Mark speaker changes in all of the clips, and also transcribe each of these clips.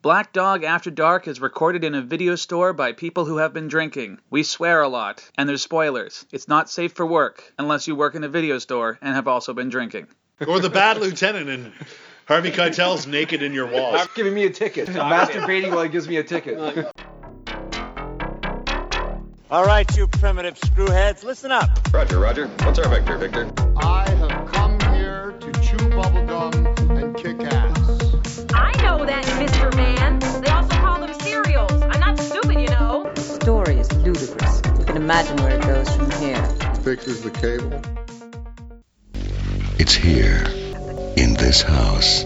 Speaker 1: Black Dog After Dark is recorded in a video store by people who have been drinking. We swear a lot, and there's spoilers. It's not safe for work unless you work in a video store and have also been drinking.
Speaker 2: Or the bad lieutenant and Harvey Keitel's naked in your walls.
Speaker 3: Stop giving me a ticket. I'm masturbating while he gives me a ticket.
Speaker 4: All right, you primitive screwheads, listen up.
Speaker 5: Roger, Roger. What's our vector, Victor?
Speaker 6: I have come here to chew bubblegum and kick ass.
Speaker 7: I know that, Mr. Man. They also call them cereals. I'm not stupid, you know.
Speaker 8: story is ludicrous. You can imagine where it goes from here.
Speaker 6: Fixes the cable.
Speaker 9: It's here, in this house.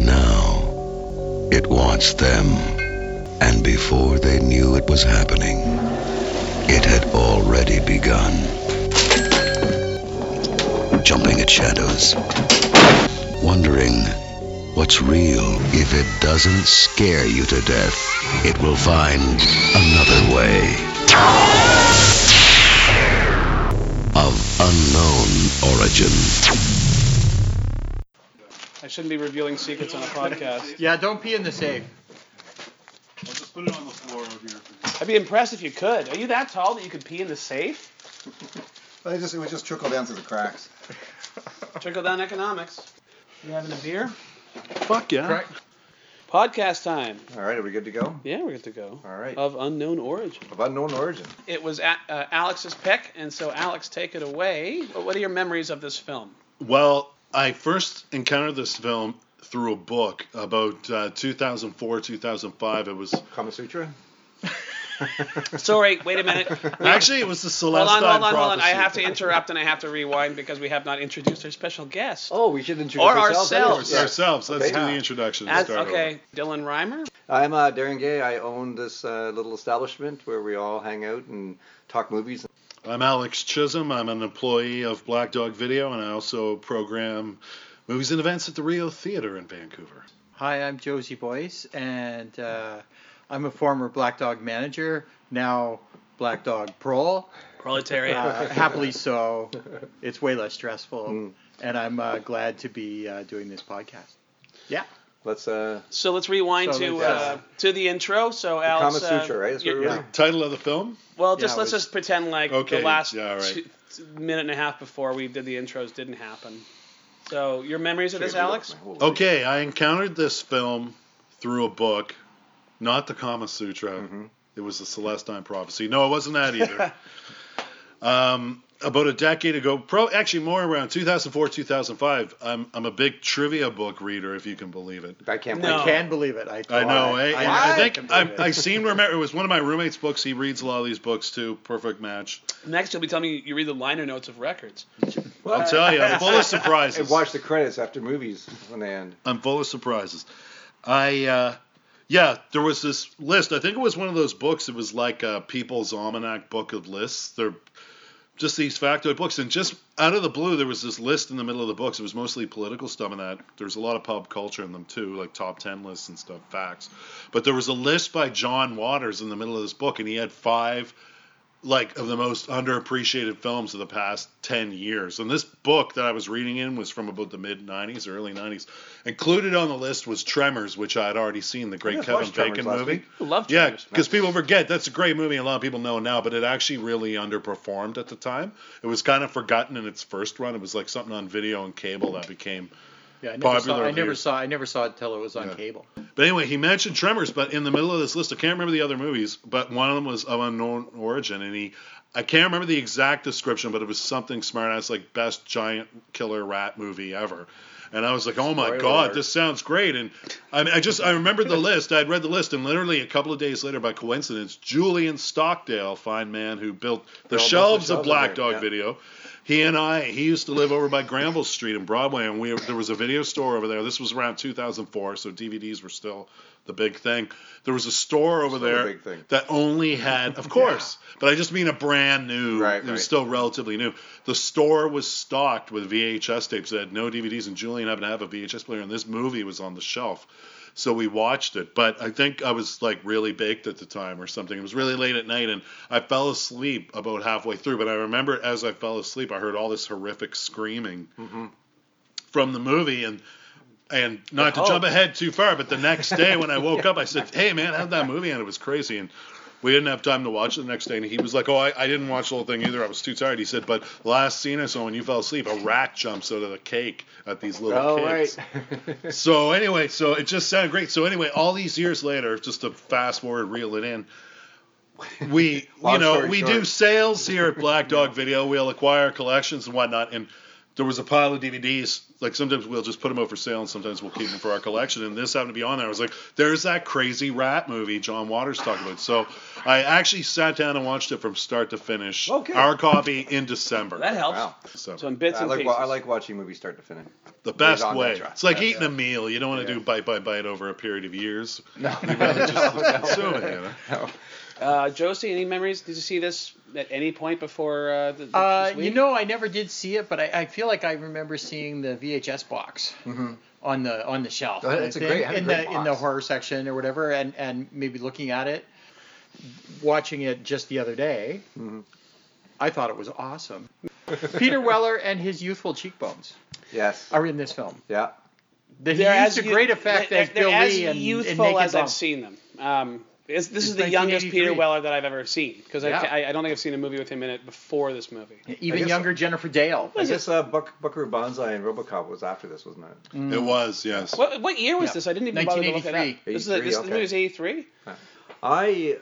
Speaker 9: Now, it wants them. And before they knew it was happening, it had already begun. Jumping at shadows, wondering what's real. If it doesn't scare you to death, it will find another way of unknown origin.
Speaker 10: I shouldn't be revealing secrets on a podcast.
Speaker 3: Yeah, don't pee in the safe.
Speaker 10: I'd be impressed if you could. Are you that tall that you could pee in the safe?
Speaker 5: Well, it, just, it would just trickle down through the cracks.
Speaker 10: Trickle down economics. You having a beer?
Speaker 2: Fuck yeah.
Speaker 10: Podcast time.
Speaker 5: All right, are we good to go?
Speaker 10: Yeah, we're good to go.
Speaker 5: All right.
Speaker 10: Of unknown origin.
Speaker 5: Of unknown origin.
Speaker 10: It was at, uh, Alex's pick, and so Alex, take it away. What are your memories of this film?
Speaker 2: Well, I first encountered this film through a book about uh, 2004, 2005. It was
Speaker 5: Kama Sutra?
Speaker 10: Sorry, wait a minute.
Speaker 2: actually it was the
Speaker 10: Hold
Speaker 2: Celestine
Speaker 10: on, hold on, hold on. I
Speaker 2: Prophecy.
Speaker 10: have to interrupt and I have to rewind because we have not introduced our special guest.
Speaker 3: Oh, we should introduce
Speaker 10: Or
Speaker 3: ourselves.
Speaker 10: ourselves.
Speaker 2: It's ourselves. Let's
Speaker 3: Okay.
Speaker 2: do the
Speaker 3: Yeah.
Speaker 2: introduction. and
Speaker 10: As-
Speaker 2: start
Speaker 10: okay, Dylan Reimer.
Speaker 3: I'm uh, Darren Gay. I own this uh, little establishment where we all hang out and talk movies.
Speaker 2: over. I'm Alex Chisholm. I'm an employee of Black Dog Video, and I also program movies and events at the Rio Theater in Vancouver.
Speaker 11: Hi, I'm Josie Boyce, and uh, I'm a former Black Dog manager, now Black Dog Prol.
Speaker 10: Proletariat.
Speaker 11: Uh, happily so, it's way less stressful,
Speaker 2: Hmm.
Speaker 11: and I'm uh, glad to be uh, doing this podcast. Yeah,
Speaker 3: Let's uh,
Speaker 10: So let's rewind
Speaker 11: So
Speaker 10: to
Speaker 11: let's,
Speaker 10: uh, to the intro. So Alex,
Speaker 3: Kama Sutra,
Speaker 10: uh,
Speaker 3: right? That's
Speaker 10: you-
Speaker 3: where we were.
Speaker 2: Title of the film?
Speaker 10: well, just
Speaker 11: Yeah, it
Speaker 10: let's
Speaker 11: was-
Speaker 10: just pretend like
Speaker 2: Okay,
Speaker 10: the last
Speaker 2: yeah, all right.
Speaker 10: two- t- minute and a half before we did the intros didn't happen. So your memories of this, Alex?
Speaker 3: Oh,
Speaker 2: Okay, I encountered this film through a book, not the Kama Sutra. It was the Celestine Prophecy. No, it wasn't that either. um, about a decade ago, pro actually more around 2004, 2005. I'm I'm a big trivia book reader, if you can believe it.
Speaker 3: I can't
Speaker 10: No.
Speaker 11: I can believe it. Oh, I,
Speaker 2: I know. eh? And I,
Speaker 11: I
Speaker 2: think
Speaker 11: can
Speaker 2: I,
Speaker 11: believe
Speaker 2: I
Speaker 11: it.
Speaker 2: seem to remember it was one of my roommate's books. He reads a lot of these books too. Perfect match.
Speaker 10: Next, you'll be telling me you read the liner notes of records.
Speaker 2: I'll tell you, I'm full of
Speaker 3: I
Speaker 2: surprises.
Speaker 3: watch the credits after movies when they end.
Speaker 2: I'm full of surprises. I uh, yeah, there was this list. I think it was one of those books. It was like a People's Almanac book of lists. They're just these factoid books, and just out of the blue, there was this list in the middle of the books. It was mostly political stuff, and that there's a lot of pop culture in them too, like top ten lists and stuff, facts. But there was a list by John Waters in the middle of this book, and he had five like of the most underappreciated films of the past 10 years. And this book that I was reading in was from about the mid 90s, early 90s. Included on the list was Tremors, which I had already seen, the great
Speaker 3: just
Speaker 2: Kevin
Speaker 3: watched Tremors
Speaker 2: Bacon
Speaker 3: last
Speaker 2: movie.
Speaker 3: week.
Speaker 10: Love
Speaker 2: Yeah,
Speaker 10: Tremors.
Speaker 2: because people forget that's a great movie. and A lot of people know now, but it actually really underperformed at the time. It was kind of forgotten in its first run. It was like something on video and cable that became
Speaker 11: Yeah, I never,
Speaker 2: popular
Speaker 11: saw, I never
Speaker 2: reviews.
Speaker 11: saw. I never saw it till it was on cable.
Speaker 2: But anyway, he mentioned Tremors, but in the middle of this list, I can't remember the other movies, but one of them was of unknown origin, and he, I can't remember the exact description, but it was something smart ass like best giant killer rat movie ever. And I was like, oh my
Speaker 3: Spoiler
Speaker 2: god,
Speaker 3: alert.
Speaker 2: this sounds great. And I, I just I remembered the list. I had read the list, and literally a couple of days later, by coincidence, Julian Stockdale, fine man who built the
Speaker 3: Built up the
Speaker 2: shelves of
Speaker 3: shelves
Speaker 2: Black
Speaker 3: there,
Speaker 2: Dog
Speaker 3: yeah.
Speaker 2: Video, he and I, he used to live over by Granville Street in Broadway, and we there was a video store over there. This was around 2004, so DVDs were still the big thing. There was a store over
Speaker 3: Still the
Speaker 2: there
Speaker 3: big thing.
Speaker 2: that only had, of course, but I just mean a brand new.
Speaker 3: Right,
Speaker 2: it was
Speaker 3: right.
Speaker 2: still relatively new. The store was stocked with VHS tapes that had no DVDs, and Julian happened to have a VHS player, and this movie was on the shelf. So we watched it, but I think I was like really baked at the time or something. It was really late at night, and I fell asleep about halfway through. But I remember as I
Speaker 3: Mm-hmm.
Speaker 2: fell asleep, I heard all this horrific screaming from the movie, and and not to
Speaker 12: Oh.
Speaker 2: jump ahead too far, but the next day when I woke up, I said, "Hey man, how'd that movie?" And it was crazy, and we didn't have time to watch it the next day. And he was like, "Oh, I, I didn't watch the whole thing either. I was too tired." He said, "But last scene or so, when you fell asleep, a rat jumps out of the cake at these little
Speaker 3: Oh,
Speaker 2: kids."
Speaker 3: right.
Speaker 2: so anyway, so it just sounded great. So anyway, all these years later, just to fast forward, reel it in. We, you
Speaker 3: Long
Speaker 2: know,
Speaker 3: story
Speaker 2: we
Speaker 3: short.
Speaker 2: do sales here at Black Dog Video. We'll acquire collections and whatnot. And there was a pile of DVDs. Like sometimes we'll just put them out for sale, and sometimes we'll keep them for our collection. And this happened to be on there. I was like, "There's that crazy rat movie John Waters talked about." So I actually sat down and watched it from start to finish.
Speaker 1: Okay.
Speaker 2: Our copy in December.
Speaker 1: That helps.
Speaker 2: Wow. So,
Speaker 1: in bits
Speaker 3: I
Speaker 1: and
Speaker 3: like,
Speaker 1: pieces.
Speaker 3: I like watching movies start to finish.
Speaker 2: The best
Speaker 3: Right on
Speaker 2: way.
Speaker 3: that track.
Speaker 2: It's like
Speaker 3: Yeah,
Speaker 2: eating a meal. You don't want to do bite by bite over a period of years.
Speaker 3: No.
Speaker 2: You'd rather just
Speaker 3: No, no.
Speaker 2: consume it, you know?
Speaker 1: Uh, Josie, any memories? Did you see this at any point before uh, the, the,
Speaker 11: Uh,
Speaker 1: this week?
Speaker 11: you know, I never did see it, but I, I feel like I remember seeing the VHS box on the on the shelf.
Speaker 13: Oh, that's a
Speaker 11: I
Speaker 13: great-
Speaker 11: think,
Speaker 13: had a
Speaker 11: in
Speaker 13: great
Speaker 11: the in the horror section or whatever, and and maybe looking at it, watching it just the other day, I thought it was awesome. Peter Weller and his youthful cheekbones
Speaker 3: Yes.
Speaker 11: are in this film.
Speaker 3: Yeah.
Speaker 11: They
Speaker 1: They're
Speaker 11: used
Speaker 1: as
Speaker 11: to
Speaker 1: youth-
Speaker 11: great effect
Speaker 1: they're,
Speaker 11: as
Speaker 1: they're
Speaker 11: Bill
Speaker 1: as
Speaker 11: Lee and- and
Speaker 1: youthful
Speaker 11: Naked
Speaker 1: as
Speaker 11: Bum.
Speaker 1: I've seen them. Um, it's, this is
Speaker 11: It's
Speaker 1: the youngest Peter
Speaker 11: 1983.
Speaker 1: Weller that I've ever seen because
Speaker 11: Yeah.
Speaker 1: I, I, I don't think I've seen a movie with him in it before this movie.
Speaker 11: Even younger Jennifer Dale.
Speaker 3: I guess uh, Buck, Buckaroo Banzai and RoboCop was after this, wasn't it?
Speaker 2: It was, yes.
Speaker 1: What, what year was
Speaker 3: Yeah.
Speaker 1: this? I didn't even bother to look it up.
Speaker 3: 1983.
Speaker 1: This is a, this, this
Speaker 3: 83,
Speaker 1: movie was 83?
Speaker 3: I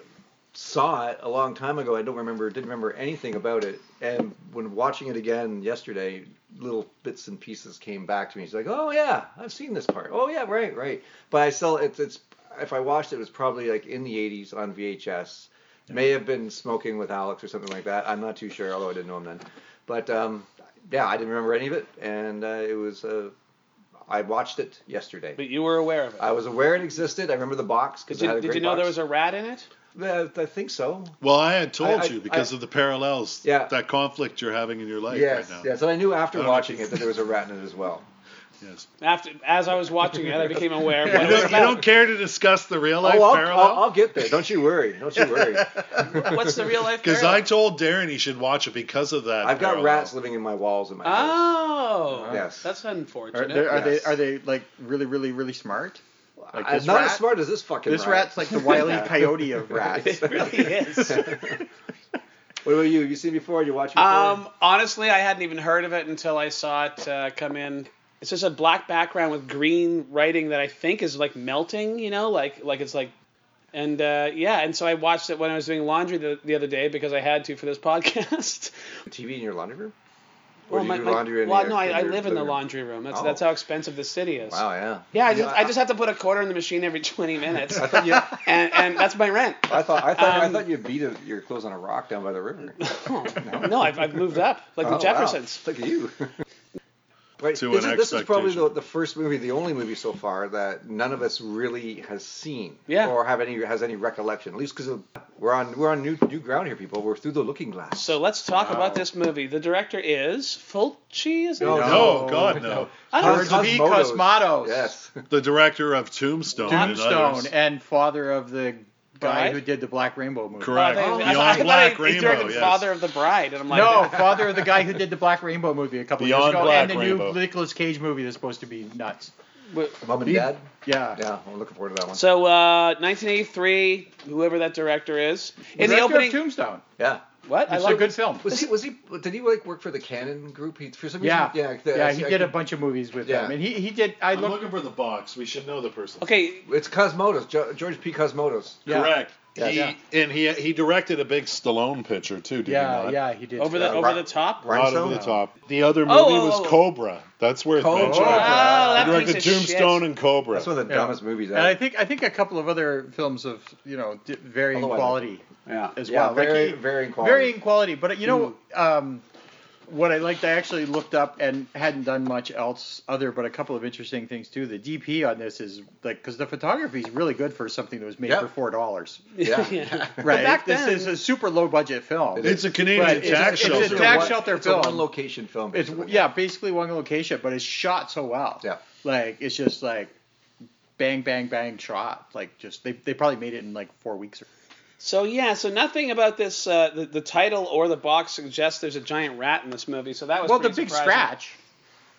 Speaker 3: saw it a long time ago. I don't remember, didn't remember anything about it. And when watching it again yesterday, little bits and pieces came back to me. It's like, oh yeah, I've seen this part. Oh yeah, right, right. But I still, it's, it's if I watched it, it was probably like in the '80s on VHS. May have been smoking with Alex or something like that. I'm not too sure, although I didn't know him then. But um, yeah, I didn't remember any of it, and uh, it was. Uh, I watched it yesterday.
Speaker 1: But you were aware of it.
Speaker 3: I was aware it existed. I remember the box
Speaker 1: Did
Speaker 3: because I had
Speaker 1: you,
Speaker 3: a
Speaker 1: did
Speaker 3: great
Speaker 1: you know
Speaker 3: box.
Speaker 1: there was a rat in it?
Speaker 3: Yeah, I think so.
Speaker 2: Well, I had told
Speaker 3: I- I-
Speaker 2: you because
Speaker 3: I-
Speaker 2: of the parallels,
Speaker 3: Yeah.
Speaker 2: that conflict you're having in your life
Speaker 3: yes,
Speaker 2: right now.
Speaker 3: yes, and I knew after
Speaker 11: Oh,
Speaker 2: I don't know if
Speaker 3: watching it that there was a rat in it as well.
Speaker 2: Yes.
Speaker 1: After, as I was watching it, I became aware of
Speaker 2: You
Speaker 1: what it was
Speaker 2: don't, you
Speaker 1: about.
Speaker 2: don't care to discuss the real
Speaker 3: Oh,
Speaker 2: life
Speaker 3: I'll,
Speaker 2: parallel?
Speaker 3: I'll, I'll get there. Don't you worry. Don't you worry.
Speaker 1: What's the real life
Speaker 2: Because
Speaker 1: parallel?
Speaker 2: I told Darren he should watch it because of that.
Speaker 3: I've got
Speaker 2: parallel.
Speaker 3: rats living in my walls in my
Speaker 1: Ah.
Speaker 3: house.
Speaker 1: Oh,
Speaker 3: Yes.
Speaker 1: that's
Speaker 11: Are,
Speaker 1: unfortunate.
Speaker 11: they, are
Speaker 3: Yes.
Speaker 11: they are they like really really really smart? Like
Speaker 3: I'm not as smart as this fucking
Speaker 11: This
Speaker 3: rat.
Speaker 11: rat's like the wily
Speaker 3: Yeah.
Speaker 11: coyote of rats.
Speaker 1: It really is.
Speaker 3: What about you? Have you seen before? You watch before?
Speaker 1: Um, honestly, I hadn't even heard of it until I saw it uh, come in. It's just a black background with green writing that I think is like melting, you know, like like it's like, and uh, yeah, and so I watched it when I was doing laundry the, the other day because I had to for this podcast.
Speaker 3: TV in your laundry room? Or
Speaker 1: well,
Speaker 3: do you
Speaker 1: my,
Speaker 3: do
Speaker 1: my-
Speaker 3: laundry in
Speaker 1: well,
Speaker 3: the-
Speaker 1: no, I,
Speaker 3: in
Speaker 1: I
Speaker 3: your
Speaker 1: live in the
Speaker 3: living room?
Speaker 1: laundry room. That's
Speaker 3: Oh.
Speaker 1: that's how expensive the city is.
Speaker 3: Wow, yeah.
Speaker 1: Yeah, I just, I just have to put a quarter in the machine every 20 minutes,
Speaker 3: I thought you.
Speaker 1: and and that's my rent.
Speaker 3: I thought I thought I
Speaker 1: Um,
Speaker 3: thought you beat a, your clothes on a rock down by the river.
Speaker 1: No, I've, I've moved up like
Speaker 3: Oh,
Speaker 1: the
Speaker 3: wow.
Speaker 1: Jeffersons.
Speaker 3: Look at you. Right.
Speaker 2: To
Speaker 3: this,
Speaker 2: an
Speaker 3: is, this is probably the,
Speaker 2: expectation.
Speaker 3: the first movie, the only movie so far that none of us really has seen
Speaker 1: Yeah.
Speaker 3: or have any has any recollection. At least because we're on we're on new new ground here, people. We're through the looking glass.
Speaker 1: So let's talk about this movie. The director is Fulci, is it?
Speaker 3: Oh, No,
Speaker 2: No, God, no.
Speaker 1: I don't
Speaker 11: Birds of E. Cosmatos.
Speaker 3: Yes.
Speaker 2: The director of Tombstone. and
Speaker 11: Tombstone
Speaker 2: others.
Speaker 1: eh,
Speaker 11: and father of the guy
Speaker 1: Bride?
Speaker 11: who did the Black Rainbow movie.
Speaker 1: Oh, I
Speaker 2: Correct.
Speaker 1: thought- I thought- I
Speaker 2: Beyond
Speaker 1: thought
Speaker 2: Black
Speaker 1: he- he
Speaker 2: Rainbow.
Speaker 1: directed
Speaker 2: Yes.
Speaker 1: Father of the Bride, and I'm like,
Speaker 11: No, father of the guy who did the Black Rainbow movie a couple
Speaker 2: Beyond
Speaker 11: years ago,
Speaker 2: Black
Speaker 11: and the
Speaker 2: Rainbow.
Speaker 11: new Nicolas Cage movie that's supposed to be nuts.
Speaker 3: Mom and Dad.
Speaker 11: Yeah.
Speaker 3: Yeah, I'm looking forward to that one.
Speaker 1: So uh, 1983, whoever that director is, in the
Speaker 11: Director of
Speaker 1: opening.
Speaker 11: Tombstone.
Speaker 3: yeah.
Speaker 1: what?
Speaker 11: It's a good film.
Speaker 3: Was he was he did he like work for the Canon group? He for some reason.
Speaker 11: Yeah, yeah,
Speaker 3: the-
Speaker 11: he
Speaker 3: I
Speaker 11: did a
Speaker 3: could-
Speaker 11: bunch of movies with
Speaker 3: Yeah.
Speaker 11: him, and he, he did. I
Speaker 2: I'm
Speaker 11: looked
Speaker 2: looking for the box. We should know the person.
Speaker 1: Okay,
Speaker 3: It's Cosmodos, Jo- George P. Cosmodos.
Speaker 11: Yeah.
Speaker 2: Correct.
Speaker 11: Yeah,
Speaker 2: he,
Speaker 11: yeah.
Speaker 2: And he he directed a big Stallone picture too. Did
Speaker 11: Yeah,
Speaker 2: he not?
Speaker 11: yeah, he did.
Speaker 1: over the
Speaker 3: Uh,
Speaker 1: over
Speaker 3: Rock-
Speaker 1: the top.
Speaker 3: Rock-
Speaker 2: Not over
Speaker 3: Rhinestone?
Speaker 2: the top. The other movie
Speaker 1: Oh, oh,
Speaker 2: was
Speaker 1: oh. Ah,
Speaker 2: Cobra. That's worth
Speaker 3: Cobra.
Speaker 2: mentioning.
Speaker 3: Oh,
Speaker 1: that
Speaker 2: he directed
Speaker 1: piece of
Speaker 2: Tombstone
Speaker 1: shit.
Speaker 2: and Cobra.
Speaker 3: That's one of the
Speaker 11: Yeah.
Speaker 3: dumbest movies. uh,
Speaker 11: and I think I think a couple of other films of you know di- varying
Speaker 3: Although I like-
Speaker 11: quality
Speaker 3: yeah.
Speaker 11: as
Speaker 3: yeah,
Speaker 11: well. Like
Speaker 3: Very,
Speaker 11: he-
Speaker 3: very quality. Mm.
Speaker 11: varying quality. But you know, um, what I liked, I actually looked up and hadn't done much else other, but a couple of interesting things too. The DP on this is like because the photography is really good for something that was made
Speaker 3: Yep.
Speaker 11: for four dollars.
Speaker 3: Yeah.
Speaker 11: Right.
Speaker 1: back
Speaker 11: this
Speaker 1: then-
Speaker 11: is a super low budget film.
Speaker 3: It
Speaker 2: it's a Canadian
Speaker 11: But it's-
Speaker 2: tax
Speaker 11: it's a
Speaker 2: shelter.
Speaker 11: tax
Speaker 3: one-
Speaker 11: shelter
Speaker 3: it's a
Speaker 11: film.
Speaker 3: one location film.
Speaker 11: It's
Speaker 3: basically.
Speaker 11: yeah, basically one location, but it's shot so well.
Speaker 3: Yeah.
Speaker 11: Like it's just like bang bang bang shot. Like just they they probably made it in like four weeks. Or,
Speaker 1: So yeah, so nothing about this uh, the, the title or the box suggests there's a giant rat in this movie. So that was
Speaker 11: well, the
Speaker 1: pretty
Speaker 11: big
Speaker 1: surprising.
Speaker 11: scratch.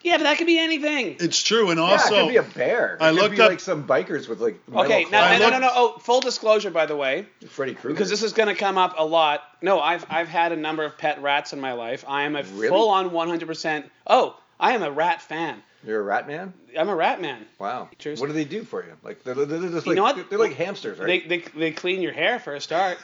Speaker 10: Yeah, but that could be anything.
Speaker 2: It's true, and
Speaker 10: Yeah, it
Speaker 2: also
Speaker 10: could be a
Speaker 3: bear.
Speaker 2: I
Speaker 3: It could
Speaker 2: looked
Speaker 3: be
Speaker 2: up
Speaker 3: like some bikers with like metal
Speaker 10: Okay, now,
Speaker 3: claws.
Speaker 10: no, no, no, Oh, full disclosure, by the way,
Speaker 3: Freddy Krueger.
Speaker 10: because this is going to come up a lot. No, I've I've had a number of pet rats in my life. I am a full-on 100%. Oh, I am a rat fan.
Speaker 3: You're a rat man.
Speaker 10: I'm a rat man.
Speaker 3: Wow. What do they do for you? Like they're, they're just like
Speaker 10: You know what?
Speaker 3: they're like hamsters, right?
Speaker 10: They, they, they clean your hair for a start.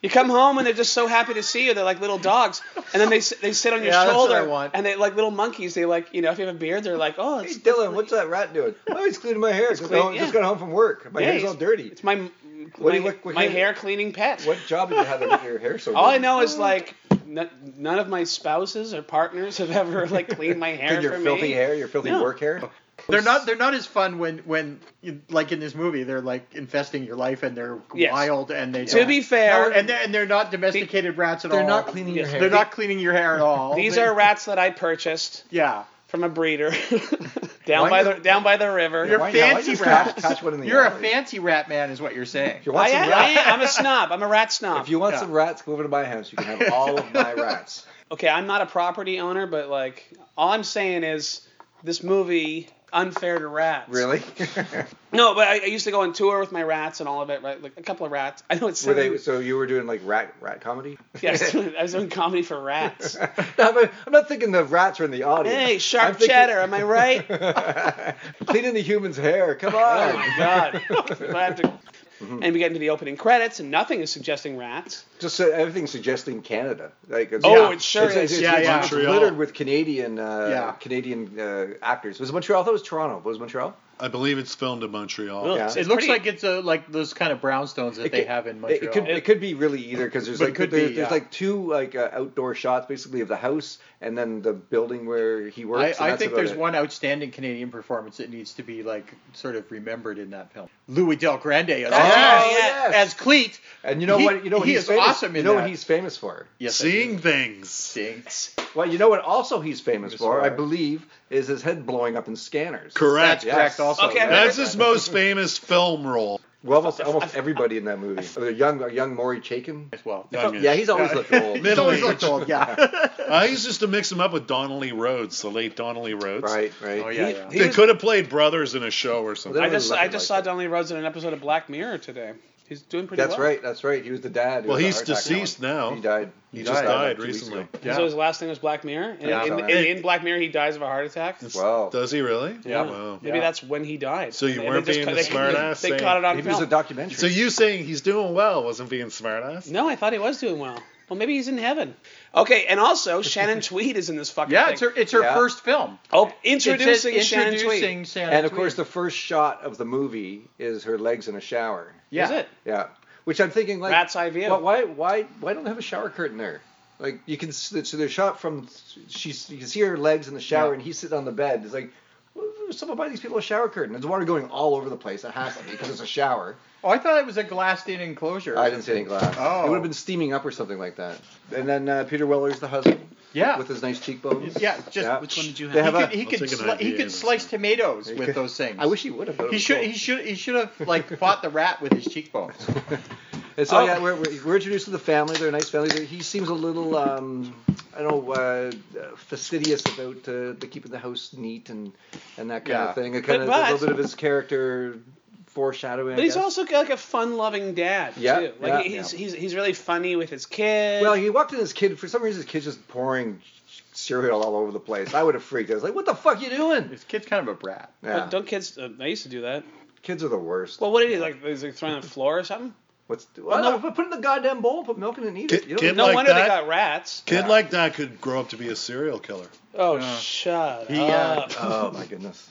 Speaker 10: you come home and they're just so happy to see you. They're like little dogs, and then they s- they sit on your
Speaker 3: Yeah, that's what
Speaker 10: shoulder
Speaker 3: I want.
Speaker 10: and they like little monkeys. They like you know if you have a beard, they're like oh it's
Speaker 3: Hey, Dylan, what's that rat doing? Oh, he's cleaning my hair. Just,
Speaker 10: clean-
Speaker 3: got home,
Speaker 10: yeah.
Speaker 3: just got home from work. My
Speaker 10: Yeah,
Speaker 3: hair's
Speaker 10: he's-
Speaker 3: all dirty. It's
Speaker 10: my
Speaker 3: what do
Speaker 10: my,
Speaker 3: you, what, what
Speaker 10: my hair cleaning pet.
Speaker 3: What job did you have to get your hair so?
Speaker 10: All I
Speaker 3: dirty?
Speaker 10: know is like n- none of my spouses or partners have ever like cleaned my hair
Speaker 3: Clean your
Speaker 10: for
Speaker 3: filthy
Speaker 10: me.
Speaker 3: hair, your filthy
Speaker 10: No.
Speaker 3: work hair.
Speaker 11: They're not. They're not as fun when, when, you- like in this movie, they're like infesting your life and they're
Speaker 10: Yes.
Speaker 11: wild and they.
Speaker 10: To
Speaker 11: don't-
Speaker 10: be fair-
Speaker 11: no, and they're, and they're not domesticated rats at
Speaker 10: they're
Speaker 11: all.
Speaker 10: not cleaning your Yes. hair.
Speaker 11: They're not cleaning your hair at all.
Speaker 10: These
Speaker 11: They-
Speaker 10: are rats that I purchased.
Speaker 11: Yeah.
Speaker 10: From a breeder. down
Speaker 11: Why
Speaker 10: by
Speaker 11: does-
Speaker 10: the down by the river.
Speaker 11: You're fancy rats. You're a
Speaker 10: fan.
Speaker 11: fancy rat man, is what you're saying.
Speaker 10: I am, I am. I'm a snob. I'm a rat snob.
Speaker 3: If you want
Speaker 10: Yeah.
Speaker 3: some rats, come over to my house. You can have all of my rats.
Speaker 10: Okay, I'm not a property owner, but like all I'm saying is this movie unfair to rats.
Speaker 3: Really?
Speaker 10: No, but I, I used to go on tour with my rats and all of it, right? Like a couple of rats. I know it's
Speaker 3: Were
Speaker 10: silly.
Speaker 3: they, so you were doing like rat rat comedy?
Speaker 10: Yes, I was doing comedy for rats.
Speaker 3: No, but I'm not thinking the rats are in the audience.
Speaker 10: Hey,
Speaker 3: I'm
Speaker 10: sharp
Speaker 3: thinking-
Speaker 10: cheddar, am I right?
Speaker 3: Cleaning the human's hair. Come on.
Speaker 10: Oh my god! But I have to- And we get into the opening credits, and nothing is suggesting rats.
Speaker 3: Just uh, so everything's suggesting Canada. Like it's,
Speaker 10: Oh, it sure is.
Speaker 3: It's,
Speaker 10: Yeah,
Speaker 3: it's,
Speaker 10: yeah.
Speaker 3: it's
Speaker 10: Montreal.
Speaker 3: littered with Canadian uh,
Speaker 10: Yeah.
Speaker 3: Canadian uh, actors. Was it Montreal? I thought it was Toronto. but it was Montreal?
Speaker 2: I believe it's filmed in Montreal.
Speaker 3: Yeah.
Speaker 11: It looks like it's a, like those kind of brownstones that
Speaker 3: It
Speaker 11: they
Speaker 3: could-
Speaker 11: have in
Speaker 3: it-
Speaker 11: Montreal.
Speaker 3: It could, it could be really either because there's
Speaker 11: But it
Speaker 3: like
Speaker 11: could
Speaker 3: there-
Speaker 11: be,
Speaker 3: there's
Speaker 11: yeah.
Speaker 3: like two like uh, outdoor shots basically of the house and then the building where he works. and
Speaker 11: I, I
Speaker 3: that's
Speaker 11: think
Speaker 3: about
Speaker 11: there's
Speaker 3: it.
Speaker 11: one outstanding Canadian performance that needs to be like sort of remembered in that film. Louis Del Grande as,
Speaker 3: Oh, yes.
Speaker 11: as Cleet.
Speaker 3: And you know
Speaker 11: He-
Speaker 3: what? You know what
Speaker 11: he
Speaker 3: he's
Speaker 11: is
Speaker 3: famous,
Speaker 11: awesome in
Speaker 3: You know
Speaker 11: that.
Speaker 3: what he's famous for?
Speaker 11: Yes, I
Speaker 2: Seeing things.
Speaker 11: Seeing.
Speaker 3: Well, you know what? Also, he's
Speaker 2: Famous
Speaker 3: famous for, I
Speaker 2: for.
Speaker 3: believe, is his head blowing up in scanners.
Speaker 2: Correct.
Speaker 3: Yes.
Speaker 2: that's his most famous film role.
Speaker 3: Well, almost almost everybody in that movie. Uh, young young Maury Chaykin as
Speaker 11: well.
Speaker 2: Youngish.
Speaker 3: Yeah, he's always looked old.
Speaker 2: Middle age.
Speaker 11: Yeah.
Speaker 2: I used just to mix him up with Donnelly Rhodes, the late Donnelly Rhodes.
Speaker 3: Right, right.
Speaker 11: Oh, yeah, He- yeah. he
Speaker 2: They
Speaker 11: was-
Speaker 2: could have played brothers in a show or something.
Speaker 10: I just I just saw Donnelly Rhodes in an episode of Black Mirror today. He's doing pretty
Speaker 3: That's
Speaker 10: well.
Speaker 3: right. That's right. He was the dad. who
Speaker 2: Well,
Speaker 3: had the
Speaker 2: he's
Speaker 3: heart attack.
Speaker 2: deceased now.
Speaker 3: He died.
Speaker 2: He just died
Speaker 3: like, two weeks
Speaker 2: recently.
Speaker 3: ago.
Speaker 10: So his last name was Black Mirror. And
Speaker 2: Yeah.
Speaker 10: in, in, in Black Mirror, he dies of a heart attack.
Speaker 3: Wow.
Speaker 2: Does he really?
Speaker 10: Yeah.
Speaker 2: Wow.
Speaker 10: Maybe that's when he died.
Speaker 2: So you
Speaker 10: And they
Speaker 2: weren't
Speaker 10: just
Speaker 2: being
Speaker 10: cut-
Speaker 2: a
Speaker 10: they-
Speaker 2: smart ass.
Speaker 10: They caught it on film.
Speaker 3: documentary.
Speaker 2: So you saying he's doing well wasn't being smart ass?
Speaker 10: No, I thought he was doing well. Well, maybe he's in heaven. Okay, and also Shannon Tweed is in this fucking
Speaker 11: Yeah,
Speaker 10: thing.
Speaker 11: it's her it's her first film.
Speaker 10: Oh, introducing
Speaker 11: It says
Speaker 10: Shannon
Speaker 11: introducing
Speaker 10: Tweed.
Speaker 11: Shannon
Speaker 3: And of course, the first shot of the movie is her legs in a shower.
Speaker 10: Yeah. Is it?
Speaker 3: Yeah. Which I'm thinking like
Speaker 10: Rat's eye view.
Speaker 3: Well, why why why don't they have a shower curtain there? Like you can s- so they're shot from she's you can see her legs in the shower
Speaker 11: Yeah.
Speaker 3: and he's sitting on the bed. It's like well, someone buy these people a shower curtain. There's water going all over the place. It has to be because it's a shower.
Speaker 11: Oh, I thought it was a glassed-in enclosure.
Speaker 3: I didn't see any glass.
Speaker 11: Oh.
Speaker 3: It would have been steaming up or something like that. And then uh, Peter Weller's the husband.
Speaker 11: Yeah.
Speaker 3: With his nice cheekbones.
Speaker 11: Yeah, just
Speaker 3: Which one did
Speaker 11: he could, he could, sli- he could slice tomatoes
Speaker 3: He
Speaker 11: with
Speaker 3: could-
Speaker 11: those things.
Speaker 3: I wish he would have.
Speaker 11: He should he should he should have like fought the rat with his cheekbones.
Speaker 3: And so
Speaker 11: Oh.
Speaker 3: yeah, we're, we're, we're introduced to the family. They're a nice family. They- He seems a little, um, I don't know, uh, fastidious about uh, the keeping the house neat and and that kind
Speaker 11: Yeah.
Speaker 3: of thing. It
Speaker 10: But-
Speaker 3: kind of a
Speaker 10: but-
Speaker 3: little bit of his character foreshadowing. I
Speaker 10: But he's
Speaker 3: guess.
Speaker 10: also like a fun-loving dad
Speaker 3: Yeah,
Speaker 10: too.
Speaker 3: yeah.
Speaker 10: Like he's, he's he's really funny with his kids.
Speaker 3: well, he walked in his kid. For some reason, his kid's just pouring cereal all over the place. I would have freaked. out. I was like, "What the fuck you doing?"
Speaker 11: His kid's kind of a brat.
Speaker 3: Yeah.
Speaker 10: But don't kids? Uh, I used to do that.
Speaker 3: Kids are the worst.
Speaker 10: Well, what did he like? Is he throwing on the floor or something?
Speaker 3: What's
Speaker 10: Well,
Speaker 3: well,
Speaker 10: no-
Speaker 3: no, but put it in the goddamn bowl, put milk in it, and eat it.
Speaker 2: Kid-
Speaker 3: You don't-
Speaker 2: kid
Speaker 10: No
Speaker 2: like
Speaker 10: wonder
Speaker 2: that?
Speaker 10: they got rats.
Speaker 2: Kid like that could grow up to be a serial killer.
Speaker 10: Oh, shut
Speaker 3: He, uh,
Speaker 10: up.
Speaker 3: oh my goodness.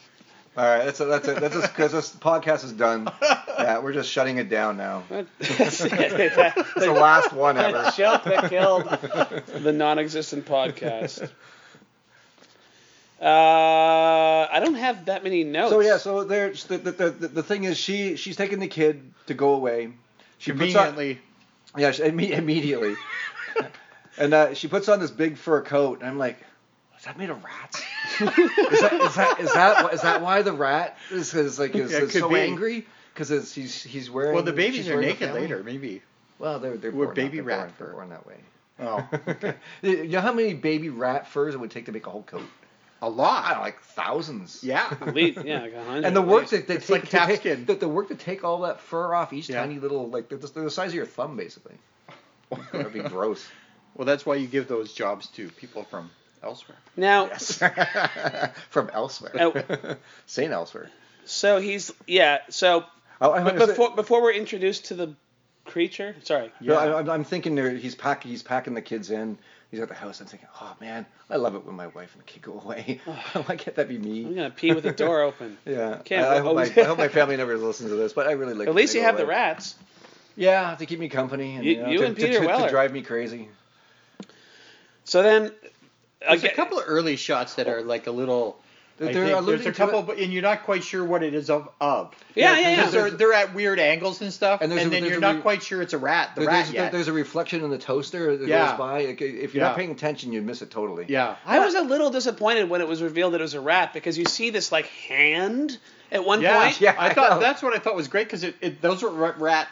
Speaker 3: All right, that's a, that's a, that's because this podcast is done. Yeah, we're just shutting it down now.
Speaker 10: That's it. That-
Speaker 3: It's the last one ever.
Speaker 10: that joke that killed the non-existent podcast. Uh, I don't have that many notes.
Speaker 3: So yeah, so there the, the, the, the thing is she she's taking the kid to go away. She puts on-
Speaker 11: Conveniently.
Speaker 3: yeah, she, imme- immediately. and uh, she puts on this big fur coat, and I'm like, is that made of rats? is, that, is that is that is that why the rat is, is like is,
Speaker 11: Yeah, it
Speaker 3: is
Speaker 11: could
Speaker 3: so
Speaker 11: be.
Speaker 3: angry? Because he's he's wearing.
Speaker 11: Well, the
Speaker 3: she's
Speaker 11: babies are
Speaker 3: wearing the
Speaker 11: naked
Speaker 3: family.
Speaker 11: later, maybe.
Speaker 3: Well, they're they're
Speaker 11: We're
Speaker 3: born
Speaker 11: baby
Speaker 3: that, they're
Speaker 11: rat
Speaker 3: born,
Speaker 11: fur.
Speaker 3: they're born that way.
Speaker 11: Oh,
Speaker 3: You know how many baby rat furs it would take to make a whole coat?
Speaker 11: a lot.
Speaker 3: like thousands.
Speaker 11: Yeah,
Speaker 10: At least, yeah, like a hundred.
Speaker 3: and the
Speaker 10: at
Speaker 3: work
Speaker 10: least.
Speaker 3: that they
Speaker 11: It's
Speaker 3: take,
Speaker 11: like
Speaker 3: to
Speaker 11: calfskin.
Speaker 3: take the, the work to take all that fur off each
Speaker 11: Yeah.
Speaker 3: tiny little like they're, just- they're the size of your thumb basically. That'd be gross.
Speaker 11: Well, that's why you give those jobs to people from elsewhere.
Speaker 10: now
Speaker 3: From elsewhere,
Speaker 10: Oh.
Speaker 3: Saint elsewhere.
Speaker 10: So he's yeah. So
Speaker 3: Oh, I
Speaker 10: but
Speaker 3: was-
Speaker 10: before before we're introduced to the creature, sorry.
Speaker 3: No, I, I'm- I'm thinking there, he's packing he's packing the kids in. He's at the house. I'm thinking, oh man, I love it when my wife and the kid go away. Why can't that be
Speaker 10: I'm
Speaker 3: me?
Speaker 10: gonna pee with the door open.
Speaker 3: Yeah,
Speaker 10: Can't-
Speaker 3: I, I hope
Speaker 10: oh.
Speaker 3: my, I hope my family never listens to this, but I really like.
Speaker 10: At
Speaker 3: when
Speaker 10: least
Speaker 3: they
Speaker 10: you
Speaker 3: go
Speaker 10: have the
Speaker 3: away.
Speaker 10: rats.
Speaker 3: Yeah, to keep me company and
Speaker 10: You-
Speaker 3: you, know,
Speaker 10: you
Speaker 3: to,
Speaker 10: and
Speaker 3: to-
Speaker 10: Peter
Speaker 3: to- to
Speaker 10: Weller.
Speaker 3: drive me crazy.
Speaker 10: So then,
Speaker 11: There's a
Speaker 10: again-
Speaker 11: couple of early shots that are like a little.
Speaker 3: They're-
Speaker 11: I
Speaker 3: they're
Speaker 11: think there's
Speaker 3: alluding
Speaker 11: a
Speaker 3: to
Speaker 11: couple, but and you're not quite sure what it is of. of.
Speaker 10: yeah, yeah, yeah.
Speaker 11: Because they're, they're at weird angles and stuff,
Speaker 3: And
Speaker 11: and,
Speaker 3: there's a-
Speaker 11: then
Speaker 3: there's
Speaker 11: you're
Speaker 3: a
Speaker 11: not
Speaker 3: re-
Speaker 11: quite sure it's a rat. The
Speaker 3: There-
Speaker 11: rat
Speaker 3: there's,
Speaker 11: yet.
Speaker 3: there's a reflection in the toaster that
Speaker 11: Yeah.
Speaker 3: goes by. Like, If you're
Speaker 11: Yeah.
Speaker 3: not paying attention, you miss it totally.
Speaker 11: yeah.
Speaker 10: I was a little disappointed when it was revealed that it was a rat because you see this like hand at one
Speaker 11: Yeah,
Speaker 10: point.
Speaker 11: yeah.
Speaker 3: Yeah,
Speaker 11: I
Speaker 3: I
Speaker 11: thought
Speaker 3: know.
Speaker 11: that's what I thought was great because it, it those were what rat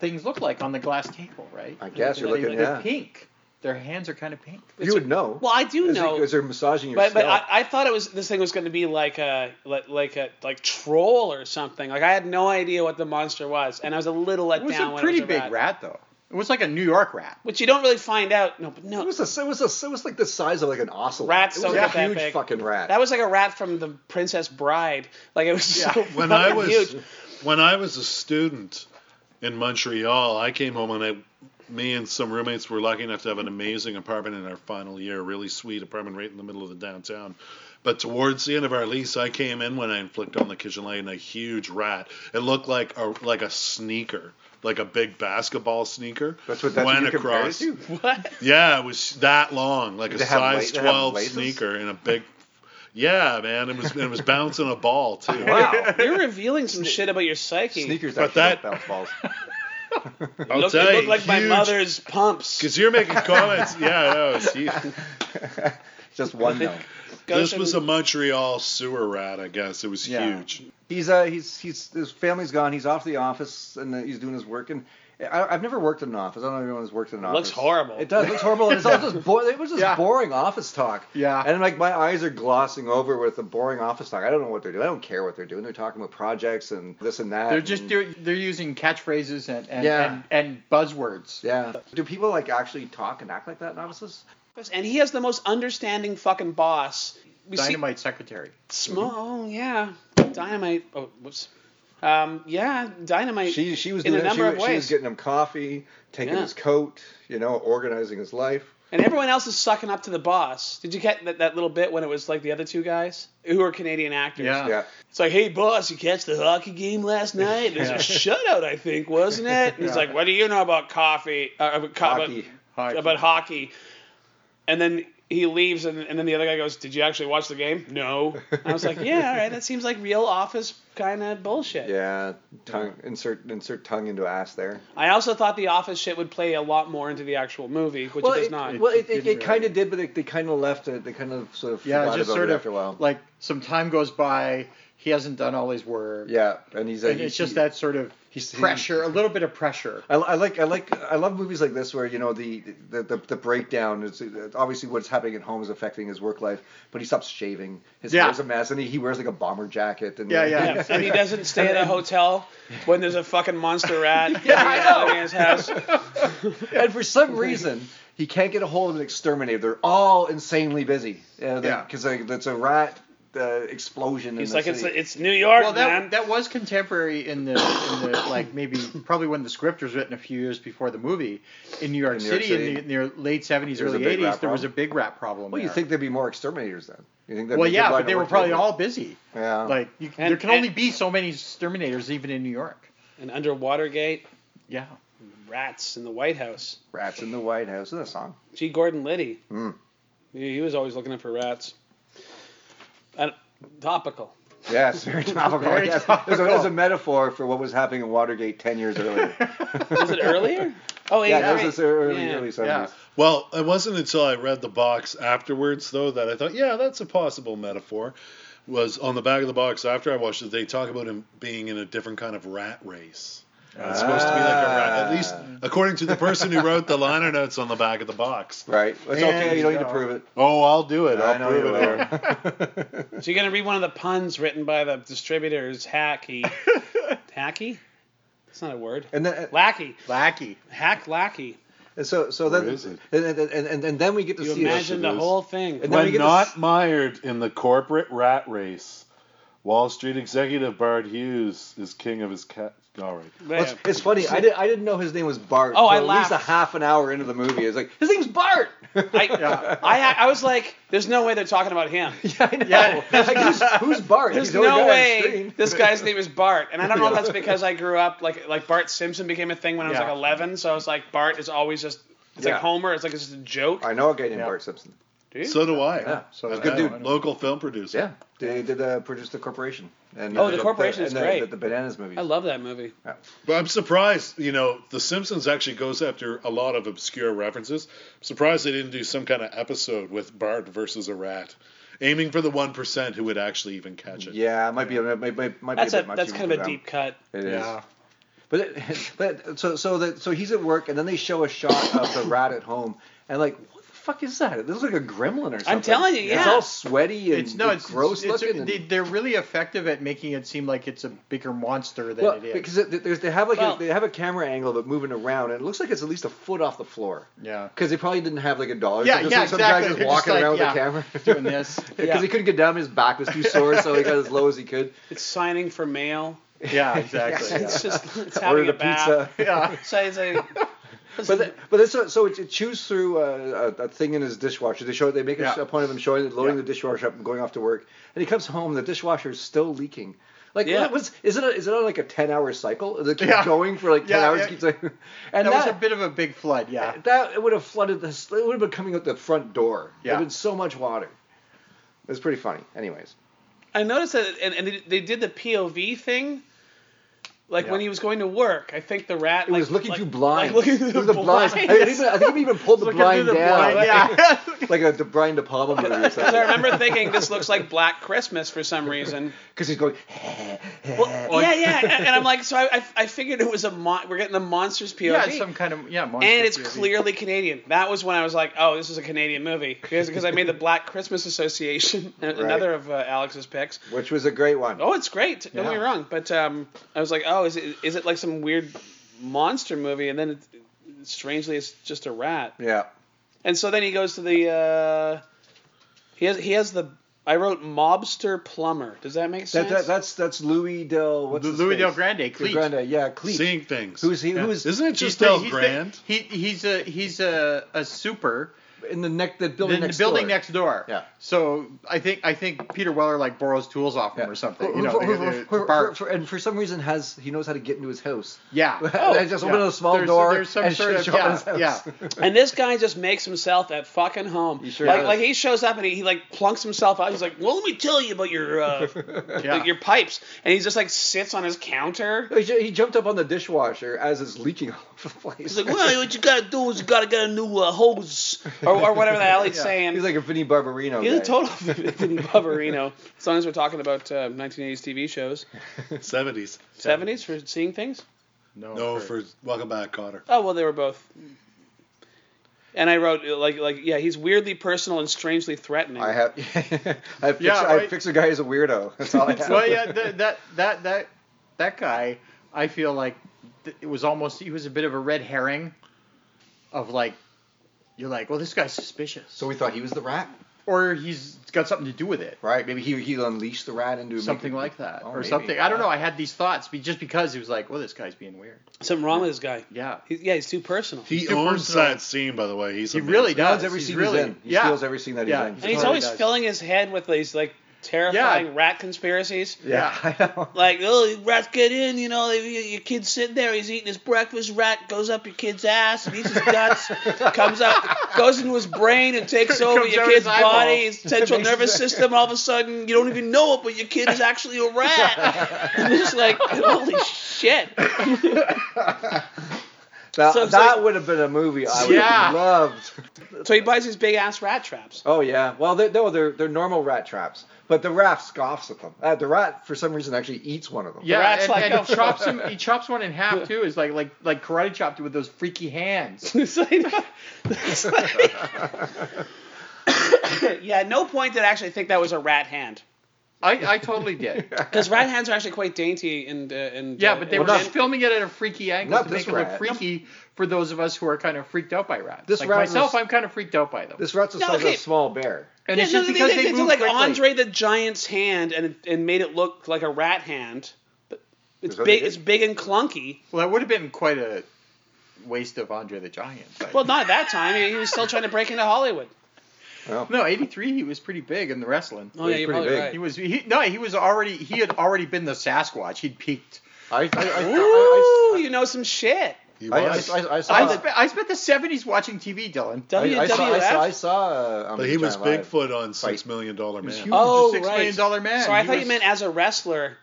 Speaker 11: things look like on the glass table, right?
Speaker 3: I guess you're
Speaker 11: They-
Speaker 3: looking-
Speaker 11: They're
Speaker 3: yeah.
Speaker 11: pink. Their hands are kind of pink.
Speaker 3: you would know.
Speaker 10: Well, I do
Speaker 3: as
Speaker 10: know.
Speaker 3: because they're massaging your
Speaker 10: But but
Speaker 3: scalp.
Speaker 10: I, I thought it was this thing was going to be like a like, like a like troll or something. Like I had no idea what the monster was, and I was a little let
Speaker 11: It was
Speaker 10: down.
Speaker 11: a
Speaker 10: when
Speaker 11: pretty
Speaker 10: it was a
Speaker 11: big rat. though. It was like a New York rat.
Speaker 10: which you don't really find out. No, but no,
Speaker 3: it was a, it was a, it was like the size of like an ocelot.
Speaker 10: Rats
Speaker 3: it
Speaker 10: don't
Speaker 3: was
Speaker 10: get
Speaker 3: a
Speaker 10: that
Speaker 3: huge
Speaker 10: big.
Speaker 3: fucking rat.
Speaker 10: that was like a rat from the Princess Bride. Like it was so
Speaker 2: when
Speaker 10: fucking
Speaker 2: I was
Speaker 10: huge.
Speaker 2: when I was a student in Montreal, I came home and I, me and some roommates were lucky enough to have an amazing apartment in our final year, a really sweet apartment right in the middle of the downtown. But towards the end of our lease, I came in when I flicked on the kitchen light and a huge rat. It looked like a like a sneaker, like a big basketball sneaker.
Speaker 3: That's what that's
Speaker 2: went
Speaker 3: what you compare
Speaker 2: across.
Speaker 3: It to.
Speaker 10: What?
Speaker 2: Yeah, it was that long, like
Speaker 3: Did
Speaker 2: a
Speaker 3: they have
Speaker 2: size
Speaker 3: la- they have
Speaker 2: twelve
Speaker 3: laces?
Speaker 2: sneaker and a big. Yeah, man, it was it was bouncing a ball too.
Speaker 3: Wow.
Speaker 10: You're revealing some shit about your psyche.
Speaker 3: Sneakers
Speaker 2: But
Speaker 3: actually that
Speaker 2: that-
Speaker 3: bounce balls.
Speaker 2: I'll
Speaker 10: It looked,
Speaker 2: tell
Speaker 10: it
Speaker 2: you,
Speaker 10: looked like my
Speaker 2: huge-
Speaker 10: mother's pumps.
Speaker 2: Because you're making comments. yeah, I know. It's huge.
Speaker 3: Just one though.
Speaker 2: This
Speaker 10: Goshen-
Speaker 2: was a Montreal sewer rat, I guess. It was
Speaker 3: Yeah.
Speaker 2: huge.
Speaker 3: He's uh he's he's his family's gone. He's off to the office and uh, he's doing his work. And I, I've never worked in an office. I don't know if anyone's worked in an
Speaker 10: It
Speaker 3: office.
Speaker 10: looks horrible.
Speaker 3: It does. It looks horrible. And it's all just bo- it was just
Speaker 11: Yeah.
Speaker 3: boring office talk.
Speaker 11: Yeah.
Speaker 3: And like my eyes are glossing over with the boring office talk. I don't know what they're doing. I don't care what they're doing. They're talking about projects and this and that.
Speaker 11: They're just
Speaker 3: and-
Speaker 11: doing. They're using catchphrases and and,
Speaker 3: Yeah.
Speaker 11: and, and buzzwords.
Speaker 3: Yeah. Do people like actually talk and act like that in offices?
Speaker 10: and he has the most understanding fucking boss. We see
Speaker 11: Dynamite secretary.
Speaker 10: small. Oh yeah, dynamite. Oh, whoops. Um, yeah, dynamite.
Speaker 3: She she was
Speaker 10: in
Speaker 3: doing
Speaker 10: a
Speaker 3: it-
Speaker 10: number
Speaker 3: she,
Speaker 10: of
Speaker 3: was- she
Speaker 10: ways.
Speaker 3: was getting him coffee, taking
Speaker 10: Yeah.
Speaker 3: his coat, you know, organizing his life.
Speaker 10: And everyone else is sucking up to the boss. Did you get that, that little bit when it was like the other two guys who are Canadian actors?
Speaker 11: Yeah.
Speaker 3: Yeah.
Speaker 10: It's like, hey boss, you catch the hockey game last night? There's
Speaker 11: Yeah.
Speaker 10: a shutout, I think, wasn't it? And he's like, what do you know about coffee? Uh, about, co- about-
Speaker 3: Hockey.
Speaker 11: Hi.
Speaker 10: about hockey. And then he leaves, and, and then the other guy goes, did you actually watch the game? No. And I was like, yeah, all right, that seems like real office kind of bullshit.
Speaker 3: Yeah. Tongue insert insert tongue into ass there.
Speaker 10: I also thought the office shit would play a lot more into the actual movie, which it does
Speaker 3: it,
Speaker 10: not.
Speaker 3: Well, it,
Speaker 11: It
Speaker 3: it,
Speaker 11: didn't
Speaker 3: kind
Speaker 11: really.
Speaker 3: of did, but they, they kind of left it. They kind of sort of
Speaker 11: Yeah,
Speaker 3: forgot
Speaker 11: just
Speaker 3: about
Speaker 11: sort
Speaker 3: it
Speaker 11: of
Speaker 3: after a while.
Speaker 11: like some time goes by. He hasn't done all his work.
Speaker 3: yeah, and he's
Speaker 11: and
Speaker 3: he-
Speaker 11: it's just
Speaker 3: he-
Speaker 11: that sort of
Speaker 3: he's- he-
Speaker 11: pressure, a little bit of pressure.
Speaker 3: I, I like I like I love movies like this where you know the the, the, the breakdown is obviously what's happening at home is affecting his work life, but he stops shaving, his
Speaker 11: Yeah.
Speaker 3: hair's a mess, and he, he wears like a bomber jacket and
Speaker 11: Yeah, yeah.
Speaker 10: Yeah, and he doesn't stay at a hotel when there's a fucking monster rat
Speaker 3: Yeah, I know.
Speaker 10: living in his house.
Speaker 3: and for some reason he can't get a hold of an exterminator. They're all insanely busy.
Speaker 11: Yeah.
Speaker 3: because like that's a rat uh, explosion.
Speaker 10: He's
Speaker 3: in the
Speaker 10: like, it's
Speaker 3: city.
Speaker 10: it's New York,
Speaker 11: Well, that
Speaker 10: man.
Speaker 11: that was contemporary in the in the like maybe probably when the script was written a few years before the movie in New York,
Speaker 3: In New York
Speaker 11: City, in, the,
Speaker 3: City.
Speaker 11: in the late seventies,
Speaker 3: There was a
Speaker 11: early
Speaker 3: big
Speaker 11: eighties.
Speaker 3: rat
Speaker 11: There was a
Speaker 3: problem.
Speaker 11: big rat problem.
Speaker 3: well, you
Speaker 11: there.
Speaker 3: think there'd be more exterminators then? You think? that'd
Speaker 11: Well,
Speaker 3: be a good
Speaker 11: yeah,
Speaker 3: line
Speaker 11: but
Speaker 3: of
Speaker 11: they were
Speaker 3: work
Speaker 11: probably
Speaker 3: people?
Speaker 11: all busy.
Speaker 3: Yeah.
Speaker 11: Like you,
Speaker 10: And-
Speaker 11: there can only
Speaker 10: and-
Speaker 11: be so many exterminators even in New York.
Speaker 10: And under Watergate,
Speaker 11: Yeah.
Speaker 10: rats in the White House.
Speaker 3: Rats in the White House. Isn't that a song?
Speaker 10: G. Gordon Liddy.
Speaker 3: Hmm.
Speaker 10: He, he was always looking up for rats. And, topical.
Speaker 3: Yeah, it's very topical.
Speaker 11: Very
Speaker 3: yes. It, was a, it was a metaphor for what was happening in Watergate 10 years earlier.
Speaker 10: Was it earlier? Oh,
Speaker 3: yeah,
Speaker 10: yeah,
Speaker 3: that was the early,
Speaker 10: Yeah.
Speaker 3: early 70s.
Speaker 11: Yeah.
Speaker 2: Well, it wasn't until I read the box afterwards, though, that I thought, yeah, that's a possible metaphor. Was on the back of the box after I watched it, they talk about him being in a different kind of rat race. Uh, It's supposed to be like a ra- at least according to the person who wrote the liner notes on the back of the box.
Speaker 3: Right. It's okay. You don't need to prove it.
Speaker 2: Oh, I'll do it. I'll
Speaker 3: I know
Speaker 2: prove
Speaker 3: you
Speaker 2: it.
Speaker 3: will.
Speaker 2: Aaron.
Speaker 10: So you're gonna read one of the puns written by the distributor's hacky, hacky. That's not a word.
Speaker 3: And then, uh,
Speaker 10: lackey,
Speaker 11: lackey,
Speaker 10: hack lackey.
Speaker 3: and so so then And, and, and, and, and then we get to
Speaker 10: You
Speaker 3: see it.
Speaker 10: imagine the whole thing.
Speaker 3: And then we
Speaker 2: When
Speaker 3: get
Speaker 2: not
Speaker 3: to,
Speaker 2: mired in the corporate rat race, Wall Street executive Bart Hughes is king of his cat. All right.
Speaker 3: Well, it's, it's funny. I did. I didn't know his name was Bart.
Speaker 10: Oh,
Speaker 3: till
Speaker 10: I
Speaker 3: at
Speaker 10: laughed.
Speaker 3: least a half an hour into the movie. It's like his name's Bart.
Speaker 10: I, I I was like, there's no way they're talking about him.
Speaker 3: I know. Like, who's, who's Bart?
Speaker 10: There's
Speaker 3: He's the only guy
Speaker 10: no
Speaker 3: on
Speaker 10: way
Speaker 3: screen.
Speaker 10: this guy's name is Bart, and I don't know if that's because I grew up like like Bart Simpson became a thing when I was
Speaker 3: Yeah.
Speaker 10: like 11, so I was like Bart is always just it's
Speaker 3: Yeah.
Speaker 10: like Homer, it's like it's just a joke.
Speaker 3: I know a guy named Bart Simpson.
Speaker 10: Do you?
Speaker 2: So do I.
Speaker 3: Yeah, so
Speaker 2: I've
Speaker 3: do I.
Speaker 2: got a Local film producer.
Speaker 3: Yeah, they did uh, produce the Corporation. And
Speaker 10: Oh, The Corporation is
Speaker 3: and the,
Speaker 10: great.
Speaker 3: The, the Bananas movie.
Speaker 10: I love that movie.
Speaker 2: But I'm surprised, you know, The Simpsons actually goes after a lot of obscure references. I'm surprised they didn't do some kind of episode with Bart versus a rat, aiming for the 1% who would actually even catch it.
Speaker 3: Yeah, it might be it might, might, might
Speaker 10: That's
Speaker 3: be a
Speaker 10: a,
Speaker 3: bit much.
Speaker 10: that's
Speaker 3: even
Speaker 10: kind
Speaker 3: for
Speaker 10: of a
Speaker 3: them.
Speaker 10: deep cut.
Speaker 3: It is. But it, but so so that so he's at work and then they show a shot of the rat at home and like what the fuck is that? It looks like a gremlin or something.
Speaker 10: telling you,
Speaker 3: It's
Speaker 10: yeah.
Speaker 3: all sweaty and
Speaker 11: It's no, it's
Speaker 3: gross
Speaker 11: it's-
Speaker 3: looking.
Speaker 11: they-
Speaker 3: and,
Speaker 11: They're really effective at making it seem like it's a bigger monster than
Speaker 3: well,
Speaker 11: it is.
Speaker 3: because it, there's, they have like
Speaker 10: Well-
Speaker 3: a, they have a camera angle of it moving around and it looks like it's at least a foot off the floor.
Speaker 11: yeah.
Speaker 3: Because they probably didn't have like a dollar.
Speaker 11: Yeah,
Speaker 3: Just
Speaker 11: yeah,
Speaker 3: like some
Speaker 11: exactly.
Speaker 3: guy just
Speaker 11: They're just
Speaker 3: walking
Speaker 11: like,
Speaker 3: around
Speaker 11: yeah,
Speaker 3: with a camera
Speaker 11: Doing this.
Speaker 3: because
Speaker 10: Yeah.
Speaker 3: he couldn't get down. His back was too sore, so he got as low as he could.
Speaker 10: It's signing for mail.
Speaker 11: Yeah, exactly.
Speaker 10: It's just it's having
Speaker 3: Ordered
Speaker 10: a,
Speaker 3: a
Speaker 10: bath.
Speaker 3: pizza.
Speaker 11: yeah.
Speaker 10: So it's like,
Speaker 3: But th- but it's, so- so it, it chews through uh, a, a thing in his dishwasher. They show they make a s-
Speaker 11: Yeah.
Speaker 3: a point of him showing it, loading
Speaker 11: Yeah.
Speaker 3: the dishwasher up and going off to work. And he comes home, the dishwasher's still leaking. Like
Speaker 10: Yeah.
Speaker 3: what was is it a, is it on like a ten hour cycle? Is it keep
Speaker 11: Yeah.
Speaker 3: going for like ten
Speaker 11: Yeah,
Speaker 3: hours?
Speaker 11: yeah.
Speaker 3: Keeps like, and
Speaker 11: That,
Speaker 3: that
Speaker 11: was a bit of a big flood. Yeah.
Speaker 3: that it would have flooded this. It would have been coming out the front door.
Speaker 11: Yeah.
Speaker 3: There'd been so much water. It was pretty funny. Anyways,
Speaker 10: I noticed that, and, and they- they did the POV thing. Like
Speaker 11: Yeah.
Speaker 10: when he was going to work, I think the rat
Speaker 3: it
Speaker 10: like,
Speaker 3: was looking
Speaker 10: like-
Speaker 3: through blinds.
Speaker 10: Like looking through the, blinds.
Speaker 3: I, think even, I think he even pulled the
Speaker 10: Looking through
Speaker 3: blind
Speaker 10: the
Speaker 3: down,
Speaker 10: blind,
Speaker 3: like,
Speaker 11: yeah.
Speaker 3: like a De Brian De Palma movie or
Speaker 10: Because I
Speaker 3: something.
Speaker 10: remember thinking this looks like Black Christmas for some reason.
Speaker 3: Because he's going.
Speaker 10: Well, yeah, yeah, and- and I'm like, so I, I, I figured it was a mon- we're getting the monsters POV,
Speaker 11: yeah. Some kind of yeah. Monster
Speaker 10: and it's
Speaker 11: POV.
Speaker 10: clearly Canadian. That was when I was like, oh, this is a Canadian movie because because I made the Black Christmas Association, a- another of uh, Alex's picks.
Speaker 3: Which was a great one.
Speaker 10: Oh, it's great. Don't get me
Speaker 11: Yeah.
Speaker 10: wrong, but um, I was like, oh, is it is it like some weird monster movie? And then it, strangely, it's just a rat.
Speaker 3: Yeah.
Speaker 10: And so then he goes to the. Uh, he has he has the. I wrote mobster plumber. Does that make
Speaker 3: That,
Speaker 10: sense?
Speaker 3: that, that's that's Louis Del what's
Speaker 11: Lu-
Speaker 3: his
Speaker 11: Louis
Speaker 3: face?
Speaker 11: Del Grande, Cleet.
Speaker 3: Grande, yeah, Cleet.
Speaker 2: Seeing things.
Speaker 3: Who's he? Who is
Speaker 2: Isn't it
Speaker 11: He's
Speaker 2: just
Speaker 11: the-
Speaker 2: Del
Speaker 11: he's the-
Speaker 2: Grand?
Speaker 11: He he's a he's a a super.
Speaker 3: in the neck the building
Speaker 11: in the
Speaker 3: next
Speaker 11: building
Speaker 3: door.
Speaker 11: next door.
Speaker 3: Yeah.
Speaker 11: So I think I think Peter Weller like borrows tools off him
Speaker 3: Yeah.
Speaker 11: or something.
Speaker 3: Who-
Speaker 11: You know,
Speaker 3: who-
Speaker 11: they- they-
Speaker 3: who- who-
Speaker 11: Bart-
Speaker 3: for- and for some reason has he knows how to get into his house.
Speaker 11: Oh, yeah.
Speaker 3: They just open a small
Speaker 11: There's-
Speaker 3: door
Speaker 11: There's some
Speaker 3: and
Speaker 11: sort
Speaker 3: show-
Speaker 11: of
Speaker 3: show his
Speaker 11: yeah,
Speaker 3: house.
Speaker 11: yeah.
Speaker 10: And this guy just makes himself at fucking home.
Speaker 3: He sure
Speaker 10: like,
Speaker 3: does.
Speaker 10: like he shows up and he, he like plunks himself out. He's like, "Well, let me tell you about your uh,
Speaker 11: Yeah.
Speaker 10: your pipes." And he just like sits on his counter.
Speaker 3: He ju- He jumped up on the dishwasher as it's leaking all over the place.
Speaker 10: He's like, "Well, what you gotta do is you gotta get a new uh, hose or, or whatever the hell he's saying."
Speaker 3: He's like a Vinnie Barbarino.
Speaker 10: He's a
Speaker 3: guy.
Speaker 10: total Vinnie Barbarino. As long as we're talking about uh, 1980s TV shows,
Speaker 2: 70s.
Speaker 10: 70s for seeing things.
Speaker 11: No,
Speaker 2: No, for Welcome Back, Cotter.
Speaker 10: Oh well, they were both. And I wrote uh, like like yeah, he's weirdly personal and strangely threatening.
Speaker 3: I have. I have.
Speaker 11: Yeah,
Speaker 3: picture- I
Speaker 11: right.
Speaker 3: fix a guy as a weirdo. That's all I have.
Speaker 11: well, yeah, th- that that that that guy, I feel like th- it was almost he was a bit of a red herring, of like, you're like, well, this guy's suspicious,
Speaker 3: So we thought he was the rat,
Speaker 11: or he's got something to do with it,
Speaker 3: right? Maybe he he unleashed the rat into
Speaker 11: something like that,
Speaker 3: Oh,
Speaker 11: or
Speaker 3: maybe.
Speaker 11: something. I don't
Speaker 3: Yeah.
Speaker 11: know. I had these thoughts be- just because he was like, well, this guy's being weird.
Speaker 10: Something wrong with this guy.
Speaker 11: Yeah.
Speaker 10: He, yeah, he's too personal.
Speaker 2: He
Speaker 11: too
Speaker 2: owns
Speaker 11: personal.
Speaker 2: that scene, by the way. He's
Speaker 11: He
Speaker 2: amazing.
Speaker 11: really
Speaker 3: He
Speaker 11: does.
Speaker 3: owns every
Speaker 11: he's
Speaker 3: scene
Speaker 11: really,
Speaker 3: he's in. He
Speaker 11: yeah.
Speaker 3: steals every scene that he's
Speaker 11: Yeah.
Speaker 3: in.
Speaker 10: And he's
Speaker 11: Totally
Speaker 10: always
Speaker 11: does.
Speaker 10: filling his head with these like terrifying
Speaker 11: Yeah.
Speaker 10: rat conspiracies.
Speaker 3: Yeah, I know.
Speaker 10: Like, oh, rats get in, you know, they- your your kid's sitting there, he's eating his breakfast, rat goes up your kid's ass and eats his guts, comes out, goes into his brain and takes over
Speaker 11: Comes
Speaker 10: your
Speaker 11: out
Speaker 10: kid's
Speaker 11: his eyeball.
Speaker 10: body, his central
Speaker 3: Makes
Speaker 10: nervous
Speaker 3: sense.
Speaker 10: system, and all of a sudden you don't even know it, but your kid is actually a rat. and it's like, holy shit.
Speaker 3: That,
Speaker 10: So it's
Speaker 3: that
Speaker 10: like-
Speaker 3: would have been a movie I would
Speaker 10: Yeah.
Speaker 3: have loved.
Speaker 10: So he buys these big ass rat traps.
Speaker 3: Oh yeah. Well, they, no, they're they're normal rat traps, but the rat scoffs at them. Uh, the rat, for some reason, actually eats one of them.
Speaker 11: Yeah, and, and he chops him. He chops one in half too. Is like like like karate chopped it with those freaky hands.
Speaker 10: yeah, at no point did I actually think that was a rat hand.
Speaker 11: I, I totally did.
Speaker 10: Because rat hands are actually quite dainty and uh, and
Speaker 11: Yeah,
Speaker 10: uh,
Speaker 11: but they
Speaker 10: and-
Speaker 11: were just filming it at a freaky angle
Speaker 3: Not
Speaker 11: to
Speaker 3: this
Speaker 11: make it look
Speaker 3: rat.
Speaker 11: freaky for those of us who are kind of freaked out by rats.
Speaker 3: This
Speaker 11: like
Speaker 3: rat
Speaker 11: myself,
Speaker 3: was-
Speaker 11: I'm kind of freaked out by them.
Speaker 3: This rat's the
Speaker 10: No,
Speaker 3: size
Speaker 10: okay.
Speaker 3: of a small bear.
Speaker 11: and
Speaker 10: yeah,
Speaker 11: it's
Speaker 10: no,
Speaker 11: just
Speaker 10: they,
Speaker 11: because
Speaker 10: they,
Speaker 11: they,
Speaker 10: they
Speaker 11: move
Speaker 10: took like
Speaker 11: quickly.
Speaker 10: Andre the Giant's hand and and made it look like a rat hand. But it's
Speaker 11: what they
Speaker 10: big.
Speaker 11: did?
Speaker 10: It's big and clunky.
Speaker 11: Well, that would have been quite a waste of Andre the Giant. but-
Speaker 10: Well, not at that time. He was still trying to break into Hollywood.
Speaker 11: No, eighty three. He was pretty big in the wrestling.
Speaker 10: Oh, yeah, He was you're pretty probably big. right.
Speaker 11: He was he, no, he was already he had already been the Sasquatch. He'd peaked.
Speaker 3: I I,
Speaker 10: Ooh, you know some shit.
Speaker 2: He
Speaker 3: I, I,
Speaker 2: was.
Speaker 3: I, I saw.
Speaker 11: I, spent, I spent the seventies watching TV, Dylan.
Speaker 3: I, I saw. I saw. I
Speaker 10: WWF?
Speaker 3: saw uh,
Speaker 2: but he was
Speaker 3: Giant Live.
Speaker 2: Bigfoot on Six Million Dollar
Speaker 11: was
Speaker 2: Man.
Speaker 11: huge.
Speaker 10: Oh,
Speaker 11: Six
Speaker 10: right.
Speaker 11: million dollar man.
Speaker 10: So I
Speaker 11: He
Speaker 10: thought
Speaker 11: was-
Speaker 10: you meant as a wrestler,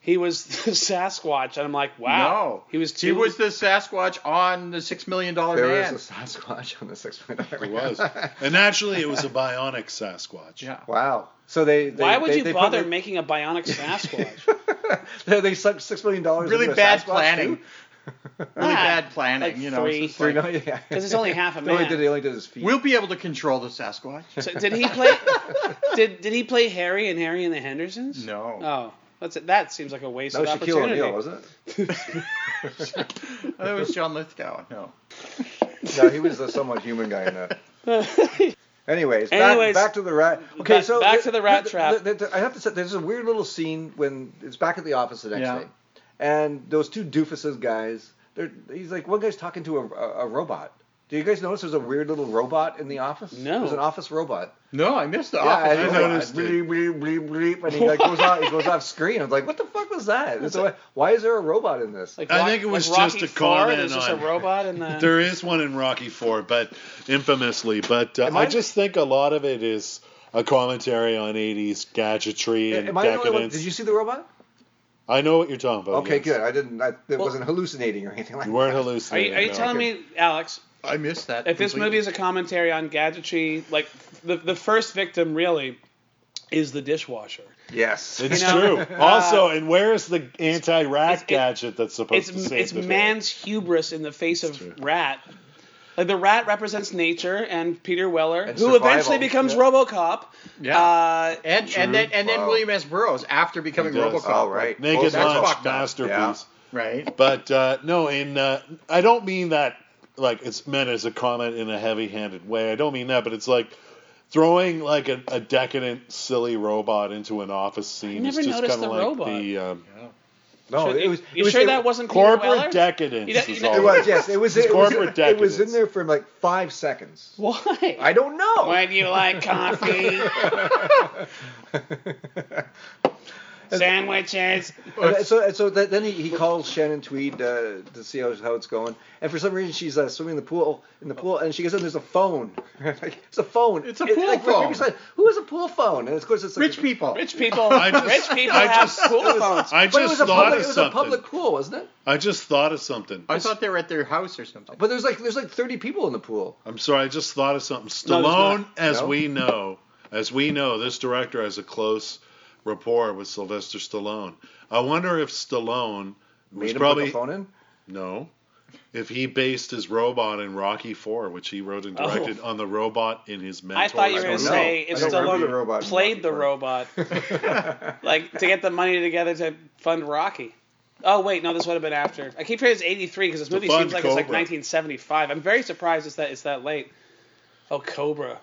Speaker 10: he was the Sasquatch, and I'm like, wow.
Speaker 11: No.
Speaker 10: He was
Speaker 11: He
Speaker 10: too.
Speaker 11: was the Sasquatch on the Six Million Dollar
Speaker 3: There
Speaker 11: Man.
Speaker 3: was a Sasquatch on the Six Million Dollar
Speaker 2: It
Speaker 3: Man.
Speaker 2: was. and actually, it was a bionic Sasquatch.
Speaker 11: Yeah.
Speaker 3: Wow. So they. they
Speaker 10: Why would
Speaker 3: they,
Speaker 10: you
Speaker 3: they put
Speaker 10: bother
Speaker 3: the-
Speaker 10: making a bionic Sasquatch?
Speaker 3: they, they sucked six million dollars.
Speaker 11: Really
Speaker 3: into a
Speaker 11: bad
Speaker 3: Sasquatch,
Speaker 11: planning.
Speaker 3: too?
Speaker 11: Really
Speaker 10: Ah,
Speaker 11: bad planning.
Speaker 10: like
Speaker 11: you know. it's
Speaker 10: three.
Speaker 11: just
Speaker 3: Three,
Speaker 11: like,
Speaker 3: no, yeah.
Speaker 10: Because it's only half a
Speaker 3: They only
Speaker 10: man.
Speaker 3: did. They only did his feet.
Speaker 11: we'll be able to control the Sasquatch.
Speaker 10: So did he play? did did he play Harry and Harry and the Hendersons?
Speaker 11: No.
Speaker 10: Oh, that's it. That seems like a wasted
Speaker 3: that was Shaquille
Speaker 10: opportunity.
Speaker 3: O'Neal, wasn't it?
Speaker 11: Oh, That was John Lithgow. No.
Speaker 3: No, he was the somewhat human guy in that. Anyways,
Speaker 10: Anyways,
Speaker 3: back, back to the rat. Okay,
Speaker 10: back-
Speaker 3: so
Speaker 10: back
Speaker 3: th-
Speaker 10: to the rat
Speaker 3: th-
Speaker 10: trap.
Speaker 3: th- th- th- I have to say, there's a weird little scene when it's back at the office the next
Speaker 11: Yeah.
Speaker 3: day, and those two doofuses guys, they're he's like one guy's talking to a, a, a robot. Do you guys notice there's a weird little robot in the office?
Speaker 10: No.
Speaker 3: There's an office robot.
Speaker 11: No, I missed the
Speaker 3: Yeah,
Speaker 11: office.
Speaker 3: and he's
Speaker 2: I
Speaker 3: like,
Speaker 2: noticed it.
Speaker 3: bleep, bleep, bleep, bleep, and he like goes off. He goes off screen. I was like, what the fuck was that? And so I- why is there a robot in this?
Speaker 10: Like
Speaker 2: I
Speaker 10: Rock-
Speaker 2: think it
Speaker 10: like
Speaker 2: was
Speaker 10: Rocky
Speaker 2: just a
Speaker 10: Four,
Speaker 2: comment
Speaker 10: There's just a
Speaker 2: on-
Speaker 10: robot in the.
Speaker 2: There is one in Rocky Four, but infamously. But uh,
Speaker 3: Am
Speaker 2: I
Speaker 3: I-
Speaker 2: just think a lot of it is a commentary on 80s gadgetry and
Speaker 3: Am I the
Speaker 2: decadence.
Speaker 3: only one? Did you see the robot?
Speaker 2: I know what you're talking about.
Speaker 3: Okay,
Speaker 2: yes.
Speaker 3: good. I didn't. I, it wasn't hallucinating or anything like
Speaker 2: You weren't
Speaker 3: that.
Speaker 10: are you,
Speaker 2: hallucinating.
Speaker 10: are you
Speaker 2: no.
Speaker 10: telling me, Alex,
Speaker 11: I missed that.
Speaker 10: if this movie
Speaker 11: completely.
Speaker 10: is a commentary on gadgetry, like the the first victim really is the dishwasher.
Speaker 3: Yes.
Speaker 2: It's
Speaker 10: you know,
Speaker 2: true. also, and where is the anti-rat
Speaker 10: it-
Speaker 2: gadget that's supposed
Speaker 10: It's
Speaker 2: to save
Speaker 10: it's
Speaker 2: the day?
Speaker 10: man's hubris in the face of rat. Like the rat represents nature and Peter Weller,
Speaker 3: And
Speaker 10: who
Speaker 3: survival,
Speaker 10: eventually becomes
Speaker 3: yeah.
Speaker 10: RoboCop.
Speaker 11: Yeah.
Speaker 10: Uh,
Speaker 11: and and then and then
Speaker 3: Wow. Oh,
Speaker 11: William S. Burroughs after becoming
Speaker 2: He does.
Speaker 11: RoboCop.
Speaker 3: All right.
Speaker 2: Naked
Speaker 11: Well, that's
Speaker 2: Lunch
Speaker 11: fucked up.
Speaker 2: masterpiece.
Speaker 3: Yeah.
Speaker 11: Right.
Speaker 2: But uh, no, in uh, I don't mean that like it's meant as a comment in a heavy-handed way. I don't mean that, but it's like throwing like a, a decadent, silly robot into an office scene.
Speaker 10: never
Speaker 2: is just
Speaker 10: noticed
Speaker 2: kind of
Speaker 10: the
Speaker 2: like
Speaker 10: robot.
Speaker 2: the um,
Speaker 3: No, it
Speaker 10: you-
Speaker 3: was.
Speaker 10: you
Speaker 3: it was,
Speaker 10: sure
Speaker 3: it,
Speaker 10: that wasn't Peter Weller?
Speaker 2: corporate decadence.
Speaker 10: You don't- you
Speaker 2: is
Speaker 10: don't-
Speaker 2: all
Speaker 3: It was. Yes, it was. It was,
Speaker 2: corporate
Speaker 3: it was in
Speaker 2: decadence.
Speaker 3: there for like five seconds.
Speaker 10: Why?
Speaker 3: I don't know.
Speaker 10: When you like coffee, sandwiches.
Speaker 3: And that- so and so that, then he, he calls Shannon Tweed uh, to see how, how it's going, and for some reason she's uh, swimming in the pool in the pool, and she goes, "And there's a phone. like, it's a phone.
Speaker 11: It's a
Speaker 3: It-
Speaker 11: pool
Speaker 3: like, for-
Speaker 11: phone.
Speaker 3: it's like, Who has a pool phone? And of course it's like,
Speaker 11: Rich people.
Speaker 10: Rich people,
Speaker 2: I just-
Speaker 10: rich people
Speaker 2: I
Speaker 10: have
Speaker 2: just-
Speaker 10: cool phones.
Speaker 2: I
Speaker 3: But it
Speaker 2: just
Speaker 3: was a
Speaker 2: thought
Speaker 3: public.
Speaker 2: of
Speaker 3: It was a
Speaker 2: something.
Speaker 3: public pool, wasn't it?
Speaker 2: I just thought of something.
Speaker 11: I thought they were at their house or something.
Speaker 3: But there's like there's like 30 people in the pool.
Speaker 2: I'm sorry, I just thought of something.
Speaker 10: No, there's
Speaker 2: Stallone,
Speaker 10: not.
Speaker 2: as
Speaker 3: No?
Speaker 2: we know, as we know, this director has a close rapport with Sylvester Stallone. I wonder if Stallone was
Speaker 3: Made him put
Speaker 2: probably
Speaker 3: the phone in.
Speaker 2: no, if he based his robot in Rocky Four, which he wrote and
Speaker 10: Oh.
Speaker 2: directed, on the robot in his mentor.
Speaker 10: I thought you were
Speaker 3: I
Speaker 10: going to
Speaker 3: don't know.
Speaker 10: say if
Speaker 3: Oh, I don't remember
Speaker 10: Stallone
Speaker 3: the robot in
Speaker 10: played
Speaker 3: Rocky
Speaker 10: the
Speaker 3: Four.
Speaker 10: robot, like to get the money together to fund Rocky. Oh wait, no, this would have been after. I keep saying it's '83 because this movie
Speaker 2: fund
Speaker 10: seems like it's like
Speaker 2: Cobra.
Speaker 10: 1975. I'm very surprised it's that it's that late. Oh Cobra,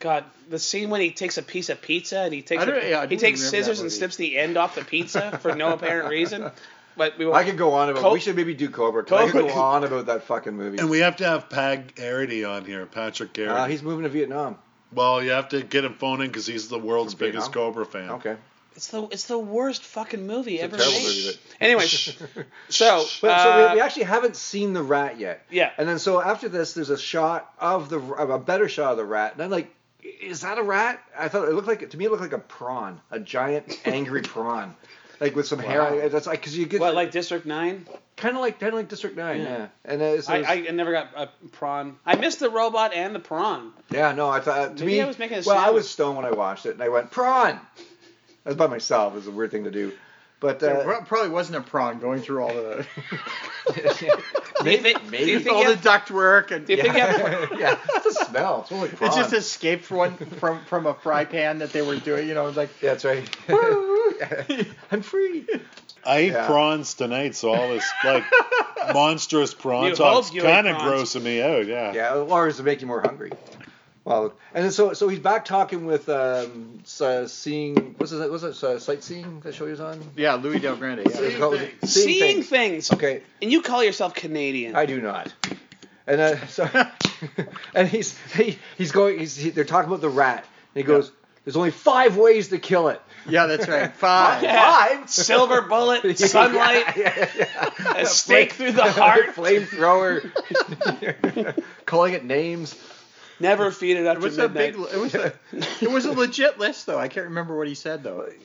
Speaker 10: God, the scene when he takes a piece of pizza and he takes
Speaker 11: I don't-
Speaker 10: a-
Speaker 11: yeah, I
Speaker 10: he
Speaker 11: do
Speaker 10: takes
Speaker 11: remember that
Speaker 10: scissors and
Speaker 11: movie.
Speaker 10: snips the end off the pizza for no apparent reason. But we won't.
Speaker 3: I could go on about.
Speaker 10: Col-
Speaker 3: we should maybe do Cobra. 'cause I could
Speaker 10: Cobra-
Speaker 3: go on about that fucking movie.
Speaker 2: and we have to have Pag Garrity on here, Patrick Garrity.
Speaker 3: Uh, he's moving to Vietnam.
Speaker 2: well, you have to get him phoned in because he's the world's
Speaker 3: From
Speaker 2: biggest
Speaker 3: Vietnam?
Speaker 2: Cobra fan.
Speaker 3: Okay.
Speaker 10: It's the it's the worst fucking movie ever
Speaker 3: terrible
Speaker 10: made.
Speaker 3: movie,
Speaker 10: Anyway, so
Speaker 3: But
Speaker 10: uh,
Speaker 3: so we, we actually haven't seen the rat yet.
Speaker 10: Yeah.
Speaker 3: And then so after this, there's a shot of the of a better shot of the rat, and I'm like, is that a rat? I thought it looked like to me it looked like a prawn, a giant angry prawn, like with some hair. That's like because you get
Speaker 10: what like District Nine?
Speaker 3: kind of like kind of like District Nine. Yeah. And uh, so
Speaker 10: I,
Speaker 3: it's-
Speaker 10: I, I never got a prawn. I missed the robot and the prawn.
Speaker 3: yeah, no, I thought to
Speaker 10: Maybe
Speaker 3: me.
Speaker 10: I was making a
Speaker 3: well, I
Speaker 10: sandwich.
Speaker 3: was stoned when I watched it, and I went prawn. I was by myself. It was a weird thing to do, but uh,
Speaker 11: There pro- probably wasn't a prawn going through all the
Speaker 10: Maybe, Do you think
Speaker 11: all
Speaker 10: you
Speaker 11: the duct work and
Speaker 10: do you think you
Speaker 3: yeah, it's a smell. It's more like
Speaker 11: it just
Speaker 3: prawn.
Speaker 11: escaped from one from from a fry pan that they were doing. You know, it was like
Speaker 3: Yeah, that's right. I'm free.
Speaker 2: I ate
Speaker 3: Yeah.
Speaker 2: prawns tonight, so all this like monstrous prawn
Speaker 10: You
Speaker 2: talk's
Speaker 10: hope you ate
Speaker 2: kind of
Speaker 10: prawns.
Speaker 2: grossing me out. Yeah.
Speaker 3: Yeah, or is it making you more hungry? Well, and then so so he's back talking with um, s- uh, seeing what's it was it uh, sightseeing that show he was on?
Speaker 11: yeah, Louis Del Grande. Yeah.
Speaker 3: It was called-
Speaker 2: things.
Speaker 10: seeing,
Speaker 3: things.
Speaker 10: things?
Speaker 3: Okay,
Speaker 10: And you call yourself Canadian?
Speaker 3: I do not. And uh, so, and he's he, he's going. He's he, they're talking about the rat. And he goes, "There's only five ways to kill it."
Speaker 11: Yeah, that's right. Five.
Speaker 3: Five?
Speaker 10: Silver bullet, sunlight,
Speaker 3: Yeah, yeah, yeah.
Speaker 10: a stake through the heart.
Speaker 3: flamethrower, calling it names.
Speaker 10: Never feed it
Speaker 11: It
Speaker 10: after
Speaker 11: was a
Speaker 10: midnight.
Speaker 11: big. It was a. It was a legit list, though. I can't remember what he said, though.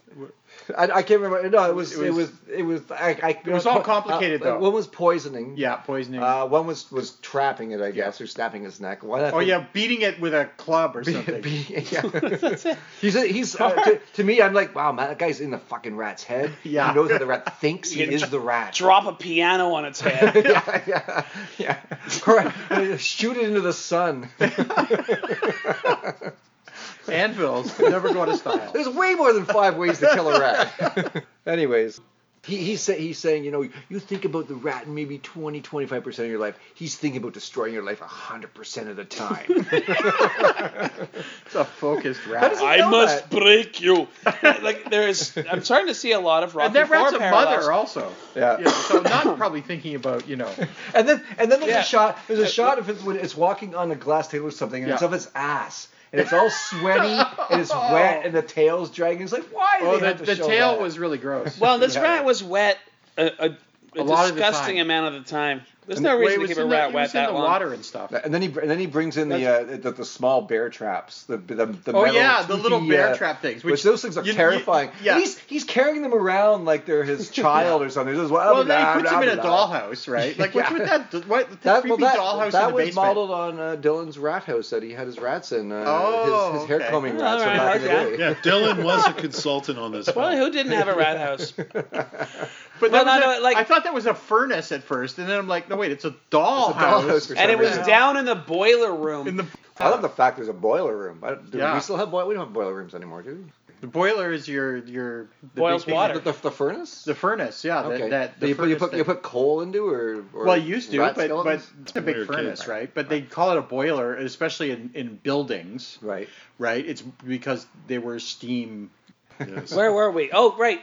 Speaker 3: I, I can't remember. No, it was
Speaker 11: It
Speaker 3: it was
Speaker 11: was-
Speaker 3: it was. I, I, it
Speaker 11: was all complicated, though.
Speaker 3: One was poisoning.
Speaker 11: Yeah, poisoning.
Speaker 3: Uh, one was was trapping it, I guess, or snapping his neck. One, I
Speaker 11: oh
Speaker 3: think-
Speaker 11: yeah, beating it with a club or
Speaker 3: Be-
Speaker 11: something.
Speaker 3: be- yeah. he's a, he's uh, to, to me. I'm like, wow, man, that guy's in the fucking rat's head.
Speaker 11: Yeah.
Speaker 3: He knows how the rat thinks. He is the rat.
Speaker 10: Drop a piano on its head.
Speaker 3: yeah, yeah, yeah. All right, uh, shoot it into the sun.
Speaker 11: Anvils never go out of style.
Speaker 3: There's way more than five ways to kill a rat. Anyways. He, he say, he's saying, you know, you think about the rat in maybe 20, 25% of your life. He's thinking about destroying your life 100% of the time.
Speaker 11: It's a focused rat.
Speaker 3: does it- I know must
Speaker 10: break you. like there is, I'm starting to see a lot of Rocky
Speaker 11: And that
Speaker 10: Horror
Speaker 11: rat's a
Speaker 10: parallels.
Speaker 11: mother, also.
Speaker 3: Yeah.
Speaker 11: You know, so not probably thinking about you know.
Speaker 3: And then and then there's
Speaker 10: Yeah.
Speaker 3: a shot. There's a shot of it when it's walking on a glass table or something, and it's
Speaker 11: Uh, Yeah.
Speaker 3: of its ass, and it's all sweaty and it's wet, and the tail's dragging. It's like why? Do
Speaker 11: Oh,
Speaker 3: they
Speaker 11: the,
Speaker 3: have to
Speaker 11: the
Speaker 3: show
Speaker 11: tail
Speaker 3: that?
Speaker 11: was really gross.
Speaker 10: Well, this
Speaker 3: Yeah.
Speaker 10: rat was wet a, a, a,
Speaker 11: A lot of the
Speaker 10: disgusting
Speaker 11: time.
Speaker 10: amount of the time. There's
Speaker 11: And
Speaker 10: no
Speaker 11: the- well,
Speaker 10: reason
Speaker 11: it
Speaker 10: to
Speaker 11: was
Speaker 10: keep a
Speaker 11: in the-
Speaker 10: rat
Speaker 11: it
Speaker 10: wet
Speaker 11: was
Speaker 10: that
Speaker 11: in the
Speaker 10: long.
Speaker 11: water and stuff.
Speaker 3: And then he and then he brings in the, uh, the the small bear traps. The the, the
Speaker 11: Oh
Speaker 3: metal
Speaker 11: yeah, the
Speaker 3: toothy,
Speaker 11: little bear
Speaker 3: uh,
Speaker 11: trap things.
Speaker 3: Which, those things are
Speaker 11: you- you-
Speaker 3: terrifying.
Speaker 11: yeah.
Speaker 3: He's he's carrying them around like they're his child or something. Just, well,
Speaker 11: well,
Speaker 3: blah,
Speaker 11: then he puts
Speaker 3: blah,
Speaker 11: him in a
Speaker 3: blah.
Speaker 11: dollhouse, right? Like
Speaker 3: Yeah.
Speaker 11: what's with that? What the
Speaker 3: That, well,
Speaker 11: creepy
Speaker 3: that,
Speaker 11: dollhouse
Speaker 3: that
Speaker 11: in the
Speaker 3: was
Speaker 11: basement?
Speaker 3: modeled on uh, Dylan's rat house that he had his rats in. Uh,
Speaker 11: Oh,
Speaker 3: his, his hair
Speaker 11: okay.
Speaker 3: combing
Speaker 10: All
Speaker 3: rats from
Speaker 10: right,
Speaker 3: back in the
Speaker 10: okay.
Speaker 3: day.
Speaker 2: Yeah, Dylan was a consultant on this
Speaker 10: Well,
Speaker 2: one.
Speaker 10: who didn't have a rat house? Well,
Speaker 11: But that was
Speaker 10: no,
Speaker 11: a-
Speaker 10: no, like-
Speaker 11: I thought that was a furnace at first, and then I'm like, no, wait, it's a
Speaker 3: Oh,
Speaker 11: dollhouse.
Speaker 3: dollhouse or
Speaker 10: and it was
Speaker 3: Yeah.
Speaker 10: down in the boiler room.
Speaker 11: in the
Speaker 3: I love the fact there's a boiler room. I, do
Speaker 11: Yeah.
Speaker 3: we still have boil? We don't have boiler rooms anymore, do we?
Speaker 11: the boiler is your your the big
Speaker 10: Boils
Speaker 11: thing-
Speaker 10: water.
Speaker 3: The, the, the furnace.
Speaker 11: The furnace, yeah.
Speaker 3: okay.
Speaker 11: That, that the
Speaker 3: you, put, you put
Speaker 11: furnace
Speaker 3: you
Speaker 11: thing.
Speaker 3: put coal into or, or
Speaker 11: well, I used to,
Speaker 3: rat
Speaker 11: but but
Speaker 3: skeletons?
Speaker 11: it's a big
Speaker 2: Weird kid.
Speaker 11: furnace, right? But they call it a boiler, especially in, in buildings,
Speaker 3: right.
Speaker 11: right? It's because they were steam.
Speaker 2: Yes.
Speaker 10: Where were we? Oh, right.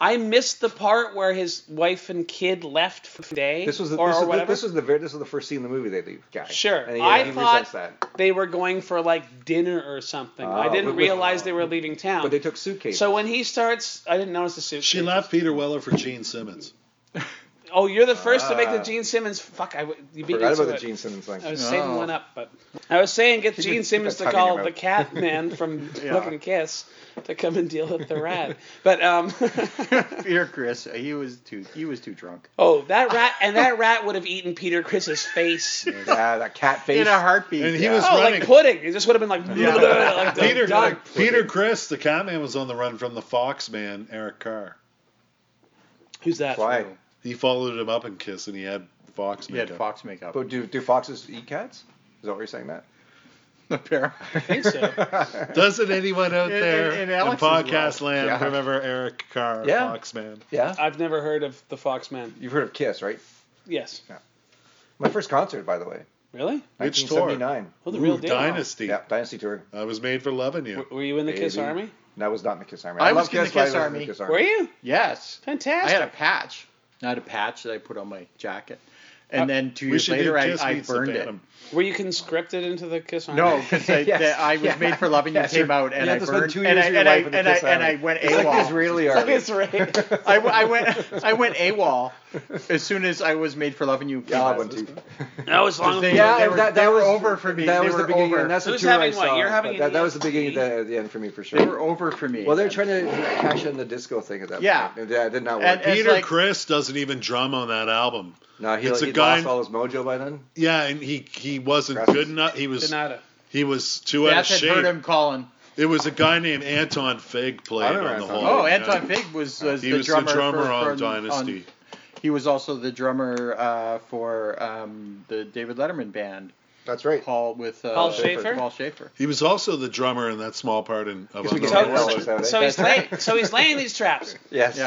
Speaker 10: I missed the part where his wife and kid left for the day
Speaker 3: This was the,
Speaker 10: or,
Speaker 3: this,
Speaker 10: or
Speaker 3: was the,
Speaker 10: whatever.
Speaker 3: this was the very this was the first scene in the movie they leave. Guy.
Speaker 10: Sure.
Speaker 3: And he,
Speaker 10: I
Speaker 3: he
Speaker 10: thought
Speaker 3: resents that.
Speaker 10: they were going for like dinner or something. I
Speaker 3: Oh,
Speaker 10: didn't
Speaker 3: but- but-
Speaker 10: realize they were leaving town.
Speaker 3: But they took suitcases.
Speaker 10: so when he starts, I didn't notice the suit.
Speaker 2: She left Peter Weller for Gene Simmons.
Speaker 10: Oh, you're the first to make the
Speaker 3: Ah.
Speaker 10: Gene Simmons. Fuck, I w- you beat
Speaker 3: forgot
Speaker 10: me to
Speaker 3: about the
Speaker 10: it.
Speaker 3: Gene Simmons thing.
Speaker 10: I was
Speaker 11: No.
Speaker 2: Oh.
Speaker 10: saving one up, but I was saying get Gene
Speaker 3: could-
Speaker 10: Simmons
Speaker 3: you
Speaker 10: to
Speaker 3: could tuck in
Speaker 10: call
Speaker 3: your
Speaker 10: the
Speaker 3: mouth.
Speaker 10: cat man from
Speaker 11: Yeah.
Speaker 10: Look and Kiss to come and deal with the rat. But um,
Speaker 11: Peter Chris, uh, he was too he was too drunk
Speaker 10: oh, that rat and that rat would have eaten Peter Chris's face.
Speaker 3: yeah, that cat face.
Speaker 11: in a heartbeat.
Speaker 2: And he
Speaker 11: yeah.
Speaker 2: was
Speaker 10: Oh,
Speaker 2: running.
Speaker 10: like pudding. It just would have been like,
Speaker 11: Yeah.
Speaker 10: like
Speaker 2: Peter,
Speaker 10: done.
Speaker 2: Peter Chris, the Catman, was on the run from the Fox man, Eric Carr.
Speaker 10: Who's that?
Speaker 3: Why?
Speaker 2: He followed him up in Kiss, and he had Fox
Speaker 11: he had
Speaker 2: makeup.
Speaker 11: fox makeup.
Speaker 3: But do do foxes eat cats? Is that what you're saying? That.
Speaker 10: I
Speaker 11: Apparently.
Speaker 10: think so.
Speaker 2: Doesn't anyone out
Speaker 11: In-
Speaker 2: there
Speaker 11: in- in
Speaker 2: in,
Speaker 11: Alex's
Speaker 2: podcast
Speaker 11: world.
Speaker 2: land
Speaker 3: Yeah.
Speaker 2: remember Eric Carr,
Speaker 3: Yeah.
Speaker 2: Fox man?
Speaker 3: Yeah.
Speaker 10: I've never heard of the Foxman.
Speaker 3: You've heard of Kiss, right?
Speaker 10: Yes.
Speaker 3: My first concert, by the way.
Speaker 10: Really?
Speaker 2: Which tour?
Speaker 3: 1979.
Speaker 10: Well, the real
Speaker 2: Ooh,
Speaker 10: deal.
Speaker 2: Dynasty.
Speaker 3: Yeah, Dynasty tour.
Speaker 2: I was made for loving you.
Speaker 10: W- Were you in the Kiss
Speaker 3: Baby.
Speaker 10: Army?
Speaker 3: That was not in the Kiss Army.
Speaker 11: I was
Speaker 3: love
Speaker 11: in the
Speaker 3: but I
Speaker 11: Kiss
Speaker 3: wasn't in
Speaker 11: Army.
Speaker 3: Kiss
Speaker 10: Were you?
Speaker 11: yes. I
Speaker 10: Fantastic.
Speaker 11: had a patch. I had a patch that I put on my jacket. and then two
Speaker 10: We
Speaker 11: years
Speaker 10: should do
Speaker 11: later I,
Speaker 10: Kiss
Speaker 11: I
Speaker 10: Meets the
Speaker 11: burned it.
Speaker 10: Phantom. Were you conscripted into the Kiss Army?
Speaker 11: No, because I, that I was made for loving you came out and I burned and I and I and I, and I went AWOL.
Speaker 10: Like Israeli.
Speaker 11: I, w- I went I went AWOL as soon as I was made for loving you. Yeah, I went too.
Speaker 10: No, as long as-
Speaker 11: they,
Speaker 10: Yeah,
Speaker 11: they were,
Speaker 3: that-
Speaker 11: they
Speaker 3: that
Speaker 11: were
Speaker 3: was-
Speaker 11: over for me.
Speaker 3: That
Speaker 11: They
Speaker 3: was the
Speaker 11: were
Speaker 3: beginning,
Speaker 11: over.
Speaker 3: and that's the tour I saw. but that, that was the beginning of the, of the end for me for sure.
Speaker 11: They were over for me.
Speaker 3: Well, they're trying to cash in the disco thing at that
Speaker 11: Yeah.
Speaker 3: point. Yeah, it did not work.
Speaker 2: And Peter Chris doesn't even drum on that album.
Speaker 3: no, he,
Speaker 2: it's a
Speaker 3: he
Speaker 2: guy-
Speaker 3: lost all his mojo by then.
Speaker 2: Yeah, and he he wasn't good enough. He was
Speaker 3: Donata.
Speaker 2: he was too out of
Speaker 11: That's had
Speaker 2: shape.
Speaker 11: heard him calling.
Speaker 2: It was a guy named Anton Fig
Speaker 11: I
Speaker 2: played on
Speaker 11: remember
Speaker 2: the
Speaker 11: Anton
Speaker 2: whole.
Speaker 11: Fig. Oh, Anton Fig was- was
Speaker 2: he
Speaker 11: the
Speaker 2: was
Speaker 11: drummer
Speaker 2: the
Speaker 11: for-
Speaker 2: drummer on
Speaker 11: for- on-
Speaker 2: Dynasty.
Speaker 11: He was also the drummer uh, for um, the David Letterman band.
Speaker 3: That's right.
Speaker 11: Paul with uh,
Speaker 10: Paul Schaefer?
Speaker 11: Paul Schaefer.
Speaker 2: He was also the drummer in that small part in, of
Speaker 11: Because we
Speaker 2: Unknown
Speaker 11: can tell
Speaker 2: Orchid.
Speaker 11: that was
Speaker 10: So he's laying, so he's laying these traps.
Speaker 3: Yes.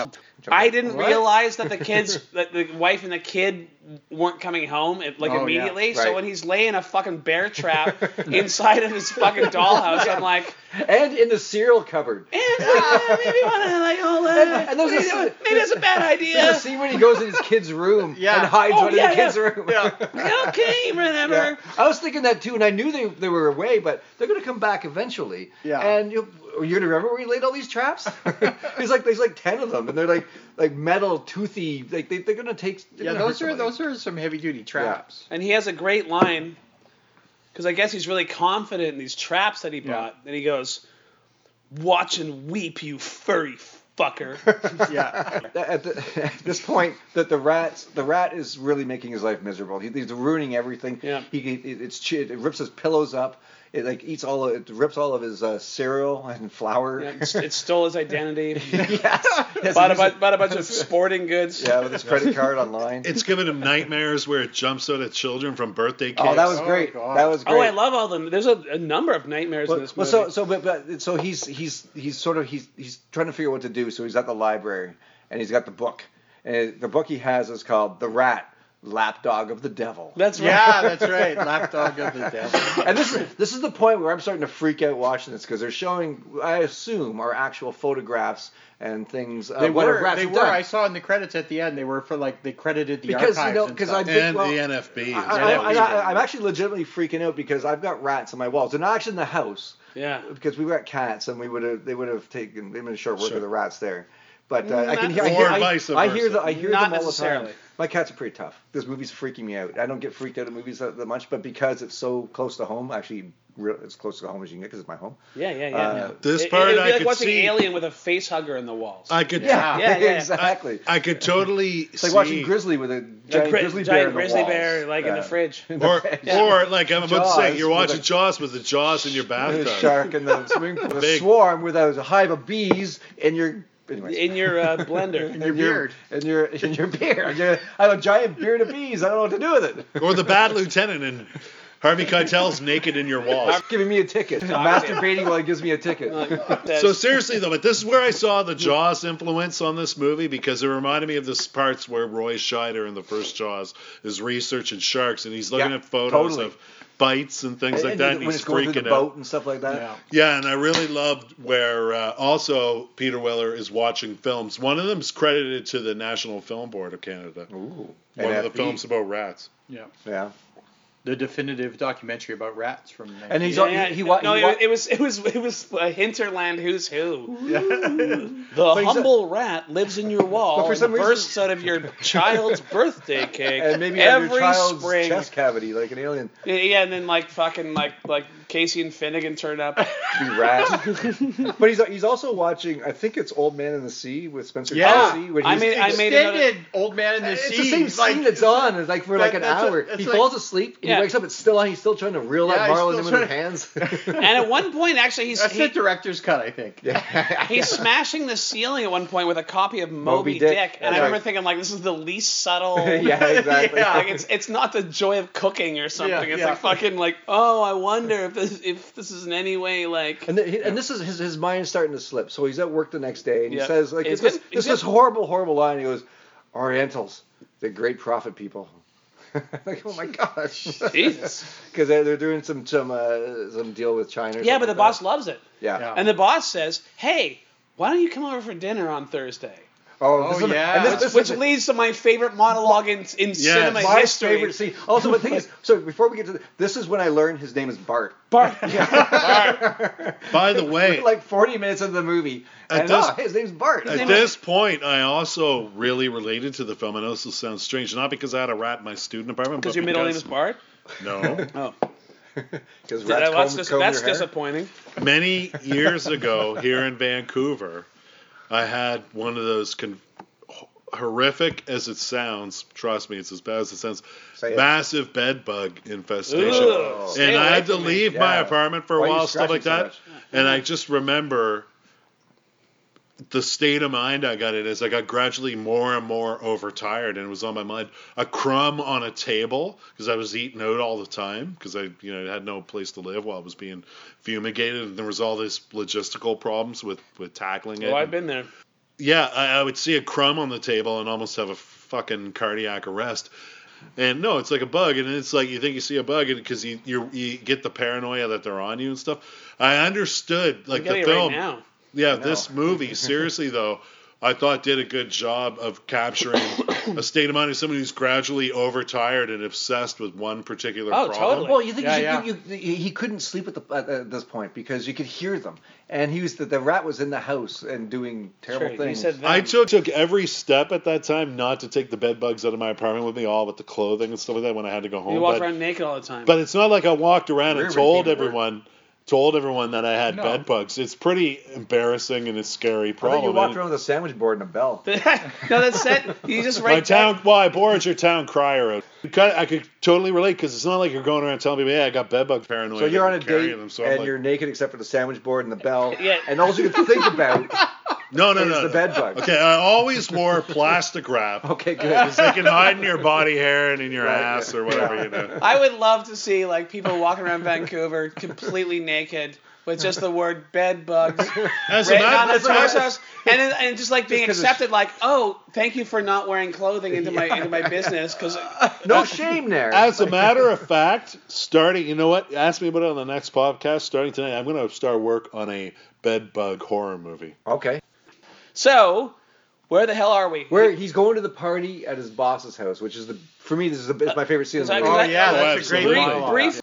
Speaker 10: I didn't
Speaker 11: What?
Speaker 10: realize that the kids, that the wife and the kid weren't coming home it- like
Speaker 11: Oh, yeah.
Speaker 10: immediately. So
Speaker 11: Right.
Speaker 10: when he's laying a fucking bear trap inside of his fucking dollhouse, I'm like,
Speaker 3: And in the cereal cupboard.
Speaker 10: uh, maybe want to like, oh,
Speaker 3: And-
Speaker 10: uh,
Speaker 3: and there's
Speaker 10: maybe,
Speaker 3: a-
Speaker 10: that- maybe that's a bad idea.
Speaker 3: There's a scene when he goes in his kid's room
Speaker 10: Yeah.
Speaker 3: and hides
Speaker 10: Oh,
Speaker 3: one
Speaker 10: yeah,
Speaker 3: in the kid's
Speaker 10: yeah.
Speaker 3: room.
Speaker 10: okay, remember.
Speaker 3: Yeah. I was thinking that too, and I knew they, they were away, but they're going to come back eventually. Yeah. And you, are you going to remember where we laid all these traps? there's like there's like ten of them, and they're like like metal toothy. Like they, they're going to take. they're
Speaker 11: Yeah,
Speaker 3: gonna
Speaker 11: those
Speaker 3: hurt
Speaker 11: are
Speaker 3: somebody.
Speaker 11: those are some heavy duty traps.
Speaker 10: And he has a great line because I guess he's really confident in these traps that he bought. And he goes, "Watch and weep, you furry fucker."
Speaker 11: yeah.
Speaker 3: At, the, at this point, that the rats the rat is really making his life miserable. He, he's ruining everything. Yeah. He it, it's chi- it rips his pillows up. It like eats all of, it rips all of his uh, cereal and flour.
Speaker 10: Yeah, it's- it stole his identity.
Speaker 3: Yes,
Speaker 10: bought, a,
Speaker 3: he's a-
Speaker 10: bu- bought a bunch of sporting goods.
Speaker 3: Yeah, with his credit card online.
Speaker 2: It's given him nightmares where it jumps out at children from birthday cakes.
Speaker 3: Oh, that was great. that was great.
Speaker 10: Oh, I love all them. There's a, a number of nightmares
Speaker 3: Well,
Speaker 10: in this
Speaker 3: well,
Speaker 10: movie.
Speaker 3: so so but, but so he's he's he's sort of he's he's trying to figure out what to do. So he's at the library and he's got the book. And the book he has is called The Rat, Lapdog of the Devil.
Speaker 10: That's
Speaker 11: Yeah, Ah, that's right. Lapdog of the devil.
Speaker 3: and this is this is the point where I'm starting to freak out watching this because they're showing, I assume, are actual photographs and things. Uh,
Speaker 11: They
Speaker 3: what a
Speaker 11: were.
Speaker 3: rat's
Speaker 11: They were.
Speaker 3: done.
Speaker 11: I saw in the credits at the end. They were for like they credited the
Speaker 3: Because, you
Speaker 11: archives
Speaker 3: know,
Speaker 11: and
Speaker 3: 'cause
Speaker 11: stuff.
Speaker 3: I think, And well, the
Speaker 2: NFB.
Speaker 3: I, I, I, I'm actually legitimately freaking out because I've got rats on my walls. They're not actually in the house.
Speaker 10: Yeah.
Speaker 3: Because we got cats, and we would have they would have taken they would have short work
Speaker 2: Sure.
Speaker 3: of the rats there. But
Speaker 10: Mm,
Speaker 3: uh, I
Speaker 2: Not-
Speaker 3: can hear I
Speaker 2: Or
Speaker 3: hear, I,
Speaker 2: vice
Speaker 3: I hear
Speaker 2: versa.
Speaker 3: the I hear
Speaker 2: Not
Speaker 3: them all the time.
Speaker 2: necessarily.
Speaker 3: My cats are pretty tough. This movie's freaking me out. I don't get freaked out at movies that, that much, but because it's so close to home, actually real, as close to home as you can get because it's my home.
Speaker 10: yeah, yeah, yeah.
Speaker 3: Uh,
Speaker 2: This
Speaker 10: it,
Speaker 2: part
Speaker 10: it would be
Speaker 2: I
Speaker 10: like
Speaker 2: could
Speaker 10: watching
Speaker 2: see-
Speaker 10: Alien with a face hugger in the walls.
Speaker 2: I could.
Speaker 10: Yeah, yeah, yeah, yeah.
Speaker 3: exactly.
Speaker 2: I, I could totally.
Speaker 3: It's
Speaker 2: see,
Speaker 3: like watching Grizzly with a giant
Speaker 10: gri-
Speaker 3: grizzly
Speaker 10: giant
Speaker 3: bear. in the
Speaker 10: grizzly
Speaker 3: walls.
Speaker 10: bear, like, in the
Speaker 3: Yeah.
Speaker 10: fridge. In
Speaker 2: Or,
Speaker 3: Yeah.
Speaker 2: or like I'm about to say,
Speaker 3: Jaws
Speaker 2: you're
Speaker 3: with
Speaker 2: watching
Speaker 3: a-
Speaker 2: Jaws with the Jaws in your
Speaker 3: the
Speaker 2: bathtub.
Speaker 3: shark and the swimming pool, the swarm with a hive of bees in your anyways.
Speaker 10: In your uh, blender.
Speaker 3: in your beard, in your in your beard. Your- I have a giant beard of bees. I don't know what to do with it.
Speaker 2: Or the bad lieutenant and Harvey Keitel's naked in your walls.
Speaker 3: giving me a ticket. Masturbating while he gives me a ticket.
Speaker 2: So seriously though, but this is where I saw the Jaws influence on this movie because it reminded me of this parts where Roy Scheider in the first Jaws is researching sharks and he's looking
Speaker 3: Yeah,
Speaker 2: at photos
Speaker 3: totally.
Speaker 2: of bites and things like
Speaker 3: And
Speaker 2: that. And
Speaker 3: when
Speaker 2: he's
Speaker 3: it's going through
Speaker 2: freaking
Speaker 3: the
Speaker 2: out.
Speaker 3: boat and stuff like that.
Speaker 2: Yeah, and I really loved where uh, also Peter Weller is watching films. One of them's credited to the National Film Board of Canada.
Speaker 3: Ooh.
Speaker 2: One of the
Speaker 3: E.
Speaker 11: NFB.
Speaker 2: films about rats.
Speaker 11: Yeah.
Speaker 3: Yeah.
Speaker 11: The definitive documentary about rats from.
Speaker 3: And he's-
Speaker 10: Yeah,
Speaker 3: he-
Speaker 10: yeah.
Speaker 3: he wa-
Speaker 10: no,
Speaker 3: he wa-
Speaker 10: it, it was it was it was a hinterland who's who.
Speaker 11: the
Speaker 3: he's a-
Speaker 10: humble rat lives in your wall.
Speaker 3: But for
Speaker 10: and
Speaker 3: some reason-
Speaker 10: bursts out of your child's birthday cake
Speaker 3: And maybe on
Speaker 10: every
Speaker 3: your child's
Speaker 10: spring.
Speaker 3: chest cavity, like an alien.
Speaker 10: Yeah, Yeah, and then like fucking like like Casey and Finnegan turn up.
Speaker 3: Be rat. but he's he's also watching. I think it's Old Man in the Sea with Spencer
Speaker 10: Yeah.
Speaker 3: Kelsey. when
Speaker 10: I
Speaker 3: he's-
Speaker 10: made- I made
Speaker 11: Extended old man in the
Speaker 3: It's
Speaker 11: sea.
Speaker 3: the same
Speaker 11: like,
Speaker 3: scene that's on. It's like for like
Speaker 11: That-
Speaker 3: an
Speaker 11: that's a-
Speaker 3: hour.
Speaker 11: that's
Speaker 3: he
Speaker 11: like-
Speaker 3: falls asleep. and
Speaker 10: Yeah.
Speaker 3: He wakes up. It's still on. He's still trying to reel
Speaker 11: Yeah,
Speaker 3: that
Speaker 11: he's
Speaker 3: Marlon in
Speaker 11: still
Speaker 3: with his hands.
Speaker 10: and at one point, actually, he's
Speaker 11: That's
Speaker 10: he,
Speaker 11: the director's cut, I think.
Speaker 10: he's smashing the ceiling at one point with a copy of Moby,
Speaker 11: Moby
Speaker 10: Dick,
Speaker 11: Dick.
Speaker 10: and I
Speaker 11: Yeah.
Speaker 10: remember thinking like, this is the least subtle.
Speaker 11: Yeah, exactly.
Speaker 10: Like, it's it's not the joy of cooking or something. it's
Speaker 3: yeah.
Speaker 10: like fucking like, oh, I wonder if this if this is in any way like.
Speaker 3: And, th- and this is his, his mind's starting to slip. So he's at work the next day and
Speaker 10: Yeah.
Speaker 3: he says, like,
Speaker 10: He's
Speaker 3: this,
Speaker 10: good- he's
Speaker 3: this, this
Speaker 10: good.
Speaker 3: horrible, horrible line. He goes, Orientals, the great prophet people. like, oh my gosh.
Speaker 10: Jesus.
Speaker 3: Because they're, they're doing some some uh, some deal with China. or
Speaker 10: Yeah,
Speaker 3: something
Speaker 10: but the
Speaker 3: like
Speaker 10: boss
Speaker 3: that.
Speaker 10: loves it.
Speaker 3: Yeah.
Speaker 10: And the boss says, hey, why don't you come over for dinner on Thursday?
Speaker 3: Oh,
Speaker 10: Oh
Speaker 3: this is-
Speaker 10: yeah,
Speaker 3: and this-
Speaker 10: which,
Speaker 3: this
Speaker 10: which
Speaker 3: is-
Speaker 10: leads to my favorite monologue in, in cinema
Speaker 3: my
Speaker 10: history.
Speaker 3: favorite scene. Also, the thing is, so before we get to the, this is when I learned his name is Bart.
Speaker 10: Bart.
Speaker 2: By the way,
Speaker 3: like 40 minutes into the movie,
Speaker 2: At
Speaker 3: and
Speaker 2: this-
Speaker 3: oh, his name's Bart. His
Speaker 2: At
Speaker 3: name
Speaker 2: this point, I also really related to the film. I know this will sound strange, not because I had a rat in my student apartment, but
Speaker 10: Because your middle name
Speaker 2: because
Speaker 10: is Bart.
Speaker 2: no.
Speaker 10: Oh,
Speaker 3: because
Speaker 10: Did I- that's, dis- that's disappointing.
Speaker 2: many years ago here in Vancouver, I had one of those con- horrific as it sounds. Trust me, it's as bad as it sounds.
Speaker 3: Say it.
Speaker 2: Massive bed bug infestation,
Speaker 10: Ugh, stay
Speaker 2: and I
Speaker 10: away
Speaker 2: had to
Speaker 10: from me.
Speaker 2: leave my
Speaker 3: Yeah.
Speaker 2: apartment for
Speaker 3: Why
Speaker 2: a
Speaker 3: are you
Speaker 2: while, stuff
Speaker 3: scratching
Speaker 2: like
Speaker 3: so
Speaker 2: that.
Speaker 3: much?
Speaker 2: and I just remember the state of mind I got in as I got gradually more and more overtired, and it was on my mind a crumb on a table because I was eating out all the time because I you know had no place to live while I was being fumigated, and there was all this logistical problems with with tackling it.
Speaker 10: Oh, I've
Speaker 2: and-
Speaker 10: been there.
Speaker 2: yeah, I, I would see a crumb on the table and almost have a fucking cardiac arrest. And no, it's like a bug, and it's like you think you see a bug, and because you you you get the paranoia that they're on you and stuff. I understood like
Speaker 10: Look at
Speaker 2: the
Speaker 10: it
Speaker 2: film.
Speaker 10: right now.
Speaker 2: Yeah, this movie, seriously though, I thought did a good job of capturing a state of mind of somebody who's gradually overtired and obsessed with one particular
Speaker 10: Oh,
Speaker 2: problem.
Speaker 10: totally.
Speaker 3: Well, you think
Speaker 10: Yeah,
Speaker 3: you,
Speaker 10: yeah.
Speaker 3: You, you, he couldn't sleep at, the, at, at this point because you could hear them, and he was the, the rat was in the house and doing terrible
Speaker 10: Sure, you
Speaker 3: things.
Speaker 10: said that.
Speaker 2: I took took every step at that time not to take the bed bugs out of my apartment with me, all with the clothing and stuff like that when I had to go home.
Speaker 10: You walk
Speaker 2: but-
Speaker 10: around naked all the time.
Speaker 2: But it's not like I walked around and
Speaker 3: Rumor
Speaker 2: told
Speaker 3: came to work.
Speaker 2: everyone told everyone that I had
Speaker 11: No.
Speaker 2: bed bugs. It's pretty embarrassing and a scary
Speaker 3: I
Speaker 2: problem.
Speaker 3: think you walked
Speaker 2: And
Speaker 3: around with a sandwich board and a bell.
Speaker 10: no, that's it. You just
Speaker 2: my
Speaker 10: write down.
Speaker 2: town, well, I borrowed your town crier. out. You kind of- I could totally relate because it's not like you're going around telling people, "Hey, I got bed bug paranoia."
Speaker 3: So you're on
Speaker 2: I
Speaker 3: a
Speaker 2: can carry
Speaker 3: date
Speaker 2: them. So I'm
Speaker 3: and
Speaker 2: like,
Speaker 3: you're naked except for the sandwich board and the bell,
Speaker 10: Yeah.
Speaker 3: and all you can think about
Speaker 2: no, no,
Speaker 3: is
Speaker 2: no,
Speaker 3: the
Speaker 2: no.
Speaker 3: bed bug.
Speaker 2: Okay, I always wore plastic wrap.
Speaker 3: Okay, good.
Speaker 2: They can hide in your body hair and in your
Speaker 3: Right,
Speaker 2: ass
Speaker 3: yeah.
Speaker 2: or whatever, you know.
Speaker 10: I would love to see like people walking around Vancouver completely naked with just the word bed bugs
Speaker 2: As a
Speaker 10: written on
Speaker 2: matter
Speaker 10: their
Speaker 2: of fact-
Speaker 10: torsos, and then- and just like being
Speaker 3: 'cause it's-
Speaker 10: accepted, like, oh, thank you for not wearing clothing into my into my business because
Speaker 3: No shame there.
Speaker 2: As a matter of fact, starting, you know what? Ask me about it on the next podcast. Starting tonight, I'm going to start work on a bed bug horror movie.
Speaker 3: okay.
Speaker 10: So, where the hell are we?
Speaker 3: Where he's going to the party at his boss's house, which is the for me this is the, it's my favorite scene. in the
Speaker 10: Is
Speaker 3: movie.
Speaker 10: that-
Speaker 11: Oh
Speaker 10: Exactly.
Speaker 11: yeah,
Speaker 10: Oh,
Speaker 11: that's a great
Speaker 2: absolutely.
Speaker 11: monologue.
Speaker 10: brief,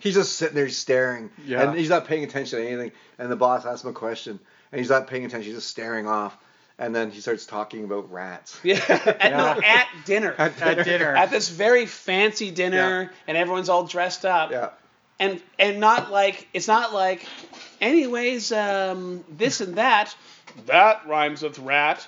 Speaker 3: He's just sitting there staring,
Speaker 11: Yeah.
Speaker 3: and he's not paying attention to anything. And the boss asks him a question, and he's not paying attention. He's just staring off, and then he starts talking about rats.
Speaker 10: yeah, at, no, at dinner,
Speaker 3: At-
Speaker 11: At dinner.
Speaker 10: at this very fancy dinner, and everyone's all dressed up,
Speaker 3: Yeah.
Speaker 10: and and not like it's not like, anyways, um, this and that. That rhymes with rat.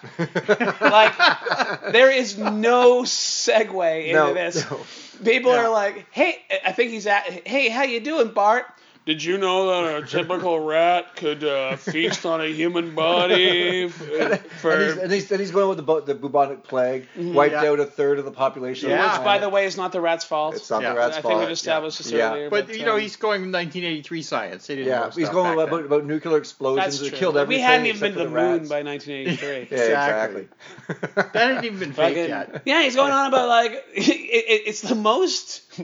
Speaker 10: like there is no segue into
Speaker 3: No,
Speaker 10: this.
Speaker 3: no.
Speaker 10: People
Speaker 11: Yeah.
Speaker 10: are like, hey, I think he's at, hey, how you doing, Bart? Did you know that a typical rat could uh, feast on a human body f- uh, for? Mm-hmm.
Speaker 3: And he's, and, he's, and he's going with the, bu- the bubonic plague, wiped
Speaker 11: Yeah.
Speaker 3: out a third of the population.
Speaker 11: Yeah.
Speaker 3: of the
Speaker 11: Which,
Speaker 3: planet.
Speaker 10: by the way, it's not the rat's fault.
Speaker 3: it's not
Speaker 11: Yeah.
Speaker 3: the rat's
Speaker 10: I
Speaker 3: fault.
Speaker 10: think we've established this
Speaker 3: Yeah.
Speaker 10: earlier.
Speaker 11: But you know,
Speaker 10: um,
Speaker 11: he's going 1983 science. They didn't
Speaker 3: Yeah,
Speaker 11: know
Speaker 3: he's
Speaker 11: stuff
Speaker 3: going
Speaker 11: back
Speaker 3: about,
Speaker 11: then.
Speaker 3: about nuclear explosions
Speaker 10: that's
Speaker 3: that
Speaker 10: true.
Speaker 3: killed everything.
Speaker 10: we hadn't even been
Speaker 3: except
Speaker 10: to the,
Speaker 3: for
Speaker 10: moon
Speaker 3: rats.
Speaker 10: by 1983.
Speaker 3: Yeah,
Speaker 11: Exactly.
Speaker 3: exactly.
Speaker 11: That hadn't even been fake
Speaker 10: Fucking-
Speaker 11: yet.
Speaker 10: yeah, he's going on about like it, it, it's the most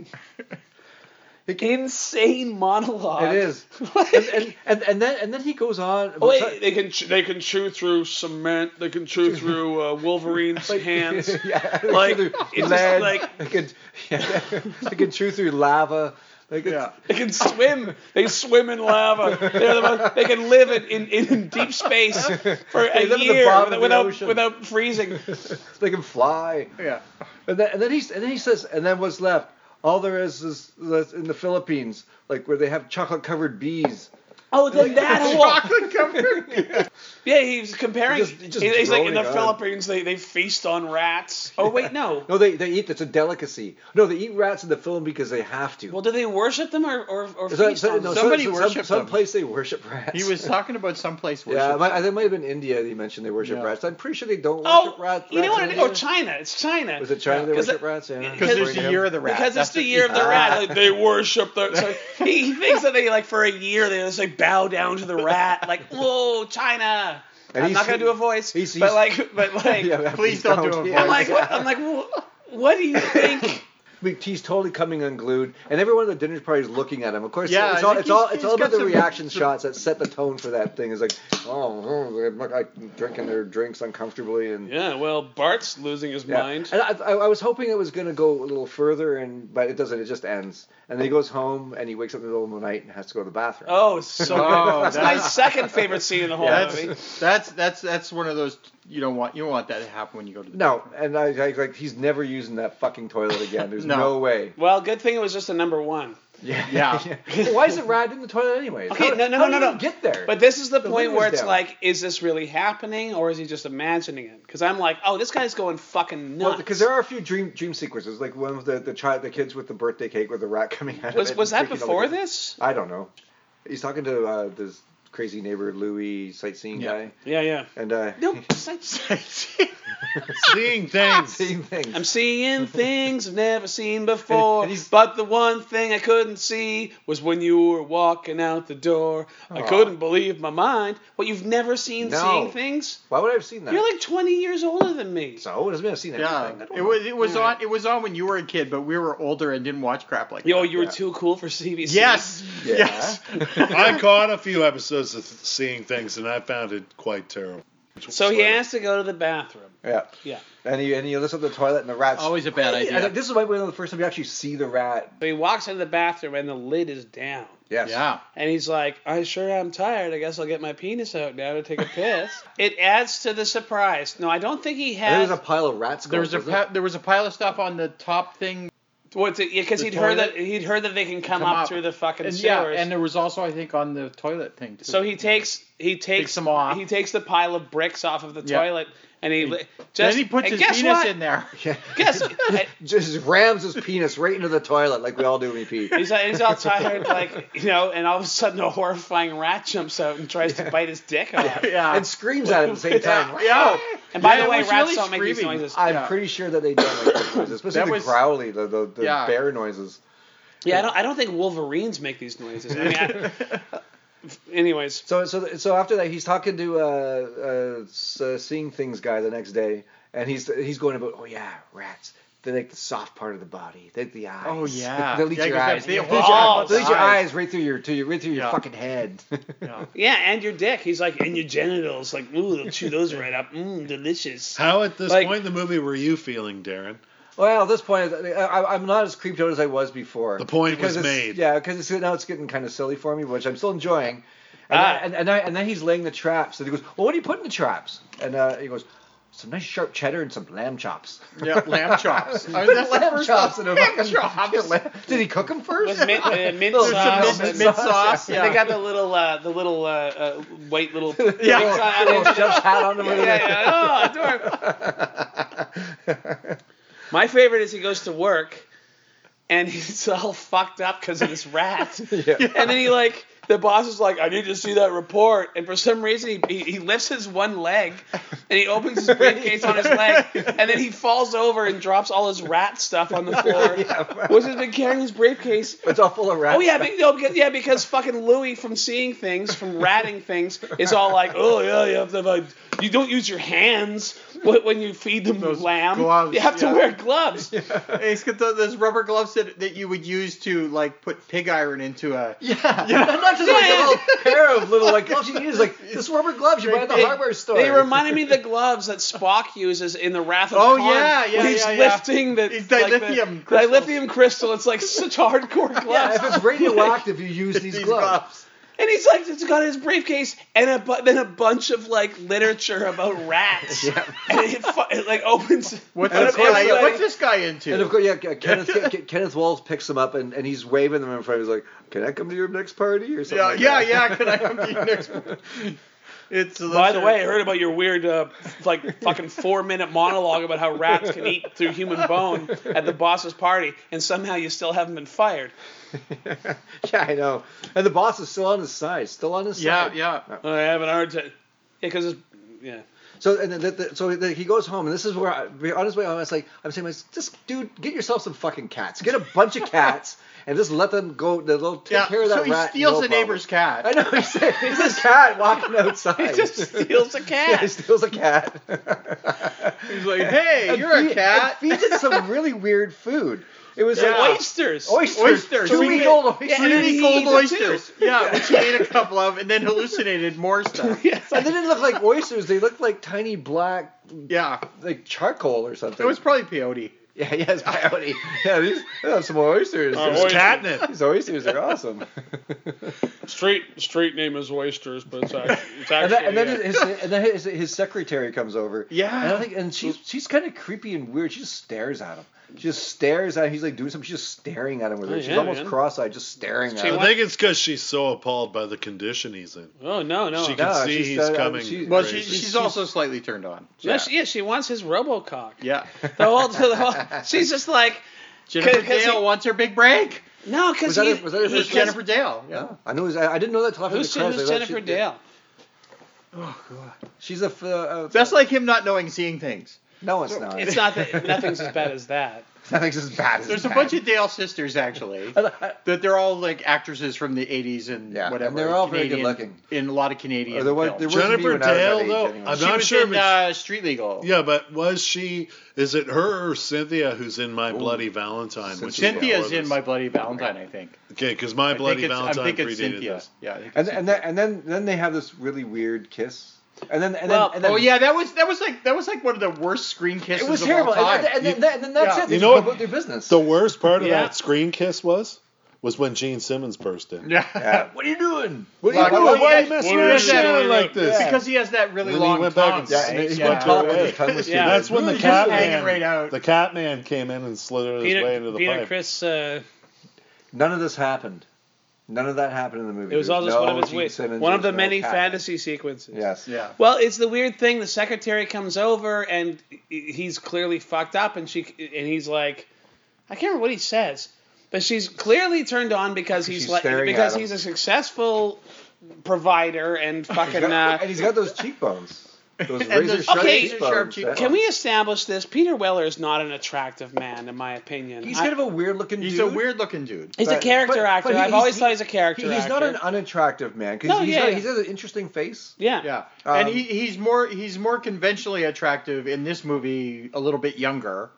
Speaker 10: insane monologue.
Speaker 3: It is.
Speaker 10: Like-
Speaker 3: and, and, and, and then and then he goes on.
Speaker 10: Oh, wait, they can ch- they can chew through cement. They can chew through uh, Wolverine's hands.
Speaker 3: yeah,
Speaker 10: Like,
Speaker 3: through
Speaker 10: it's just
Speaker 3: lead,
Speaker 10: like-
Speaker 3: they can, yeah, they can chew through lava. Like it's-
Speaker 11: Yeah.
Speaker 10: They can swim. They swim in lava. They're the most, they can live in, in, in deep space for a
Speaker 3: They live in the
Speaker 10: year
Speaker 3: bottom of the
Speaker 10: without without,
Speaker 3: ocean.
Speaker 10: without freezing.
Speaker 3: they can fly.
Speaker 11: Yeah.
Speaker 3: And then, and then he's and then he says, and then what's left? All there is is that's in the Philippines, like where they have chocolate covered bees.
Speaker 10: Oh, then that whole
Speaker 11: Chocolate covered.
Speaker 10: yeah. He's comparing.
Speaker 3: Just- just
Speaker 10: he- he's like in the
Speaker 3: droning on.
Speaker 10: Philippines. They they feast on rats. Oh wait, no.
Speaker 3: No, they, they eat. That's a delicacy. No, they eat rats in the film because they have to.
Speaker 10: Well, do they worship them or or, or
Speaker 3: Is that-
Speaker 10: feast
Speaker 3: so-
Speaker 10: on
Speaker 3: no,
Speaker 10: them?
Speaker 3: so-
Speaker 11: Somebody
Speaker 3: so- some,
Speaker 11: worshipped
Speaker 3: some
Speaker 11: them.
Speaker 3: place they worship rats.
Speaker 11: He was talking about someplace worship.
Speaker 3: Yeah, it might, I think it might have been India. He mentioned they worship
Speaker 11: Yeah.
Speaker 3: rats. I'm pretty sure they don't
Speaker 10: Oh,
Speaker 3: worship rats.
Speaker 10: you know
Speaker 3: rats
Speaker 10: what?
Speaker 3: in
Speaker 10: It,
Speaker 3: India.
Speaker 10: or China. It's China.
Speaker 3: Was it China they
Speaker 10: 'Cause
Speaker 3: worship
Speaker 10: it-
Speaker 3: rats? Yeah.
Speaker 11: because there's the year of the rat.
Speaker 10: Because
Speaker 11: That's
Speaker 10: it's the
Speaker 11: what
Speaker 10: year
Speaker 11: he-
Speaker 10: of the rat. Like they worship the. So he, he thinks that they like for a year they just like bow down to the rat. Like whoa, China.
Speaker 3: And
Speaker 10: I'm
Speaker 3: he's-
Speaker 10: not gonna do a voice.
Speaker 3: he's-
Speaker 10: but
Speaker 3: he's-
Speaker 10: like, but like,
Speaker 3: Yeah,
Speaker 11: Please don't do a
Speaker 10: I'm
Speaker 11: voice.
Speaker 10: like, what, I'm like, wha- what do you think?
Speaker 3: McTee's totally coming unglued, and everyone at the dinner party is looking at him. Of course,
Speaker 11: Yeah,
Speaker 3: it's
Speaker 11: I
Speaker 3: all
Speaker 11: think
Speaker 3: it's all
Speaker 11: he's-
Speaker 3: it's
Speaker 11: he's
Speaker 3: all about
Speaker 11: got
Speaker 3: the
Speaker 11: some-
Speaker 3: reaction shots that set the tone for that thing. It's like, oh, they're like drinking their drinks uncomfortably, and
Speaker 10: Yeah, well, Bart's losing his mind.
Speaker 3: And I, I, I was hoping it was going to go a little further, and but it doesn't. It just ends, and then he goes home, and he wakes up in the middle of the night and has to go to the bathroom.
Speaker 10: Oh, so
Speaker 11: Oh,
Speaker 10: it's my
Speaker 11: that's-
Speaker 10: second favorite scene in the whole movie.
Speaker 11: that's, that's that's that's one of those you don't want you don't want that to happen when you go to the
Speaker 3: No, and I, I like he's never using that fucking toilet again. There's no,
Speaker 11: No.
Speaker 3: way.
Speaker 10: Well, good thing it was just a number one.
Speaker 3: Yeah.
Speaker 11: Yeah.
Speaker 3: Why is it rad in the toilet anyways?
Speaker 10: Okay,
Speaker 3: How-
Speaker 10: no, no,
Speaker 3: how
Speaker 10: no, no,
Speaker 3: did
Speaker 10: no.
Speaker 3: he Get there.
Speaker 10: But this is the,
Speaker 3: The
Speaker 10: point
Speaker 3: lid was
Speaker 10: where it's
Speaker 3: down.
Speaker 10: like, is this really happening, or is he just imagining it? Because I'm like, oh, this guy's going fucking nuts.
Speaker 3: because there are a few dream dream sequences, like one of the the child, the kids with the birthday cake with the rat coming out.
Speaker 10: was
Speaker 3: of it
Speaker 10: was
Speaker 3: and
Speaker 10: that
Speaker 3: freaking all the
Speaker 10: before
Speaker 3: kids.
Speaker 10: this?
Speaker 3: I don't know. He's talking to uh, this crazy neighbor Louis sightseeing guy,
Speaker 10: Yeah, yeah.
Speaker 3: and uh,
Speaker 10: No, it's like-
Speaker 2: Seeing things.
Speaker 3: seeing things.
Speaker 10: I'm seeing things I've never seen before.
Speaker 3: And he's-
Speaker 10: but the one thing I couldn't see was when you were walking out the door. I
Speaker 3: Aw.
Speaker 10: couldn't believe my mind. What you've never seen
Speaker 3: No.
Speaker 10: seeing things?
Speaker 3: Why would I have seen that?
Speaker 10: You're like 20 years older than me.
Speaker 3: so it doesn't mean I've seen
Speaker 11: Yeah,
Speaker 3: everything. I don't
Speaker 11: it
Speaker 3: know.
Speaker 11: was it was
Speaker 10: Alright.
Speaker 11: on it was on when you were a kid, but we were older and didn't watch crap like
Speaker 10: Yo,
Speaker 11: that.
Speaker 10: you were
Speaker 3: Yeah.
Speaker 10: too cool for CBC.
Speaker 11: Yes,
Speaker 3: Yeah.
Speaker 11: yes.
Speaker 2: I caught a few episodes of Seeing Things, and I found it quite terrible.
Speaker 10: So he has to go to the bathroom.
Speaker 3: Yeah.
Speaker 10: Yeah.
Speaker 3: And he and he lifts up the toilet and the rat's.
Speaker 11: Always a bad
Speaker 3: I think
Speaker 11: idea.
Speaker 3: this is like one of the first time you actually see the rat.
Speaker 10: So he walks into the bathroom and the lid is down.
Speaker 3: Yes.
Speaker 11: Yeah,
Speaker 10: And he's like, I sure am tired. I guess I'll get my penis out now to take a piss. it adds to the surprise. No, I don't think he
Speaker 3: I think
Speaker 10: has.
Speaker 3: there's a pile of rats.
Speaker 11: there was a pa- there was a pile of stuff on the top thing.
Speaker 10: What's it? Because
Speaker 11: The
Speaker 10: he'd heard
Speaker 11: toilet?
Speaker 10: that he'd heard that they can come,
Speaker 11: Come
Speaker 10: up,
Speaker 11: up.
Speaker 10: through the fucking
Speaker 11: And yeah,
Speaker 10: sewers.
Speaker 11: and there was also I think on the toilet thing too.
Speaker 10: so he takes he takes
Speaker 11: them off.
Speaker 10: He takes the pile of bricks off of the
Speaker 11: Yeah.
Speaker 10: toilet and he, li- just
Speaker 11: then he puts
Speaker 10: and
Speaker 11: his
Speaker 10: guess
Speaker 11: penis
Speaker 10: what?
Speaker 11: in there.
Speaker 3: Yeah.
Speaker 10: Guess and
Speaker 3: just rams his penis right into the toilet like we all do when we pee.
Speaker 10: he's like- he's all tired like you know, and all of a sudden a horrifying rat jumps out and tries to bite his dick off.
Speaker 11: Yeah,
Speaker 3: And screams at it at the same time.
Speaker 11: yeah.
Speaker 10: And by
Speaker 11: Yeah,
Speaker 10: the
Speaker 11: it
Speaker 10: way,
Speaker 11: was
Speaker 10: rats
Speaker 11: really
Speaker 10: don't make these
Speaker 11: screaming.
Speaker 10: noises.
Speaker 3: I'm
Speaker 11: Yeah.
Speaker 3: pretty sure that they don't like those noises, especially
Speaker 11: That
Speaker 3: the
Speaker 11: was-
Speaker 3: growly, the the, the
Speaker 11: Yeah.
Speaker 3: bear noises.
Speaker 10: Yeah, I don't I don't think Wolverines make these noises. I mean, I, anyways,
Speaker 3: So so so after that, he's talking to uh, uh, s- uh seeing things guy the next day, and he's he's going about oh yeah rats. They like the soft part of the body. They like the eyes.
Speaker 11: Oh, yeah.
Speaker 3: They'll eat
Speaker 11: Yeah,
Speaker 3: your
Speaker 11: 'cause they-
Speaker 3: eyes.
Speaker 11: they-
Speaker 3: They'll eat
Speaker 11: oh,
Speaker 3: your, eyes.
Speaker 10: it's
Speaker 3: They'll eat your
Speaker 11: eyes.
Speaker 3: eyes right through your to your right through your
Speaker 11: Yeah.
Speaker 3: fucking head.
Speaker 11: Yeah.
Speaker 10: yeah, and your dick. He's like, and your genitals. Like, ooh, they'll chew those right up. Mmm, delicious.
Speaker 2: How at this
Speaker 10: Like-
Speaker 2: point in the movie were you feeling, Darren?
Speaker 3: Well, at this point, I, I, I'm not as creeped out as I was before.
Speaker 2: The point
Speaker 3: Because
Speaker 2: was
Speaker 3: it's-
Speaker 2: made.
Speaker 3: Yeah, because now it's getting kind of silly for me, which I'm still enjoying. And,
Speaker 10: Ah.
Speaker 3: then, and, and, I, and then he's laying the traps, and he goes, "Well, what do you put in the traps?" And uh, he goes, "Some nice sharp cheddar and some lamb chops."
Speaker 11: yeah, lamb chops. I mean,
Speaker 3: Put
Speaker 11: that's the
Speaker 3: lamb
Speaker 11: first
Speaker 3: chops
Speaker 11: time-
Speaker 3: in a
Speaker 11: lamb
Speaker 3: fucking
Speaker 11: chops.
Speaker 3: Did he cook them first?
Speaker 10: With mint, uh, mint
Speaker 3: Little
Speaker 10: sauce.
Speaker 11: mint-
Speaker 10: and-
Speaker 11: mint sauce,
Speaker 10: and
Speaker 11: yeah.
Speaker 10: They got the little, uh, the little uh, uh, white little.
Speaker 11: Yeah.
Speaker 10: things on it.
Speaker 3: Little chef's hat on him.
Speaker 10: yeah, yeah. Oh, adorable. My favorite is he goes to work, and he's all fucked up because of this rat.
Speaker 3: Yeah.
Speaker 10: And then he like the boss is like, I need to see that report. And for some reason he, he, he lifts his one leg and he opens his briefcase on his leg and then he falls over and drops all his rat stuff on the floor.
Speaker 3: Yeah.
Speaker 10: Which has been carrying his briefcase.
Speaker 3: It's all full of rats.
Speaker 10: Oh yeah, but, no, because, yeah, because fucking Louis from seeing things, from ratting things, is all like, oh yeah, you have to have a, you don't use your hands wh- when you feed them
Speaker 11: Those
Speaker 10: lamb.
Speaker 11: gloves,
Speaker 10: you have to
Speaker 11: yeah.
Speaker 10: wear gloves.
Speaker 11: And He's got tho- those rubber gloves that, that you would use to like put pig iron into a.
Speaker 3: Yeah. Not just like a
Speaker 10: Yeah.
Speaker 3: little pair of little like gloves you use, like this rubber gloves you buy at the
Speaker 10: They-
Speaker 3: hardware store.
Speaker 10: They reminded me of the gloves that Spock uses in the Wrath of
Speaker 11: Oh,
Speaker 10: Khan.
Speaker 11: yeah, yeah,
Speaker 10: when he's
Speaker 11: yeah, yeah.
Speaker 10: lifting the
Speaker 11: It's
Speaker 10: like the-
Speaker 11: dilithium
Speaker 10: the
Speaker 11: crystals.
Speaker 10: dilithium crystal. It's like such hardcore gloves.
Speaker 3: Yeah, if it's radioactive, you use
Speaker 11: It's
Speaker 3: these, gloves.
Speaker 10: And he's like, it's got his briefcase and a bu- then a bunch of like literature about rats.
Speaker 3: Yeah.
Speaker 10: And it, fu- it like opens.
Speaker 11: What's,
Speaker 3: And
Speaker 11: this
Speaker 3: of course,
Speaker 11: guy,
Speaker 3: like-
Speaker 11: what's this guy into?
Speaker 3: And of course, yeah, Kenneth Ke- Kenneth Walls picks them up and, and he's waving them in front. He's like, "Can I come to your next party or something?"
Speaker 11: yeah,
Speaker 3: like
Speaker 11: yeah,
Speaker 3: that.
Speaker 11: yeah. Can I come to you next? It's
Speaker 10: By the way, I heard about your weird, uh, like, fucking four minute monologue about how rats can eat through human bone at the boss's party, and somehow you still haven't been fired.
Speaker 3: yeah, I know. And the boss is still on his side, still on his
Speaker 11: Yeah,
Speaker 3: side.
Speaker 11: yeah.
Speaker 10: I have an hard time. Yeah, because yeah.
Speaker 3: So and then the, the, so the, he goes home, and this is where I, we- on his way home, I was like, I'm saying, just dude, get yourself some fucking cats. Get a bunch of cats, and just let them go. They'll take
Speaker 11: Yeah,
Speaker 3: care of that
Speaker 11: so he
Speaker 3: rat,
Speaker 11: steals
Speaker 3: no
Speaker 11: the
Speaker 3: problem.
Speaker 11: neighbor's cat.
Speaker 3: I know. He's, he's a cat walking outside. He just
Speaker 1: steals a cat.
Speaker 3: yeah, he steals a cat.
Speaker 1: He's like,
Speaker 11: hey,
Speaker 3: And
Speaker 11: you're a
Speaker 3: feed-
Speaker 11: cat.
Speaker 3: and feeds it some really weird food. It was
Speaker 11: Yeah.
Speaker 3: like
Speaker 1: Oysters.
Speaker 3: Oysters.
Speaker 11: Oysters.
Speaker 3: Two
Speaker 11: We
Speaker 3: week
Speaker 11: did-
Speaker 3: old
Speaker 11: Yeah,
Speaker 3: oysters.
Speaker 11: and then he
Speaker 1: Cold
Speaker 11: ate the two.
Speaker 1: oysters.
Speaker 11: Yeah, which he ate a couple of, and then hallucinated more stuff.
Speaker 3: And they didn't look like oysters. They looked like tiny black,
Speaker 11: Yeah,
Speaker 3: like charcoal or something.
Speaker 11: it was probably peyote.
Speaker 3: yeah, yeah, it's peyote. yeah, these they have some oysters.
Speaker 1: Uh,
Speaker 3: These-
Speaker 1: oysters.
Speaker 2: Catnip.
Speaker 3: These oysters are awesome.
Speaker 1: Street street name is oysters, but it's actually, it's
Speaker 3: and,
Speaker 1: actually
Speaker 3: then, and then
Speaker 1: uh,
Speaker 3: his, his- and then his, his secretary comes over.
Speaker 11: Yeah.
Speaker 3: And I think, and she's she's kind of creepy and weird. She just stares at him. She just stares at him. He's like doing something. She's just staring at him with her.
Speaker 1: Oh,
Speaker 3: she's
Speaker 1: yeah,
Speaker 3: almost
Speaker 1: man.
Speaker 3: cross-eyed, just staring
Speaker 1: She
Speaker 3: at him.
Speaker 2: I think it's because she's so appalled by the condition he's in.
Speaker 1: oh no no.
Speaker 2: she
Speaker 1: no,
Speaker 2: can
Speaker 3: No,
Speaker 2: see
Speaker 3: she's,
Speaker 2: he's
Speaker 3: uh,
Speaker 2: coming.
Speaker 3: she-
Speaker 11: Well,
Speaker 2: crazy.
Speaker 11: she, she's also slightly turned on.
Speaker 1: yeah. She, yeah, she wants his RoboCop.
Speaker 11: Yeah,
Speaker 1: The whole, the whole she's just like
Speaker 11: Jennifer
Speaker 1: 'Cause- 'cause
Speaker 11: Dale
Speaker 1: he-
Speaker 11: wants her big break.
Speaker 1: no, because
Speaker 3: Was that her- was that her first
Speaker 11: Jennifer Dale. Yeah.
Speaker 3: Yeah. I knew. it was- I, I didn't know that till after
Speaker 1: Who's,
Speaker 3: the credits.
Speaker 1: who's
Speaker 3: I thought she-
Speaker 1: Jennifer Dale?
Speaker 3: She's a. f- Uh, uh,
Speaker 11: That's like him not knowing seeing things.
Speaker 3: no, it's not.
Speaker 1: It's not that nothing's as bad as that.
Speaker 3: Nothing's as bad as
Speaker 11: There's a
Speaker 3: that.
Speaker 11: bunch of Dale sisters actually. That they're all like actresses from the 80s and
Speaker 3: Yeah, and
Speaker 11: whatever.
Speaker 3: they're all very
Speaker 11: Canadian-
Speaker 3: good-looking.
Speaker 11: In a lot of Canadian.
Speaker 3: Or there was-
Speaker 11: films.
Speaker 3: there was- wasn't
Speaker 2: Jennifer
Speaker 3: even out of that
Speaker 2: Dale
Speaker 3: age
Speaker 2: though,
Speaker 3: anyway.
Speaker 2: I'm
Speaker 11: she
Speaker 2: not
Speaker 11: was
Speaker 2: sure.
Speaker 11: in
Speaker 2: if it's-
Speaker 11: uh, Street Legal.
Speaker 2: yeah, but was she? Is it her or Cynthia who's in My Bloody Valentine? which is
Speaker 11: Cynthia's
Speaker 2: before
Speaker 11: in
Speaker 2: this?
Speaker 11: My Bloody Valentine, I think.
Speaker 2: Okay, because My
Speaker 11: I
Speaker 2: Bloody
Speaker 11: think it's, I
Speaker 2: Valentine
Speaker 11: think it's
Speaker 2: predated
Speaker 11: Cynthia.
Speaker 2: this.
Speaker 11: Yeah. I think it's
Speaker 3: And, and then
Speaker 11: Cynthia.
Speaker 3: and then then they have this really weird kiss. And then and
Speaker 1: Well,
Speaker 3: then, and then
Speaker 11: oh yeah, that was that was like that was like one of the worst screen kisses
Speaker 3: it was
Speaker 11: of
Speaker 3: terrible.
Speaker 11: all time.
Speaker 3: And, then- and,
Speaker 11: You-
Speaker 3: then- and, then, and then that's
Speaker 11: yeah.
Speaker 3: it. They
Speaker 2: You
Speaker 3: you
Speaker 2: know
Speaker 3: know
Speaker 2: what?
Speaker 3: about their business.
Speaker 2: The worst part of
Speaker 1: Yeah.
Speaker 2: that screen kiss was was when Gene Simmons burst in.
Speaker 11: Yeah.
Speaker 3: Yeah. what are you doing? What
Speaker 11: Like,
Speaker 3: are you
Speaker 11: well,
Speaker 3: doing?
Speaker 2: Why
Speaker 11: why
Speaker 2: are
Speaker 11: are you
Speaker 2: you
Speaker 11: messing
Speaker 2: messing
Speaker 11: with
Speaker 2: around
Speaker 11: his
Speaker 2: shit like
Speaker 11: It's
Speaker 2: this?
Speaker 11: Because he has that really
Speaker 2: Then he
Speaker 11: long
Speaker 2: went back
Speaker 11: tongue,
Speaker 2: and
Speaker 3: yeah,
Speaker 11: right?
Speaker 3: and he
Speaker 11: Yeah.
Speaker 3: went top
Speaker 2: away.
Speaker 3: and his tongue was too
Speaker 1: Yeah.
Speaker 3: long.
Speaker 2: That's when the
Speaker 11: Really just
Speaker 2: cat
Speaker 11: hanging
Speaker 2: man,
Speaker 11: right out.
Speaker 2: the cat man came in and slithered his way into
Speaker 1: Peter,
Speaker 2: the
Speaker 1: Peter
Speaker 2: pipe.
Speaker 1: Chris, uh,
Speaker 3: None of this happened. None of that happened in the movie.
Speaker 1: it was all
Speaker 3: There
Speaker 1: just
Speaker 3: no
Speaker 1: one of his
Speaker 3: Gene
Speaker 1: ways.
Speaker 3: Simmons,
Speaker 1: One of
Speaker 3: there
Speaker 1: the
Speaker 3: was no
Speaker 1: many
Speaker 3: cat.
Speaker 1: fantasy sequences.
Speaker 3: Yes.
Speaker 11: Yeah.
Speaker 1: Well, it's the weird thing. The secretary comes over and he's clearly fucked up, and she and he's like, I can't remember what he says, but she's clearly turned on because he's
Speaker 3: She's
Speaker 1: like
Speaker 3: staring at
Speaker 1: because
Speaker 3: him.
Speaker 1: he's a successful provider and fucking. Uh,
Speaker 3: And he's got those cheekbones. Those
Speaker 11: And
Speaker 3: razor
Speaker 11: those
Speaker 3: sharp
Speaker 1: okay,
Speaker 3: cheekbones.
Speaker 11: sharp cheekbones.
Speaker 1: can we establish this? Peter Weller is not an attractive man, in my opinion.
Speaker 3: He's
Speaker 1: I-
Speaker 3: kind of a weird looking dude.
Speaker 11: He's a weird looking dude.
Speaker 1: he's a
Speaker 3: but-
Speaker 1: character
Speaker 3: but-
Speaker 1: actor.
Speaker 3: but he-
Speaker 1: I've
Speaker 3: he's-
Speaker 1: always
Speaker 3: he-
Speaker 1: thought he's a character
Speaker 3: He's
Speaker 1: actor.
Speaker 3: not an unattractive man because
Speaker 1: No,
Speaker 3: he's,
Speaker 1: yeah,
Speaker 3: got-
Speaker 1: yeah.
Speaker 3: he's got an interesting face.
Speaker 1: yeah.
Speaker 11: Yeah.
Speaker 3: Um,
Speaker 11: and he, he's more he's more conventionally attractive in this movie, a little bit younger.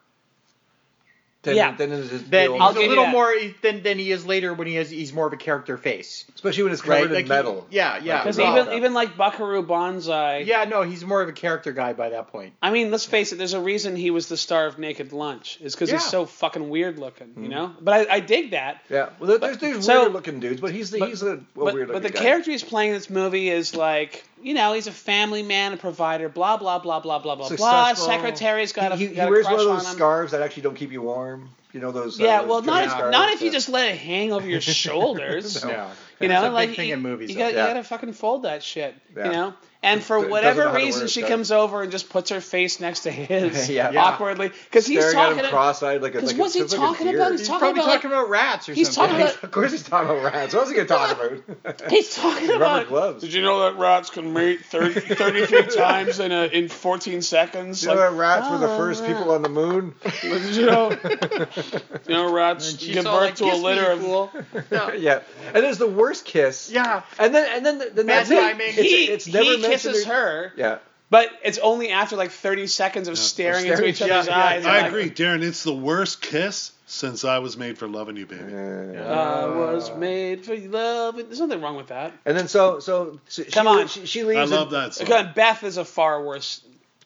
Speaker 3: Than,
Speaker 1: Yeah.
Speaker 3: than is his
Speaker 11: Than
Speaker 3: real-
Speaker 11: he's
Speaker 1: I'll
Speaker 11: a
Speaker 1: give you
Speaker 11: little
Speaker 1: that.
Speaker 11: more e, than than he is later when he has he's more of a character face.
Speaker 3: especially when it's
Speaker 11: Right?
Speaker 3: covered
Speaker 11: Like
Speaker 3: in
Speaker 11: he-
Speaker 3: metal.
Speaker 11: yeah, yeah.
Speaker 1: Because
Speaker 3: Rob.
Speaker 1: even even like Buckaroo Banzai.
Speaker 11: Yeah, no, he's more of a character guy by that point.
Speaker 1: I mean, let's face it. There's a reason he was the star of Naked Lunch. Is because
Speaker 11: Yeah.
Speaker 1: he's so fucking weird looking,
Speaker 3: Hmm.
Speaker 1: you know. But I, I dig that.
Speaker 3: Yeah, well, there- there's these
Speaker 1: so-
Speaker 3: weird looking dudes, but he's the,
Speaker 1: but-
Speaker 3: he's a, a
Speaker 1: but,
Speaker 3: weird looking
Speaker 1: but the
Speaker 3: guy.
Speaker 1: character he's playing in this movie is like, you know, he's a family man, a provider, blah blah blah blah blah blah blah.
Speaker 3: Successful.
Speaker 1: Secretary's got a
Speaker 3: he, he
Speaker 1: got a
Speaker 3: wears
Speaker 1: crush
Speaker 3: one of
Speaker 1: on
Speaker 3: those
Speaker 1: him.
Speaker 3: scarves that actually don't keep you warm. You know those. uh,
Speaker 1: yeah,
Speaker 3: those
Speaker 1: well, not
Speaker 3: German
Speaker 1: if
Speaker 3: scarves
Speaker 1: not if you
Speaker 3: that-
Speaker 1: just let it hang over your shoulders.
Speaker 3: No.
Speaker 11: Yeah.
Speaker 1: You know,
Speaker 11: That's a big
Speaker 1: like
Speaker 11: thing
Speaker 1: you,
Speaker 11: in movies,
Speaker 1: you
Speaker 11: though.
Speaker 1: got
Speaker 3: Yeah.
Speaker 1: to fucking fold that shit.
Speaker 3: Yeah.
Speaker 1: You know, and for
Speaker 3: Doesn't know how
Speaker 1: whatever
Speaker 3: to wear
Speaker 1: reason,
Speaker 3: it,
Speaker 1: she
Speaker 3: does it?
Speaker 1: comes over and just puts her face next to his
Speaker 3: Yeah. Yeah.
Speaker 1: awkwardly because he's
Speaker 3: staring
Speaker 1: talking.
Speaker 3: at him
Speaker 1: at-
Speaker 3: cross-eyed like a.
Speaker 1: Because
Speaker 3: like a-
Speaker 1: what's he
Speaker 3: looks like a
Speaker 1: talking
Speaker 3: deer.
Speaker 1: about?
Speaker 11: He's
Speaker 1: Talking
Speaker 11: probably
Speaker 1: about, like-
Speaker 11: talking about rats or
Speaker 1: he's
Speaker 11: something.
Speaker 1: talking about-
Speaker 3: Of course, he's talking about rats. What else he gonna talk about?
Speaker 1: He's talking
Speaker 3: Rubber
Speaker 1: about.
Speaker 3: gloves.
Speaker 1: you know that rats can mate 30, 33 times in a, in 14 seconds?
Speaker 3: You know that rats were the first people on the moon.
Speaker 1: you know, you know rats
Speaker 11: And she's all like, "Kiss me, you fool." Yeah.
Speaker 3: yeah, and it's the worst kiss.
Speaker 11: Yeah.
Speaker 3: and then and then the, the
Speaker 11: That's
Speaker 3: next
Speaker 11: why I make-
Speaker 1: He,
Speaker 3: it's, it's never
Speaker 1: he
Speaker 3: mentioned
Speaker 1: kisses
Speaker 3: or-
Speaker 1: her,
Speaker 3: Yeah,
Speaker 1: but it's only after like 30 seconds of staring, into
Speaker 3: staring-
Speaker 1: each other's
Speaker 11: yeah,
Speaker 1: eyes.
Speaker 11: yeah,
Speaker 1: and
Speaker 2: I
Speaker 1: like,
Speaker 2: agree, Darren. It's the worst kiss since I was made for loving you, baby.
Speaker 1: I was made for love. There's nothing wrong with that.
Speaker 3: and then so so, so she,
Speaker 1: Come on.
Speaker 3: she, she leaves.
Speaker 2: I
Speaker 3: and-
Speaker 2: love that song.
Speaker 1: Okay, Beth is a far worse.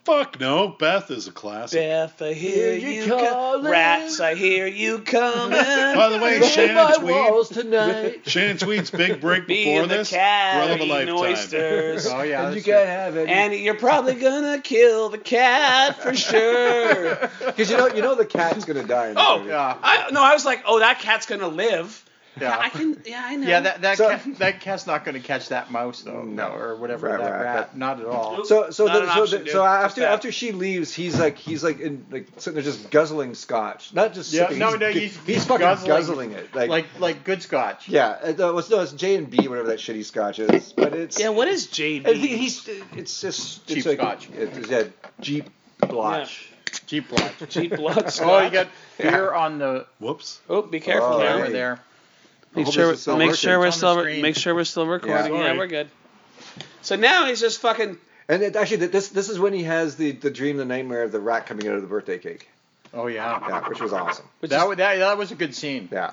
Speaker 2: Fuck no, Beth is a classic.
Speaker 1: Beth, I hear
Speaker 3: Here you
Speaker 1: you come.
Speaker 3: calling.
Speaker 1: Rats, I hear you coming.
Speaker 2: By the way,
Speaker 3: Roll my
Speaker 2: Shannon Tweed,
Speaker 3: walls tonight.
Speaker 2: Shannon Tweed's big break
Speaker 1: Me
Speaker 2: before
Speaker 1: and the
Speaker 2: this,
Speaker 1: cat
Speaker 2: Run
Speaker 1: are
Speaker 2: of a
Speaker 1: eating
Speaker 2: lifetime.
Speaker 1: oysters.
Speaker 11: Oh yeah.
Speaker 3: and you can't
Speaker 11: that's true.
Speaker 3: have it.
Speaker 1: And you're probably gonna kill the cat for sure.
Speaker 3: Because you know, you know the cat's gonna die. In the
Speaker 1: Oh,
Speaker 3: movie.
Speaker 11: Yeah.
Speaker 1: I no, I was like, oh, that cat's gonna live.
Speaker 11: Yeah.
Speaker 10: I can. Yeah, I know.
Speaker 11: Yeah, that that
Speaker 10: So-
Speaker 11: cat, that cat's not going to catch that mouse though, no, or whatever
Speaker 3: Mm. Right,
Speaker 11: that
Speaker 3: right,
Speaker 11: rat, not at all.
Speaker 3: So so
Speaker 11: Not
Speaker 3: the,
Speaker 11: an
Speaker 3: so,
Speaker 11: option,
Speaker 3: the,
Speaker 11: dude.
Speaker 3: so after
Speaker 11: Fuck that.
Speaker 3: after she leaves, he's like he's like in like sitting there just guzzling scotch, not just
Speaker 11: yeah,
Speaker 3: sipping,
Speaker 11: no,
Speaker 3: he's,
Speaker 11: no,
Speaker 3: gu-
Speaker 11: he's,
Speaker 3: he's, fucking guzzling, it like
Speaker 11: like like good scotch.
Speaker 3: yeah, it, uh, what's no, it's J and B whatever that shitty scotch is, but it's
Speaker 10: Yeah, what is JB?
Speaker 3: I think he's it's just
Speaker 11: Cheap
Speaker 3: it's like,
Speaker 11: scotch.
Speaker 3: It's yeah, Jeep blotch.
Speaker 11: Cheap blotch.
Speaker 10: Cheap blood
Speaker 11: Oh, you
Speaker 10: scotch.
Speaker 11: got beer on the
Speaker 2: Whoops.
Speaker 10: Oh, be careful
Speaker 11: oh,
Speaker 10: there.
Speaker 11: over there.
Speaker 3: I
Speaker 10: Make
Speaker 3: hope
Speaker 10: sure,
Speaker 3: this is still
Speaker 10: make
Speaker 3: working.
Speaker 10: sure we're
Speaker 11: It's on the
Speaker 10: still
Speaker 11: screen.
Speaker 10: make sure we're still recording. Yeah,
Speaker 11: Sorry.
Speaker 10: we're good. So now he's just fucking.
Speaker 3: And it, actually, th- this this is when he has the the dream, the nightmare of the rat coming out of the birthday cake.
Speaker 11: Oh yeah,
Speaker 3: Yeah, which was awesome.
Speaker 10: Which
Speaker 11: that,
Speaker 10: is-
Speaker 11: wa- that that was a good scene.
Speaker 3: Yeah,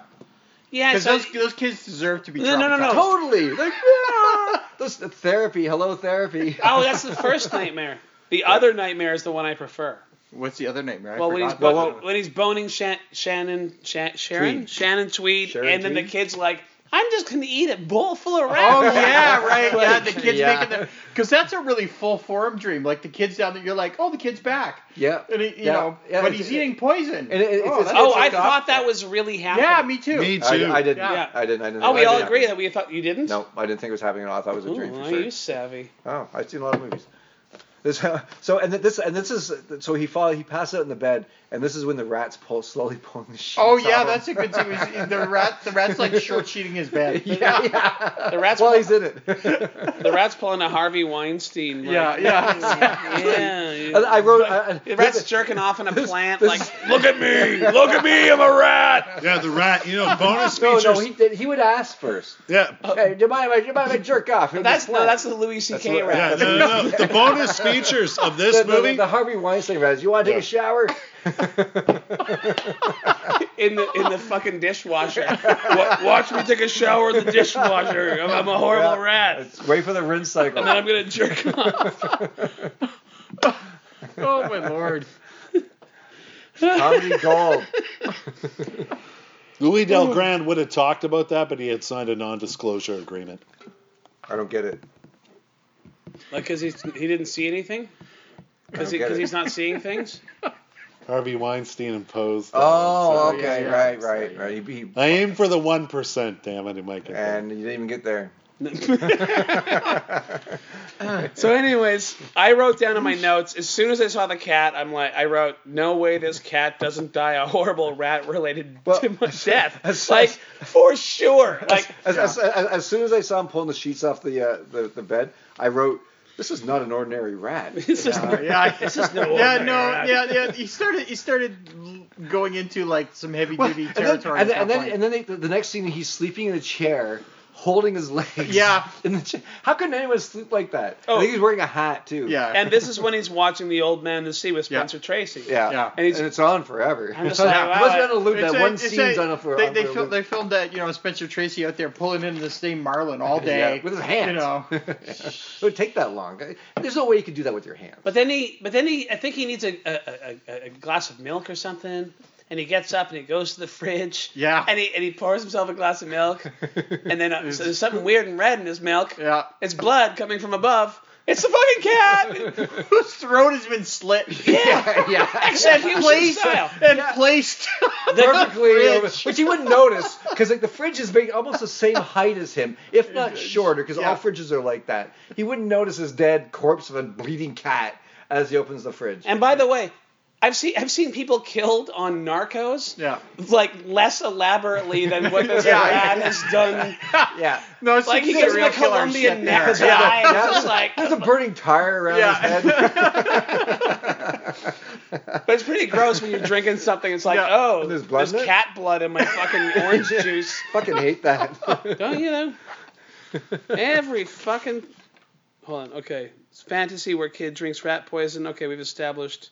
Speaker 10: Yeah,
Speaker 11: Because
Speaker 10: so
Speaker 11: those those kids deserve to be.
Speaker 10: No, no, no, no.
Speaker 11: traumatized.
Speaker 3: totally. Like, yeah. This the therapy. Hello, therapy.
Speaker 10: oh, that's the first nightmare. The other nightmare is the one I prefer.
Speaker 11: What's the other name? I
Speaker 10: Well, when he's
Speaker 11: forgot.
Speaker 10: bo- when he's boning Shan- Shannon Shan- Sharon
Speaker 3: Tweed.
Speaker 10: Shannon Tweed,
Speaker 3: Sharon
Speaker 10: and then the
Speaker 3: Tweed?
Speaker 10: kid's like, "I'm just gonna eat a bowl full of
Speaker 11: Oh
Speaker 10: rats."
Speaker 11: yeah, right. Yeah, the kids
Speaker 3: Yeah.
Speaker 11: making the because that's a really full form dream. Like the kids down there, you're like, oh, the kid's back,
Speaker 3: yeah.
Speaker 11: and he, you
Speaker 3: Yeah.
Speaker 11: know,
Speaker 3: Yeah,
Speaker 11: but
Speaker 3: it's-
Speaker 11: he's eating poison.
Speaker 3: and it- it's-
Speaker 11: oh,
Speaker 3: it's-
Speaker 11: that's
Speaker 10: Oh,
Speaker 11: fucked
Speaker 10: I
Speaker 11: up.
Speaker 10: thought that was really happening.
Speaker 11: Yeah, me too.
Speaker 2: Me too.
Speaker 3: I, I didn't.
Speaker 11: Yeah.
Speaker 3: I didn't. I didn't.
Speaker 10: Oh, we
Speaker 3: I
Speaker 10: all
Speaker 3: didn't.
Speaker 10: agree that we thought you didn't.
Speaker 3: No, I didn't think it was happening at all. I thought it was a
Speaker 10: Ooh,
Speaker 3: dream for
Speaker 10: are
Speaker 3: sure.
Speaker 10: you savvy?
Speaker 3: Oh, I've seen a lot of movies. This, so and this and this is so he fall he passed out in the bed and this is when the rats pull slowly pulling the sheets.
Speaker 11: Oh yeah,
Speaker 3: off him.
Speaker 11: that's a good thing. He's- The rat, the rat's like short sheeting his bed.
Speaker 3: yeah, yeah.
Speaker 10: The rat's
Speaker 3: While
Speaker 10: pull-
Speaker 3: he's in it.
Speaker 10: The rat's pulling a Harvey Weinstein. Like,
Speaker 11: Yeah, yeah.
Speaker 10: yeah. you-
Speaker 3: And I wrote. I,
Speaker 10: the rat's jerking off in a plant.
Speaker 3: this
Speaker 10: like,
Speaker 3: is-
Speaker 10: look at me, look at me, I'm a rat.
Speaker 2: Yeah, the rat. You know, bonus
Speaker 3: no,
Speaker 2: features.
Speaker 3: no, he did. He would ask first.
Speaker 2: yeah,
Speaker 3: Hey, do you mind? if I- Do you mind if I jerk off? He'd
Speaker 10: That's
Speaker 3: just
Speaker 10: no,
Speaker 3: laugh.
Speaker 10: that's the Louis C.K.
Speaker 3: what-
Speaker 2: yeah.
Speaker 10: rat.
Speaker 2: No, no, no. The bonus features of
Speaker 3: the,
Speaker 2: this
Speaker 3: the-
Speaker 2: movie.
Speaker 3: the Harvey Weinstein rats. You want to take a shower?
Speaker 10: in the in the fucking dishwasher. Wa- Watch me take a shower in the dishwasher. I'm, I'm a horrible
Speaker 3: Yeah.
Speaker 10: rat, and
Speaker 3: Wait for the rinse cycle.
Speaker 10: then I'm gonna jerk off.
Speaker 11: oh my lord.
Speaker 3: Comedy gold.
Speaker 2: Louis Del Grande would have talked about that, but he had signed a non-disclosure agreement.
Speaker 3: I don't get it.
Speaker 10: Like, cause he's, he didn't see anything. Cause, he,
Speaker 3: get
Speaker 10: cause
Speaker 3: it.
Speaker 10: he's not seeing things.
Speaker 2: Harvey Weinstein imposed. that.
Speaker 3: Oh,
Speaker 2: So-
Speaker 3: okay,
Speaker 11: yeah.
Speaker 3: right, right, right. He, he,
Speaker 2: I aim for the one percent. Damn it, it might get there.
Speaker 3: and you didn't even get there.
Speaker 10: So, anyways, I wrote down in my notes as soon as I saw the cat, I'm like, I wrote, no way this cat doesn't die a horrible rat related
Speaker 3: Well,
Speaker 10: to my death.
Speaker 3: as-
Speaker 10: like, for sure. Like,
Speaker 3: As, as, as, as soon as I saw him pulling the sheets off the, uh, the the bed, I wrote, "This is not an ordinary rat."
Speaker 10: this is
Speaker 11: Yeah,
Speaker 10: this is no.
Speaker 11: yeah,
Speaker 10: ordinary
Speaker 11: no,
Speaker 10: rat.
Speaker 11: yeah, yeah. He started. He started going into like some heavy duty
Speaker 3: and then
Speaker 11: territory.
Speaker 3: and then,
Speaker 11: at
Speaker 3: and
Speaker 11: that
Speaker 3: then, and then they, the next scene, he's sleeping in a chair, holding his legs.
Speaker 11: Yeah.
Speaker 3: In the chair. How can anyone sleep like that?
Speaker 10: Oh.
Speaker 3: I think he's wearing a hat too.
Speaker 11: point. yeah,
Speaker 10: And this is when he's watching The Old Man and the Sea with Spencer Tracy.
Speaker 3: Yeah.
Speaker 11: Yeah.
Speaker 3: And,
Speaker 10: he's-
Speaker 3: it's on forever.
Speaker 10: I'm just
Speaker 3: It's on-
Speaker 10: like, wow,
Speaker 3: it must be on a loop.
Speaker 11: uh, It's
Speaker 3: That
Speaker 11: a-
Speaker 3: one
Speaker 11: it's
Speaker 3: scene's
Speaker 11: a-
Speaker 3: on a for
Speaker 11: They,
Speaker 3: on
Speaker 11: they,
Speaker 3: for a
Speaker 11: fil-
Speaker 3: loop.
Speaker 11: they filmed that, you know, Spencer Tracy out there pulling in the same marlin all day
Speaker 3: Yeah, with his hands.
Speaker 11: You know,
Speaker 3: it would take that long. There's no way you could do that with your hands.
Speaker 10: But then he, but then he, I think he needs a, a, a, a glass of milk or something. And he gets up and he goes to the fridge.
Speaker 11: Yeah.
Speaker 10: And he and he pours himself a glass of milk. And then uh, so there's something weird and red in his milk.
Speaker 11: yeah.
Speaker 10: It's blood coming from above. It's the fucking cat.
Speaker 11: Whose throat has been slit?
Speaker 3: yeah, yeah.
Speaker 10: Execution
Speaker 11: Placed
Speaker 10: style.
Speaker 11: and placed.
Speaker 3: perfectly,
Speaker 11: fridge.
Speaker 3: over- which you wouldn't notice because like the fridge is big, almost the same height as him, if not shorter, because
Speaker 11: Yeah.
Speaker 3: all fridges are like that. He wouldn't notice his dead corpse of a bleeding cat as he opens the fridge.
Speaker 10: And by the way, I've seen I've seen people killed on Narcos.
Speaker 11: Yeah.
Speaker 10: Like less elaborately than what this
Speaker 11: Yeah.
Speaker 10: rat has done.
Speaker 3: yeah,
Speaker 11: No, it's
Speaker 10: Like he gives
Speaker 11: just a
Speaker 10: him
Speaker 11: real
Speaker 10: a
Speaker 11: killer
Speaker 10: Colombian
Speaker 11: shit
Speaker 10: neck.
Speaker 11: there.
Speaker 10: It's
Speaker 11: Yeah.
Speaker 10: just like
Speaker 3: has a burning tire around
Speaker 11: Yeah.
Speaker 3: his head.
Speaker 10: But it's pretty gross when you're drinking something. It's like,
Speaker 11: Yeah.
Speaker 10: oh,
Speaker 3: And
Speaker 10: there's,
Speaker 3: there's blood in it?
Speaker 10: cat blood in my fucking orange juice.
Speaker 3: Fucking hate that.
Speaker 10: Don't you know? Every fucking. Hold on. Okay, it's fantasy where kid drinks rat poison. Okay, we've established.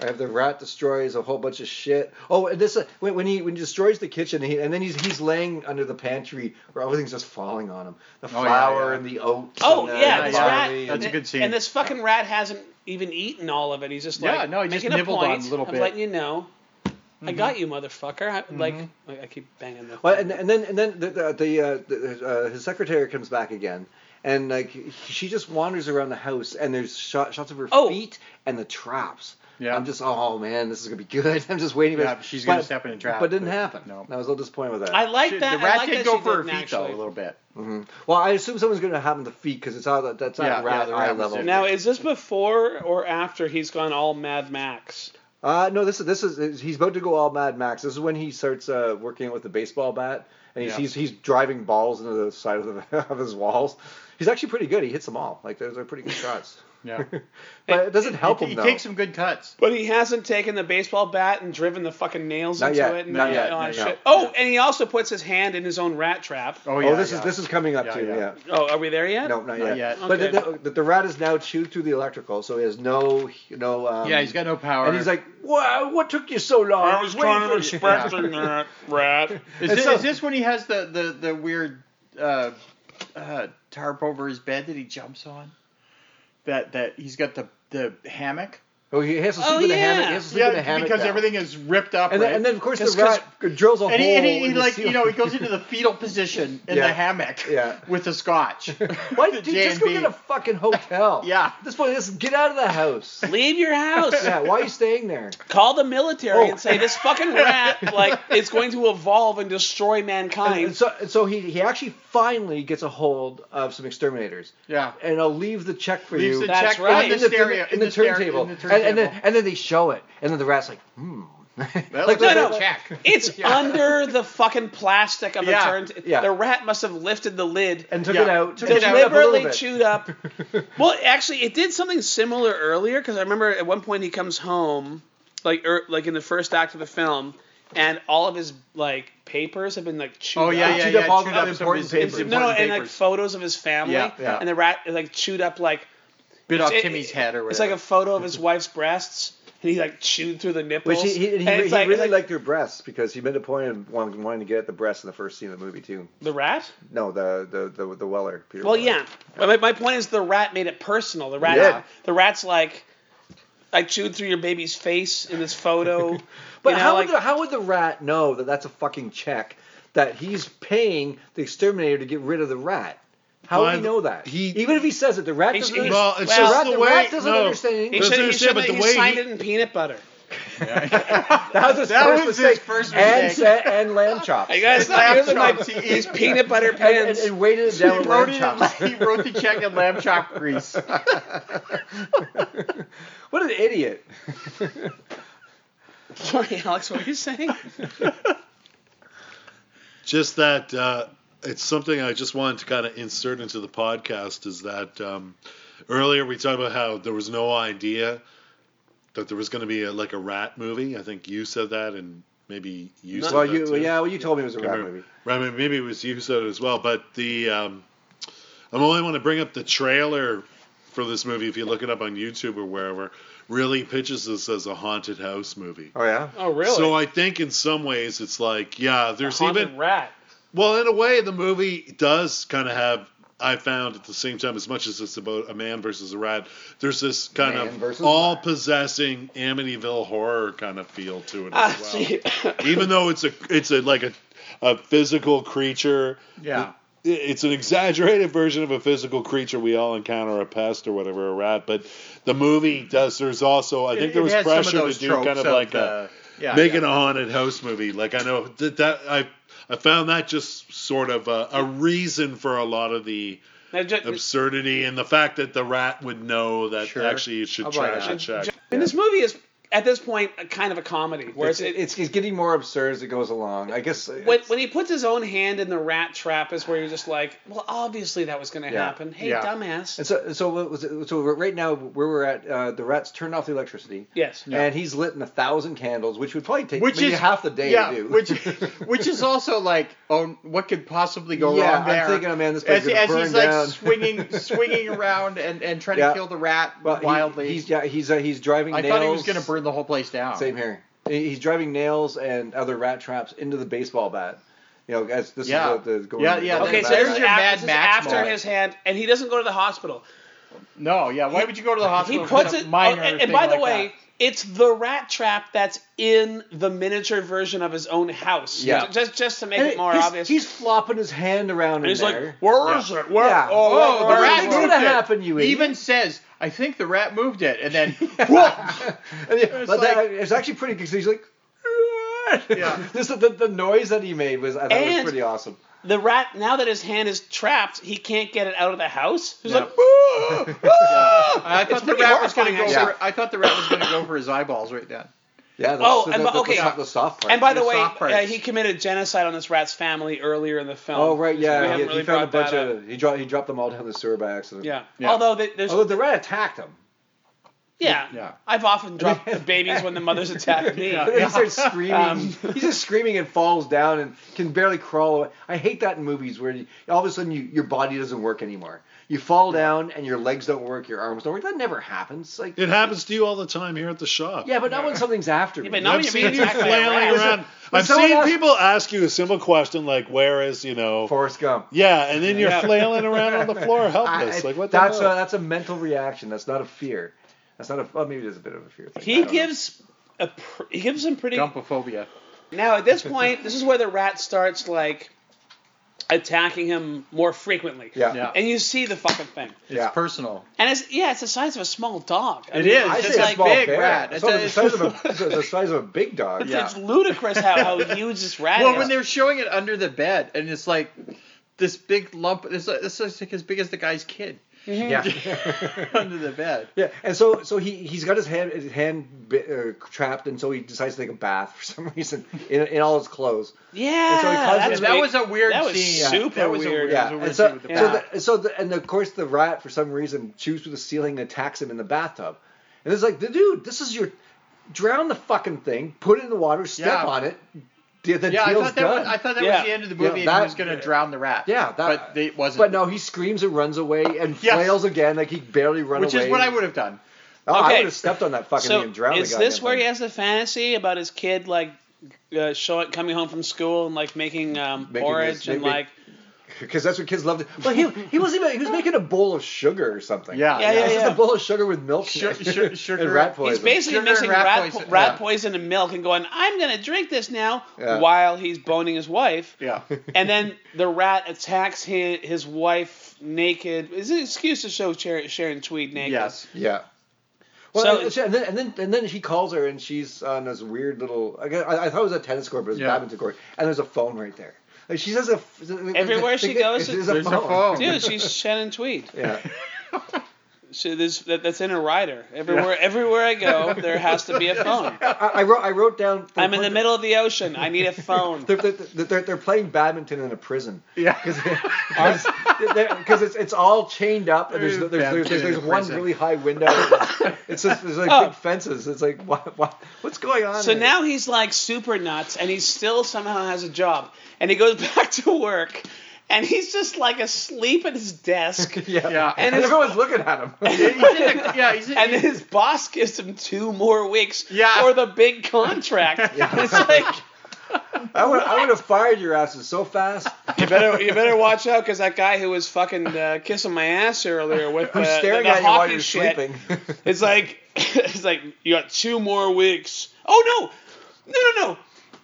Speaker 3: I have the rat destroys a whole bunch of shit. Oh, and this uh, when, when he when he destroys the kitchen, he, and then he's he's laying under the pantry where everything's just falling on him. The
Speaker 11: Oh, yeah,
Speaker 3: flour
Speaker 11: yeah.
Speaker 3: and the oats.
Speaker 10: Oh
Speaker 3: and the
Speaker 10: yeah,
Speaker 11: yeah,
Speaker 10: this
Speaker 11: yeah.
Speaker 10: rat.
Speaker 3: barley
Speaker 11: That's
Speaker 3: and-
Speaker 11: a good scene.
Speaker 10: And this fucking rat hasn't even eaten all of it. He's just like
Speaker 11: Yeah, no, he just
Speaker 10: making a
Speaker 11: nibbled on
Speaker 10: point
Speaker 11: a little
Speaker 10: of
Speaker 11: bit.
Speaker 10: letting you know.
Speaker 11: Mm-hmm.
Speaker 10: I got you, motherfucker. I, Like, I keep banging the.
Speaker 3: Well, and, and then and then the the, the, uh, the uh, his secretary comes back again, and like she just wanders around the house, and there's shot, shots of her
Speaker 10: Oh.
Speaker 3: feet and the traps. Yeah. I'm just, oh man, this is gonna be good. I'm just waiting.
Speaker 11: Yeah, she's gonna step in a trap,
Speaker 3: But it didn't
Speaker 11: but
Speaker 3: happen. No, I was a little disappointed with that.
Speaker 10: I like She- that-
Speaker 11: the
Speaker 10: I
Speaker 11: rat
Speaker 10: like
Speaker 11: did
Speaker 10: that
Speaker 11: go
Speaker 10: she
Speaker 11: for her
Speaker 10: didn't
Speaker 11: feet though a
Speaker 10: actually.
Speaker 11: little bit.
Speaker 3: hmm Well, I assume someone's gonna happen to feet because it's all that, that's
Speaker 11: Yeah,
Speaker 3: not
Speaker 11: yeah,
Speaker 3: rat
Speaker 11: the
Speaker 3: eye
Speaker 11: rat was
Speaker 3: level.
Speaker 10: Now, is this before or after he's gone all Mad Max?
Speaker 3: Uh, no, this is this is he's about to go all Mad Max. This is when he starts uh, working out with the baseball bat, and he's,
Speaker 11: Yeah.
Speaker 3: he's he's driving balls into the side of, the, of his walls. He's actually pretty good. He hits them all. Like those are pretty good shots.
Speaker 11: Yeah.
Speaker 3: but it doesn't help him
Speaker 11: he
Speaker 3: though.
Speaker 11: takes some good cuts.
Speaker 10: But he hasn't taken the baseball bat and driven the fucking nails
Speaker 3: Not
Speaker 10: into
Speaker 3: yet,
Speaker 10: it. And
Speaker 3: not
Speaker 10: all
Speaker 3: yet,
Speaker 10: that
Speaker 3: not
Speaker 10: shit.
Speaker 3: yet.
Speaker 10: Oh, and he also puts his hand in his own rat trap.
Speaker 3: oh, this is this is coming up
Speaker 10: Yeah,
Speaker 3: too.
Speaker 10: yeah.
Speaker 3: Yeah.
Speaker 10: Oh, are we there yet?
Speaker 3: No,
Speaker 10: Not
Speaker 3: not, yet.
Speaker 10: yet.
Speaker 3: But the-
Speaker 10: Okay.
Speaker 3: the, the, rat is now chewed through the electrical, so he has no no. Um,
Speaker 11: Yeah, he's got no power.
Speaker 3: And he's like, "Wow, what took you so long?"
Speaker 11: I was
Speaker 3: Wait
Speaker 11: trying
Speaker 3: for
Speaker 11: to
Speaker 3: you."
Speaker 11: express
Speaker 3: Yeah.
Speaker 11: it.
Speaker 10: Rat, rat.
Speaker 11: Is
Speaker 3: And
Speaker 11: this,
Speaker 3: so-
Speaker 11: is this when he has the the the weird uh, uh, tarp over his bed that he jumps on? That that he's got the the hammock.
Speaker 3: Oh, he has to sleep in a hammock. He has to sleep
Speaker 11: yeah,
Speaker 3: in a hammock
Speaker 11: because
Speaker 3: now.
Speaker 11: everything is ripped up.
Speaker 3: And then-
Speaker 11: right?
Speaker 3: and then, of course, the
Speaker 11: 'Cause-
Speaker 3: rat
Speaker 11: 'cause-
Speaker 3: drills a
Speaker 11: and he, and
Speaker 3: hole
Speaker 11: he,
Speaker 3: in
Speaker 11: he
Speaker 3: the
Speaker 11: like you
Speaker 3: ceiling.
Speaker 11: know he goes into the fetal position in
Speaker 3: Yeah.
Speaker 11: the hammock
Speaker 3: Yeah.
Speaker 11: with the scotch.
Speaker 3: Why
Speaker 11: The
Speaker 3: dude, just go
Speaker 11: J&B.
Speaker 3: get a fucking hotel?
Speaker 11: yeah.
Speaker 3: At this point, just get out of the house.
Speaker 10: Leave your house.
Speaker 3: yeah, why are you staying there?
Speaker 10: Call the military
Speaker 3: Oh.
Speaker 10: and say this fucking
Speaker 11: Oh.
Speaker 10: rat like it's going to evolve and destroy mankind.
Speaker 3: And so, and so he, he actually finally gets a hold of some exterminators.
Speaker 11: Yeah.
Speaker 3: And I'll leave the check for
Speaker 11: Leaves
Speaker 3: you.
Speaker 11: the That's check right. in the stereo-
Speaker 3: in
Speaker 11: in
Speaker 3: the
Speaker 11: the stereo-
Speaker 3: turntable.
Speaker 11: in the
Speaker 3: And, and then
Speaker 11: turntable.
Speaker 3: and then they show it, and then the rat's like, hmm.
Speaker 11: looks like a
Speaker 10: no.
Speaker 11: check.
Speaker 10: It's under the fucking plastic of
Speaker 11: Yeah.
Speaker 10: the turn.
Speaker 3: Yeah.
Speaker 10: The rat must have lifted the lid
Speaker 3: And took
Speaker 11: Yeah.
Speaker 3: it out.
Speaker 11: Took
Speaker 3: and
Speaker 11: it out.
Speaker 3: chewed up a little
Speaker 10: deliberately
Speaker 3: bit.
Speaker 10: chewed up. well, actually, it did something similar earlier because I remember at one point he comes home, like er, like in the first act of the film, and all of his like papers have been like chewed.
Speaker 11: Oh yeah,
Speaker 10: up.
Speaker 11: yeah,
Speaker 3: chewed
Speaker 11: yeah.
Speaker 3: up all
Speaker 11: chewed
Speaker 3: the
Speaker 11: up some of
Speaker 3: important
Speaker 11: his-
Speaker 3: papers.
Speaker 11: his
Speaker 10: No, no,
Speaker 11: important
Speaker 10: and like
Speaker 11: papers.
Speaker 10: photos of his family,
Speaker 11: Yeah, yeah.
Speaker 10: and the rat like chewed up like
Speaker 11: bit off
Speaker 10: it-
Speaker 11: Timmy's head or whatever.
Speaker 10: it's like a photo of his wife's breasts, and he like chewed through the
Speaker 3: Which
Speaker 10: nipples.
Speaker 3: he, he, he,
Speaker 10: and
Speaker 3: he
Speaker 10: it's like, it's
Speaker 3: really
Speaker 10: like
Speaker 3: liked their breasts because he made a point of wanting, wanting to get at the breasts in the first scene of the movie too.
Speaker 10: the rat.
Speaker 3: No, the the the, the Weller. Peter
Speaker 10: Well,
Speaker 3: Weller.
Speaker 10: yeah. But My, my point is the rat made it personal. The rat,
Speaker 3: Yeah.
Speaker 10: the rat's like, I chewed through your baby's face in this photo.
Speaker 3: But
Speaker 10: You know,
Speaker 3: how,
Speaker 10: like-
Speaker 3: would the, how would the rat know that that's a fucking check that he's paying the exterminator to get rid of the rat? How would he
Speaker 2: Fine,
Speaker 3: know that?
Speaker 2: he-
Speaker 3: Even if he says it, the rat
Speaker 10: He's-
Speaker 3: doesn't.
Speaker 10: he's-
Speaker 2: Well, it's just
Speaker 10: Well,
Speaker 3: the rat-
Speaker 2: the
Speaker 3: Uh, the
Speaker 2: way.
Speaker 3: rat doesn't
Speaker 2: no.
Speaker 3: understand
Speaker 10: he
Speaker 3: English.
Speaker 2: That's
Speaker 10: should,
Speaker 2: what
Speaker 10: he
Speaker 2: I'm
Speaker 10: should,
Speaker 2: saying,
Speaker 10: have
Speaker 2: but the
Speaker 10: he
Speaker 2: way
Speaker 10: signed
Speaker 2: he-
Speaker 10: it in peanut butter.
Speaker 3: That was his
Speaker 11: That
Speaker 3: first
Speaker 11: was his
Speaker 3: mistake.
Speaker 11: first
Speaker 3: and,
Speaker 11: mistake.
Speaker 3: sa- and lamb chops.
Speaker 10: I guys,
Speaker 11: Lamb
Speaker 10: here's my
Speaker 11: chops.
Speaker 10: these peanut butter
Speaker 3: and, and,
Speaker 10: pins.
Speaker 3: and weighted it down
Speaker 11: he
Speaker 3: with
Speaker 11: wrote,
Speaker 3: lamb
Speaker 11: it
Speaker 3: chops.
Speaker 11: in, he wrote the check in lamb chop grease.
Speaker 3: what an idiot!
Speaker 10: Sorry, Alex, what were you saying?
Speaker 2: just that uh, it's something I just wanted to kind of insert into the podcast is that um, earlier we talked about how there was no idea that there was going to be a, like a rat movie. I think you said that, and maybe you said
Speaker 3: well,
Speaker 2: that
Speaker 3: you
Speaker 2: too.
Speaker 3: yeah, well, you told me it was a
Speaker 2: Can't
Speaker 3: rat
Speaker 2: remember.
Speaker 3: movie.
Speaker 2: Right, I mean, maybe it was you who said it as well, but the um, I only want to bring up the trailer for this movie. If you look it up on YouTube or wherever, really pitches this as a haunted house movie.
Speaker 3: Oh yeah.
Speaker 10: Oh, really?
Speaker 2: So I think in some ways it's like, yeah, there's
Speaker 10: Haunted
Speaker 2: even
Speaker 10: rat.
Speaker 2: well, in a way, the movie does kind of have. I found at the same time, as much as it's about a man versus a rat, there's this kind
Speaker 3: Man versus
Speaker 2: of all-possessing Amityville horror kind of feel to it
Speaker 10: Ah,
Speaker 2: as well.
Speaker 10: see.
Speaker 2: Even though it's a, it's a like a, a physical creature.
Speaker 11: yeah.
Speaker 2: i- It's an exaggerated version of a physical creature we all encounter, a pest or whatever, a rat. But the movie does. There's also, I think
Speaker 11: It-
Speaker 2: there
Speaker 11: it
Speaker 2: was
Speaker 11: has some of
Speaker 2: pressure
Speaker 11: those
Speaker 2: to do kind
Speaker 11: tropes
Speaker 2: of like
Speaker 11: the-
Speaker 2: a
Speaker 11: yeah,
Speaker 2: making
Speaker 11: yeah.
Speaker 2: a haunted house movie. Like I know that, that I I found that just sort of a, a reason for a lot of the
Speaker 10: Now, ju-
Speaker 2: absurdity and the fact that the rat would know that
Speaker 11: Sure.
Speaker 2: actually it should
Speaker 11: I'll buy
Speaker 2: trash a
Speaker 11: that.
Speaker 2: check.
Speaker 10: And this movie is, at this point, a kind of a comedy. Where
Speaker 3: It's,
Speaker 10: it's,
Speaker 3: it's, it's getting more absurd as it goes along. I guess. uh,
Speaker 10: when,
Speaker 3: it's-
Speaker 10: when he puts his own hand in the rat trap is where you're just like, well, obviously that was going to
Speaker 3: Yeah.
Speaker 10: happen. Hey,
Speaker 11: Yeah.
Speaker 10: dumbass.
Speaker 3: And so, and so, what was it, so right now where we're at, uh, the rat's turned off the electricity,
Speaker 10: yes.
Speaker 3: and he's lit in a thousand candles, which would probably take
Speaker 11: Which
Speaker 3: maybe
Speaker 11: is
Speaker 3: half the day
Speaker 11: yeah,
Speaker 3: to do.
Speaker 11: which which is also like, oh, what could possibly go
Speaker 3: Yeah,
Speaker 11: wrong
Speaker 3: I'm
Speaker 11: there?
Speaker 3: thinking, oh, man, this place
Speaker 11: as,
Speaker 3: is gonna
Speaker 11: as
Speaker 3: burn
Speaker 11: he's
Speaker 3: down.
Speaker 11: like swinging swinging around and, and trying
Speaker 3: Yeah.
Speaker 11: to kill the rat
Speaker 3: well, he-
Speaker 11: wildly.
Speaker 3: he's yeah, he's uh, he's driving.
Speaker 11: I
Speaker 3: nails,
Speaker 11: thought he was gonna burn the whole place down.
Speaker 3: Same here. He- He's driving nails and other rat traps into the baseball bat. You know, as this
Speaker 11: Yeah.
Speaker 3: is the, the going.
Speaker 11: Yeah,
Speaker 3: to the
Speaker 11: yeah,
Speaker 3: baseball
Speaker 10: Okay,
Speaker 11: that's
Speaker 10: so
Speaker 3: bat.
Speaker 11: right.
Speaker 10: this is
Speaker 11: Your
Speaker 10: af-
Speaker 11: Mad
Speaker 10: this is
Speaker 11: Max
Speaker 10: after
Speaker 11: moment.
Speaker 10: his hand, and he doesn't go to the hospital.
Speaker 11: No, yeah. Why would you go to the
Speaker 10: He
Speaker 11: hospital? for
Speaker 10: puts
Speaker 11: a
Speaker 10: it. oh,
Speaker 11: minor
Speaker 10: and,
Speaker 11: thing
Speaker 10: and by the
Speaker 11: like
Speaker 10: way,
Speaker 11: that?
Speaker 10: it's the rat trap that's in the miniature version of his own house.
Speaker 3: Yeah.
Speaker 10: Ju- Just just to make
Speaker 3: And
Speaker 10: it more
Speaker 3: he's,
Speaker 10: obvious.
Speaker 3: He's flopping his hand around
Speaker 10: And
Speaker 3: in
Speaker 10: he's
Speaker 3: there.
Speaker 10: like, where is it? Where?
Speaker 3: Yeah.
Speaker 10: Oh,
Speaker 11: Oh,
Speaker 10: where-
Speaker 11: the
Speaker 10: where
Speaker 11: rat
Speaker 10: is
Speaker 3: What's
Speaker 10: it?"
Speaker 3: gonna
Speaker 11: moved it.
Speaker 3: happen, you
Speaker 11: He
Speaker 3: idiot?
Speaker 11: even says, I think the rat moved it, and then whoa,
Speaker 3: And yeah,
Speaker 11: It's
Speaker 3: but that-
Speaker 11: like-
Speaker 3: it's actually pretty because he's like,
Speaker 11: yeah.
Speaker 3: this the, the noise that he made was I thought it was
Speaker 10: And-
Speaker 3: pretty awesome.
Speaker 10: The rat, now that his hand is trapped, he can't get it out of the house. He's
Speaker 11: No.
Speaker 10: like, "Whoa, whoa."
Speaker 11: I
Speaker 10: It's
Speaker 11: thought the
Speaker 10: pretty
Speaker 11: rat was
Speaker 10: horrifying,
Speaker 11: going to go.
Speaker 10: actually.
Speaker 11: For, I thought the rat was going to go for his eyeballs right then.
Speaker 3: Yeah. That's,
Speaker 10: Oh,
Speaker 3: so
Speaker 10: and
Speaker 3: that-
Speaker 10: bu-
Speaker 3: that's
Speaker 10: okay.
Speaker 3: not the soft part.
Speaker 10: And by the,
Speaker 11: The
Speaker 10: way,
Speaker 11: soft
Speaker 10: uh,
Speaker 11: parts.
Speaker 10: he committed genocide on this rat's family earlier in the film.
Speaker 3: oh right,
Speaker 10: So we
Speaker 3: yeah,
Speaker 10: haven't
Speaker 3: he, he
Speaker 10: really
Speaker 3: found a
Speaker 10: brought
Speaker 3: bunch
Speaker 10: that up.
Speaker 3: of he dropped he dropped them all down the sewer by accident.
Speaker 10: Yeah.
Speaker 11: Yeah.
Speaker 10: Although they, there's,
Speaker 3: Although the rat attacked him.
Speaker 10: yeah,
Speaker 11: Yeah.
Speaker 10: I've often dropped the babies when the mothers attack me.
Speaker 3: And then he starts screaming.
Speaker 10: Um,
Speaker 3: he's just screaming and falls down and can barely crawl away. I hate that in movies where you, all of a sudden you, your body doesn't work anymore. You fall down and your legs don't work, your arms don't work. That never happens. Like
Speaker 2: It happens to you all the time here at the shop.
Speaker 3: yeah, but not when something's after me.
Speaker 10: but not
Speaker 2: I've
Speaker 10: when you're
Speaker 2: seen
Speaker 10: being
Speaker 2: you
Speaker 10: attacked by a
Speaker 2: flailing
Speaker 10: rat.
Speaker 2: around. I've
Speaker 3: someone
Speaker 2: seen
Speaker 3: asked-
Speaker 2: people ask you a simple question like, "Where is you know?"
Speaker 3: Forrest Gump.
Speaker 2: yeah, and then you're
Speaker 10: Yeah.
Speaker 2: flailing around on the floor, helpless.
Speaker 3: I-
Speaker 2: like what? The
Speaker 3: that's
Speaker 2: hell?
Speaker 3: a that's a mental reaction. That's not a fear. That's not a. Well, maybe it is a bit of a fear. Thing. I
Speaker 10: he
Speaker 3: don't know.
Speaker 10: gives a pr- he gives some pretty
Speaker 11: Dumpophobia.
Speaker 10: Now at this point, this is where the rat starts like attacking him more frequently.
Speaker 3: Yeah.
Speaker 11: Yeah.
Speaker 10: And you see the fucking thing.
Speaker 11: It's
Speaker 3: Yeah.
Speaker 11: personal.
Speaker 10: And it's yeah, it's the size of a small dog. I
Speaker 11: It
Speaker 10: mean,
Speaker 11: is.
Speaker 3: I
Speaker 11: It's
Speaker 3: say
Speaker 11: just
Speaker 3: a
Speaker 11: like
Speaker 3: small
Speaker 11: big
Speaker 3: bear.
Speaker 11: rat.
Speaker 3: It's
Speaker 11: It's,
Speaker 3: not
Speaker 11: a,
Speaker 3: the
Speaker 11: it's,
Speaker 3: size of a it's the size of a big dog.
Speaker 11: Yeah.
Speaker 10: It's ludicrous how, how huge this rat
Speaker 11: well,
Speaker 10: is.
Speaker 11: when they were showing it under the bed, and it's like this big lump. It's like, it's like as big as the guy's kid
Speaker 3: Yeah.
Speaker 11: under the bed.
Speaker 3: Yeah, and so so he he's got his hand his hand bi- uh, trapped, and so he decides to take a bath for some reason in, in all his clothes.
Speaker 10: yeah,
Speaker 3: And so he calls
Speaker 10: that's
Speaker 3: him-
Speaker 11: that
Speaker 10: weird.
Speaker 11: was a weird
Speaker 10: That was
Speaker 11: scene. Yeah.
Speaker 10: super
Speaker 11: That was a
Speaker 10: weird.
Speaker 11: weird-
Speaker 3: Yeah,
Speaker 11: Those are
Speaker 3: and
Speaker 11: weird
Speaker 3: so
Speaker 11: too, with
Speaker 10: the
Speaker 3: so,
Speaker 10: bath.
Speaker 3: the, so the, and of course the rat for some reason shoots through the ceiling and attacks him in the bathtub, and it's like, dude, this is your drown the fucking thing, put it in the water, step
Speaker 11: Yeah.
Speaker 3: on it, the, the
Speaker 11: Yeah, I
Speaker 3: deal's
Speaker 11: thought that
Speaker 3: done.
Speaker 11: was, I thought that
Speaker 10: Yeah.
Speaker 11: was the end of the
Speaker 3: Yeah,
Speaker 11: movie. and
Speaker 3: that-
Speaker 11: he was going to drown the rat.
Speaker 3: yeah, that,
Speaker 11: but they, it wasn't.
Speaker 3: But no, he screams and runs away and
Speaker 11: Yes.
Speaker 3: flails again, like he barely run
Speaker 11: which
Speaker 3: away.
Speaker 11: is what I would have done.
Speaker 3: Oh, I
Speaker 10: Okay.
Speaker 3: would have stepped on that fucking
Speaker 10: so
Speaker 3: thing and drowned
Speaker 10: is
Speaker 3: the
Speaker 10: this
Speaker 3: goddamn
Speaker 10: where
Speaker 3: thing.
Speaker 10: he has the fantasy about his kid like uh, showing coming home from school and like making um,
Speaker 3: Making
Speaker 10: porridge
Speaker 3: this-
Speaker 10: and
Speaker 3: make-
Speaker 10: like
Speaker 3: because that's what kids love. to- Well, he he was even he was making a bowl of sugar or something.
Speaker 11: Yeah,
Speaker 10: Yeah, yeah,
Speaker 3: It's just
Speaker 10: yeah.
Speaker 3: a bowl of sugar with milk
Speaker 11: Su-
Speaker 3: in it.
Speaker 11: su- sugar-
Speaker 3: and rat
Speaker 10: He's
Speaker 3: poison.
Speaker 10: basically
Speaker 11: Sugar and
Speaker 10: mixing rat,
Speaker 11: rat
Speaker 10: rat,
Speaker 11: poison,
Speaker 10: poison, rat
Speaker 11: yeah.
Speaker 10: poison and milk and going, I'm going to drink this now
Speaker 3: Yeah.
Speaker 10: while he's boning his wife.
Speaker 11: Yeah.
Speaker 10: And then the rat attacks his, his wife naked. It's an excuse to show Sharon, Sharon Tweed naked.
Speaker 11: yes.
Speaker 3: yeah.
Speaker 10: So
Speaker 3: Well,
Speaker 10: it's-
Speaker 3: and, then, and then and then he calls her and she's on this weird little. I, guess- I I thought it was a tennis court, but it's a
Speaker 11: Yeah.
Speaker 3: badminton court. And there's a phone right there. Like she says a.
Speaker 10: Everywhere she goes,
Speaker 3: there's a
Speaker 11: there's a
Speaker 3: phone.
Speaker 11: phone.
Speaker 10: Dude, she's Shannon Tweed.
Speaker 3: Yeah.
Speaker 10: She, this, that, that's in her rider. Everywhere, everywhere I go, there has to be a phone.
Speaker 3: I, I wrote I wrote down.
Speaker 10: I'm in the middle of the ocean. I need a phone.
Speaker 3: They're, they're, they're, they're playing badminton in a prison.
Speaker 11: Yeah.
Speaker 3: because it's it's all chained up and there's there's
Speaker 11: There's
Speaker 3: there's, there's,
Speaker 11: bad
Speaker 3: there's
Speaker 11: kid in
Speaker 3: one
Speaker 11: prison.
Speaker 3: really high window. and It's just there's like
Speaker 10: Oh.
Speaker 3: big fences. It's like what, what what's going on?
Speaker 10: So
Speaker 3: here?
Speaker 10: now he's like super nuts, and he still somehow has a job, and he goes back to work, and he's just like asleep at his desk,
Speaker 3: yeah,
Speaker 11: Yeah.
Speaker 3: and,
Speaker 10: And it's-
Speaker 3: everyone's looking at him.
Speaker 11: He's in the, yeah, he's in,
Speaker 10: and his boss gives him two more weeks
Speaker 11: Yeah.
Speaker 10: for the big contract. It's like
Speaker 3: I would I would have fired your asses so fast.
Speaker 10: you better you better watch out because that guy who was fucking uh, kissing my ass earlier with
Speaker 3: Who's
Speaker 10: the,
Speaker 3: staring
Speaker 10: the
Speaker 3: at you while
Speaker 10: hockey
Speaker 3: you're
Speaker 10: shit,
Speaker 3: sleeping?
Speaker 10: It's like it's like you got two more weeks. Oh no, no, no, no.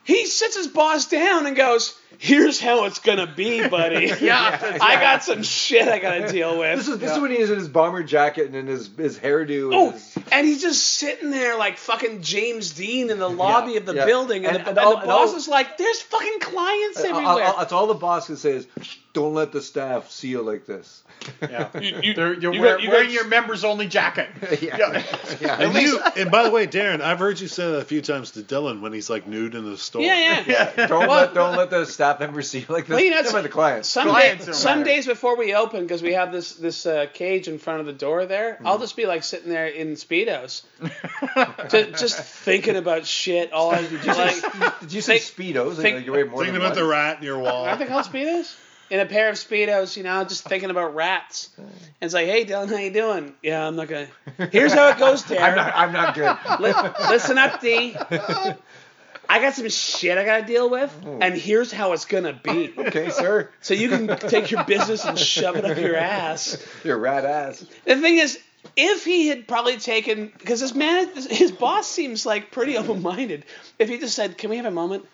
Speaker 10: He sits his boss down and goes, "Here's how it's gonna be, buddy.
Speaker 11: Yeah.
Speaker 10: I got some shit I gotta deal with."
Speaker 3: this is this is when he is in his bomber jacket and in his his hairdo. And
Speaker 10: Oh,
Speaker 3: his,
Speaker 10: and he's just sitting there like fucking James Dean in the lobby of the
Speaker 3: yeah.
Speaker 10: building, and,
Speaker 3: And-
Speaker 10: the,
Speaker 3: and
Speaker 10: and
Speaker 3: all-
Speaker 10: the
Speaker 3: and oh.
Speaker 10: boss
Speaker 3: all-
Speaker 10: is like, "There's fucking clients
Speaker 3: I- I-
Speaker 10: everywhere."
Speaker 3: I- that's all the boss can say is, "Don't let the staff see you like this."
Speaker 11: yeah.
Speaker 10: You- you-
Speaker 11: They're- you're
Speaker 10: you
Speaker 11: wear-
Speaker 10: got- you
Speaker 11: wearing
Speaker 10: got-
Speaker 11: your members only jacket.
Speaker 3: yeah. yeah.
Speaker 2: And, you, and by the way, Darren, I've heard you say that a few times to Dylan when he's like nude in the store.
Speaker 10: yeah, yeah.
Speaker 3: Don't
Speaker 10: Well-
Speaker 3: let don't let the staff members see you like this.
Speaker 10: Well, you know,
Speaker 3: Don't let the clients.
Speaker 10: Some, day,
Speaker 11: Clients don't
Speaker 10: some
Speaker 11: matter.
Speaker 10: days before we open, because we have this this uh, cage in front of the door there,
Speaker 3: Hmm.
Speaker 10: I'll just be like sitting there in speedos, just, just thinking about shit. All I, like,
Speaker 3: Did you say speedos?
Speaker 10: think-
Speaker 3: Like, you weigh more
Speaker 2: Thinking
Speaker 3: than
Speaker 2: about
Speaker 3: one.
Speaker 2: the rat in your wall.
Speaker 10: aren't they called speedos? In a pair of speedos, you know, just thinking about rats. And it's like, hey, Dylan, how you doing? Yeah, I'm not gonna. Here's how it goes, Darren.
Speaker 3: I'm not. I'm not good.
Speaker 10: Li- listen up, D. I got some shit I gotta deal with,
Speaker 3: Hmm.
Speaker 10: and here's how it's gonna be.
Speaker 3: Okay, sir.
Speaker 10: So you can take your business and shove it up your ass.
Speaker 3: You're a rat ass.
Speaker 10: The thing is, if he had probably taken, because this man, his boss seems like pretty open minded. If he just said, "Can we have a moment?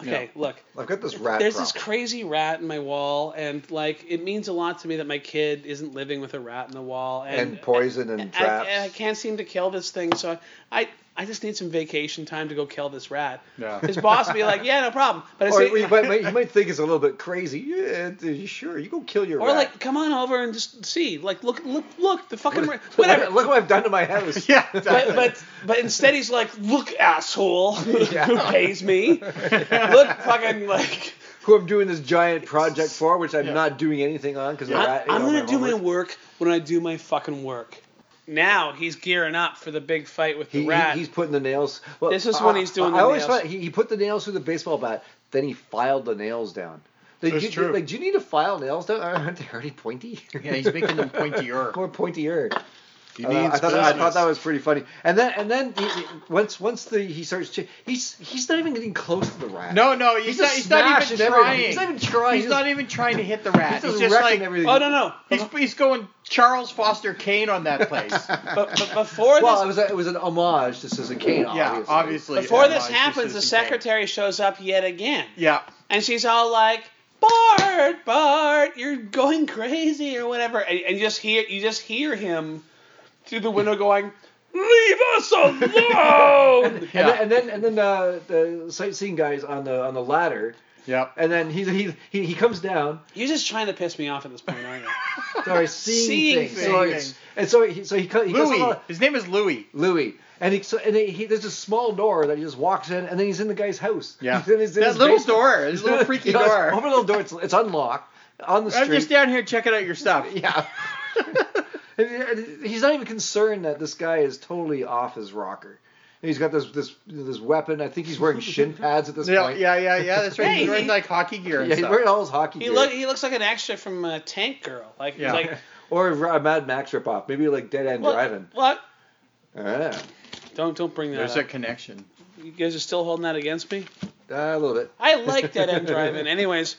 Speaker 10: Okay, look.
Speaker 3: I've got this rat.
Speaker 10: There's
Speaker 3: problem.
Speaker 10: this crazy rat in my wall, and like it means a lot to me that my kid isn't living with a rat in the wall. And,
Speaker 3: and poison and
Speaker 10: I,
Speaker 3: traps.
Speaker 10: and I can't seem to kill this thing, so I, I, I just need some vacation time to go kill this rat.
Speaker 3: Yeah.
Speaker 10: His boss would be like, yeah, no problem. But I
Speaker 3: or
Speaker 10: say,
Speaker 3: you might, might- you might think it's a little bit crazy. Yeah, dude, sure, you go kill your
Speaker 10: or
Speaker 3: rat.
Speaker 10: like, come on over and just see, like, look, look, look, the fucking rat,
Speaker 3: Look-
Speaker 10: whatever.
Speaker 3: Look what I've done to my house.
Speaker 11: yeah,
Speaker 10: but, but but instead he's like, look, asshole, who pays me? look, fucking like.
Speaker 3: Who I'm doing this giant project for, which I'm not doing anything on because
Speaker 10: I-
Speaker 3: rat. ate
Speaker 10: I'm
Speaker 3: all
Speaker 10: gonna do
Speaker 3: homework.
Speaker 10: my work when I do my fucking work. Now he's gearing up for the big fight with the
Speaker 3: He-
Speaker 10: rat.
Speaker 3: he- he's putting the nails. Well,
Speaker 10: This is when
Speaker 3: I-
Speaker 10: he's doing the
Speaker 3: I, I always
Speaker 10: nails.
Speaker 3: thought he, he put the nails through the baseball bat, then he filed the nails down. Like,
Speaker 11: That's
Speaker 3: you,
Speaker 11: true.
Speaker 3: Like, do you need to file nails down? Aren't they already pointy?
Speaker 11: Yeah, he's making them pointier.
Speaker 3: More pointier.
Speaker 2: He
Speaker 3: Uh,
Speaker 2: means
Speaker 3: I, thought that, I
Speaker 2: business.
Speaker 3: thought that was pretty funny. And then and then he, he- once once the he starts ch- he's he's not even getting close to the rat.
Speaker 11: No, no, he's, not.
Speaker 3: just
Speaker 11: He's not even
Speaker 3: smashing everything.
Speaker 11: trying.
Speaker 3: He's not even trying.
Speaker 11: He's not even trying to hit the rat.
Speaker 3: just
Speaker 11: He's just
Speaker 3: wrecking
Speaker 11: like,
Speaker 3: everything.
Speaker 10: oh no no!
Speaker 11: he's, he's going Charles Foster Kane on that place.
Speaker 10: But, but before
Speaker 3: Well,
Speaker 10: this
Speaker 3: it was a, it was an homage to Citizen Kane.
Speaker 11: yeah, obviously.
Speaker 10: before
Speaker 11: yeah,
Speaker 10: this
Speaker 11: no, it's
Speaker 10: happens, the
Speaker 11: just insane.
Speaker 10: secretary shows up yet again,
Speaker 11: Yeah,
Speaker 10: and she's all like, "Bart, Bart, you're going crazy or whatever," and, and you just hear you just hear him through the window going, "Leave us alone!"
Speaker 11: yeah,
Speaker 3: And then and then uh, the sightseeing guys on the on the ladder,
Speaker 11: yeah.
Speaker 3: and then he he he, he comes down.
Speaker 10: You're just trying to piss me off at this point, aren't you?
Speaker 3: Sorry, seeing,
Speaker 10: Seeing
Speaker 3: things.
Speaker 10: things.
Speaker 3: Sorry. And so he so he, co- he goes
Speaker 11: Louis.
Speaker 3: along-
Speaker 11: His name is Louis.
Speaker 3: Louis. And, he, so, and he, he, there's a small door that he just walks in, and then he's in the guy's house.
Speaker 11: Yeah.
Speaker 3: He's in his- in
Speaker 11: That
Speaker 3: his
Speaker 11: little
Speaker 3: basement.
Speaker 11: door, his little freaky
Speaker 3: You know, it's-
Speaker 11: door.
Speaker 3: Open the little door. It's, it's unlocked on the street.
Speaker 11: I'm just down here checking out your stuff.
Speaker 3: yeah. And- and he's not even concerned that this guy is totally off his rocker. And he's got this this this weapon. I think he's wearing shin pads at this
Speaker 11: Yeah,
Speaker 3: point.
Speaker 11: yeah, yeah, yeah. That's right.
Speaker 10: Hey,
Speaker 11: he's wearing
Speaker 10: he-
Speaker 11: like hockey gear and
Speaker 3: Yeah, he's
Speaker 11: stuff.
Speaker 3: wearing all his hockey
Speaker 10: He
Speaker 3: gear.
Speaker 10: look he looks like an extra from uh, Tank Girl, like
Speaker 11: Yeah.
Speaker 10: like.
Speaker 3: or a Mad Max ripoff. Maybe like Dead End
Speaker 10: What?
Speaker 3: Driving.
Speaker 10: What?
Speaker 3: Yeah.
Speaker 10: Don't don't bring that
Speaker 11: There's a
Speaker 10: up.
Speaker 11: connection.
Speaker 10: You guys are still holding that against me.
Speaker 3: Uh, a little bit.
Speaker 10: I like Dead End Driving, anyways.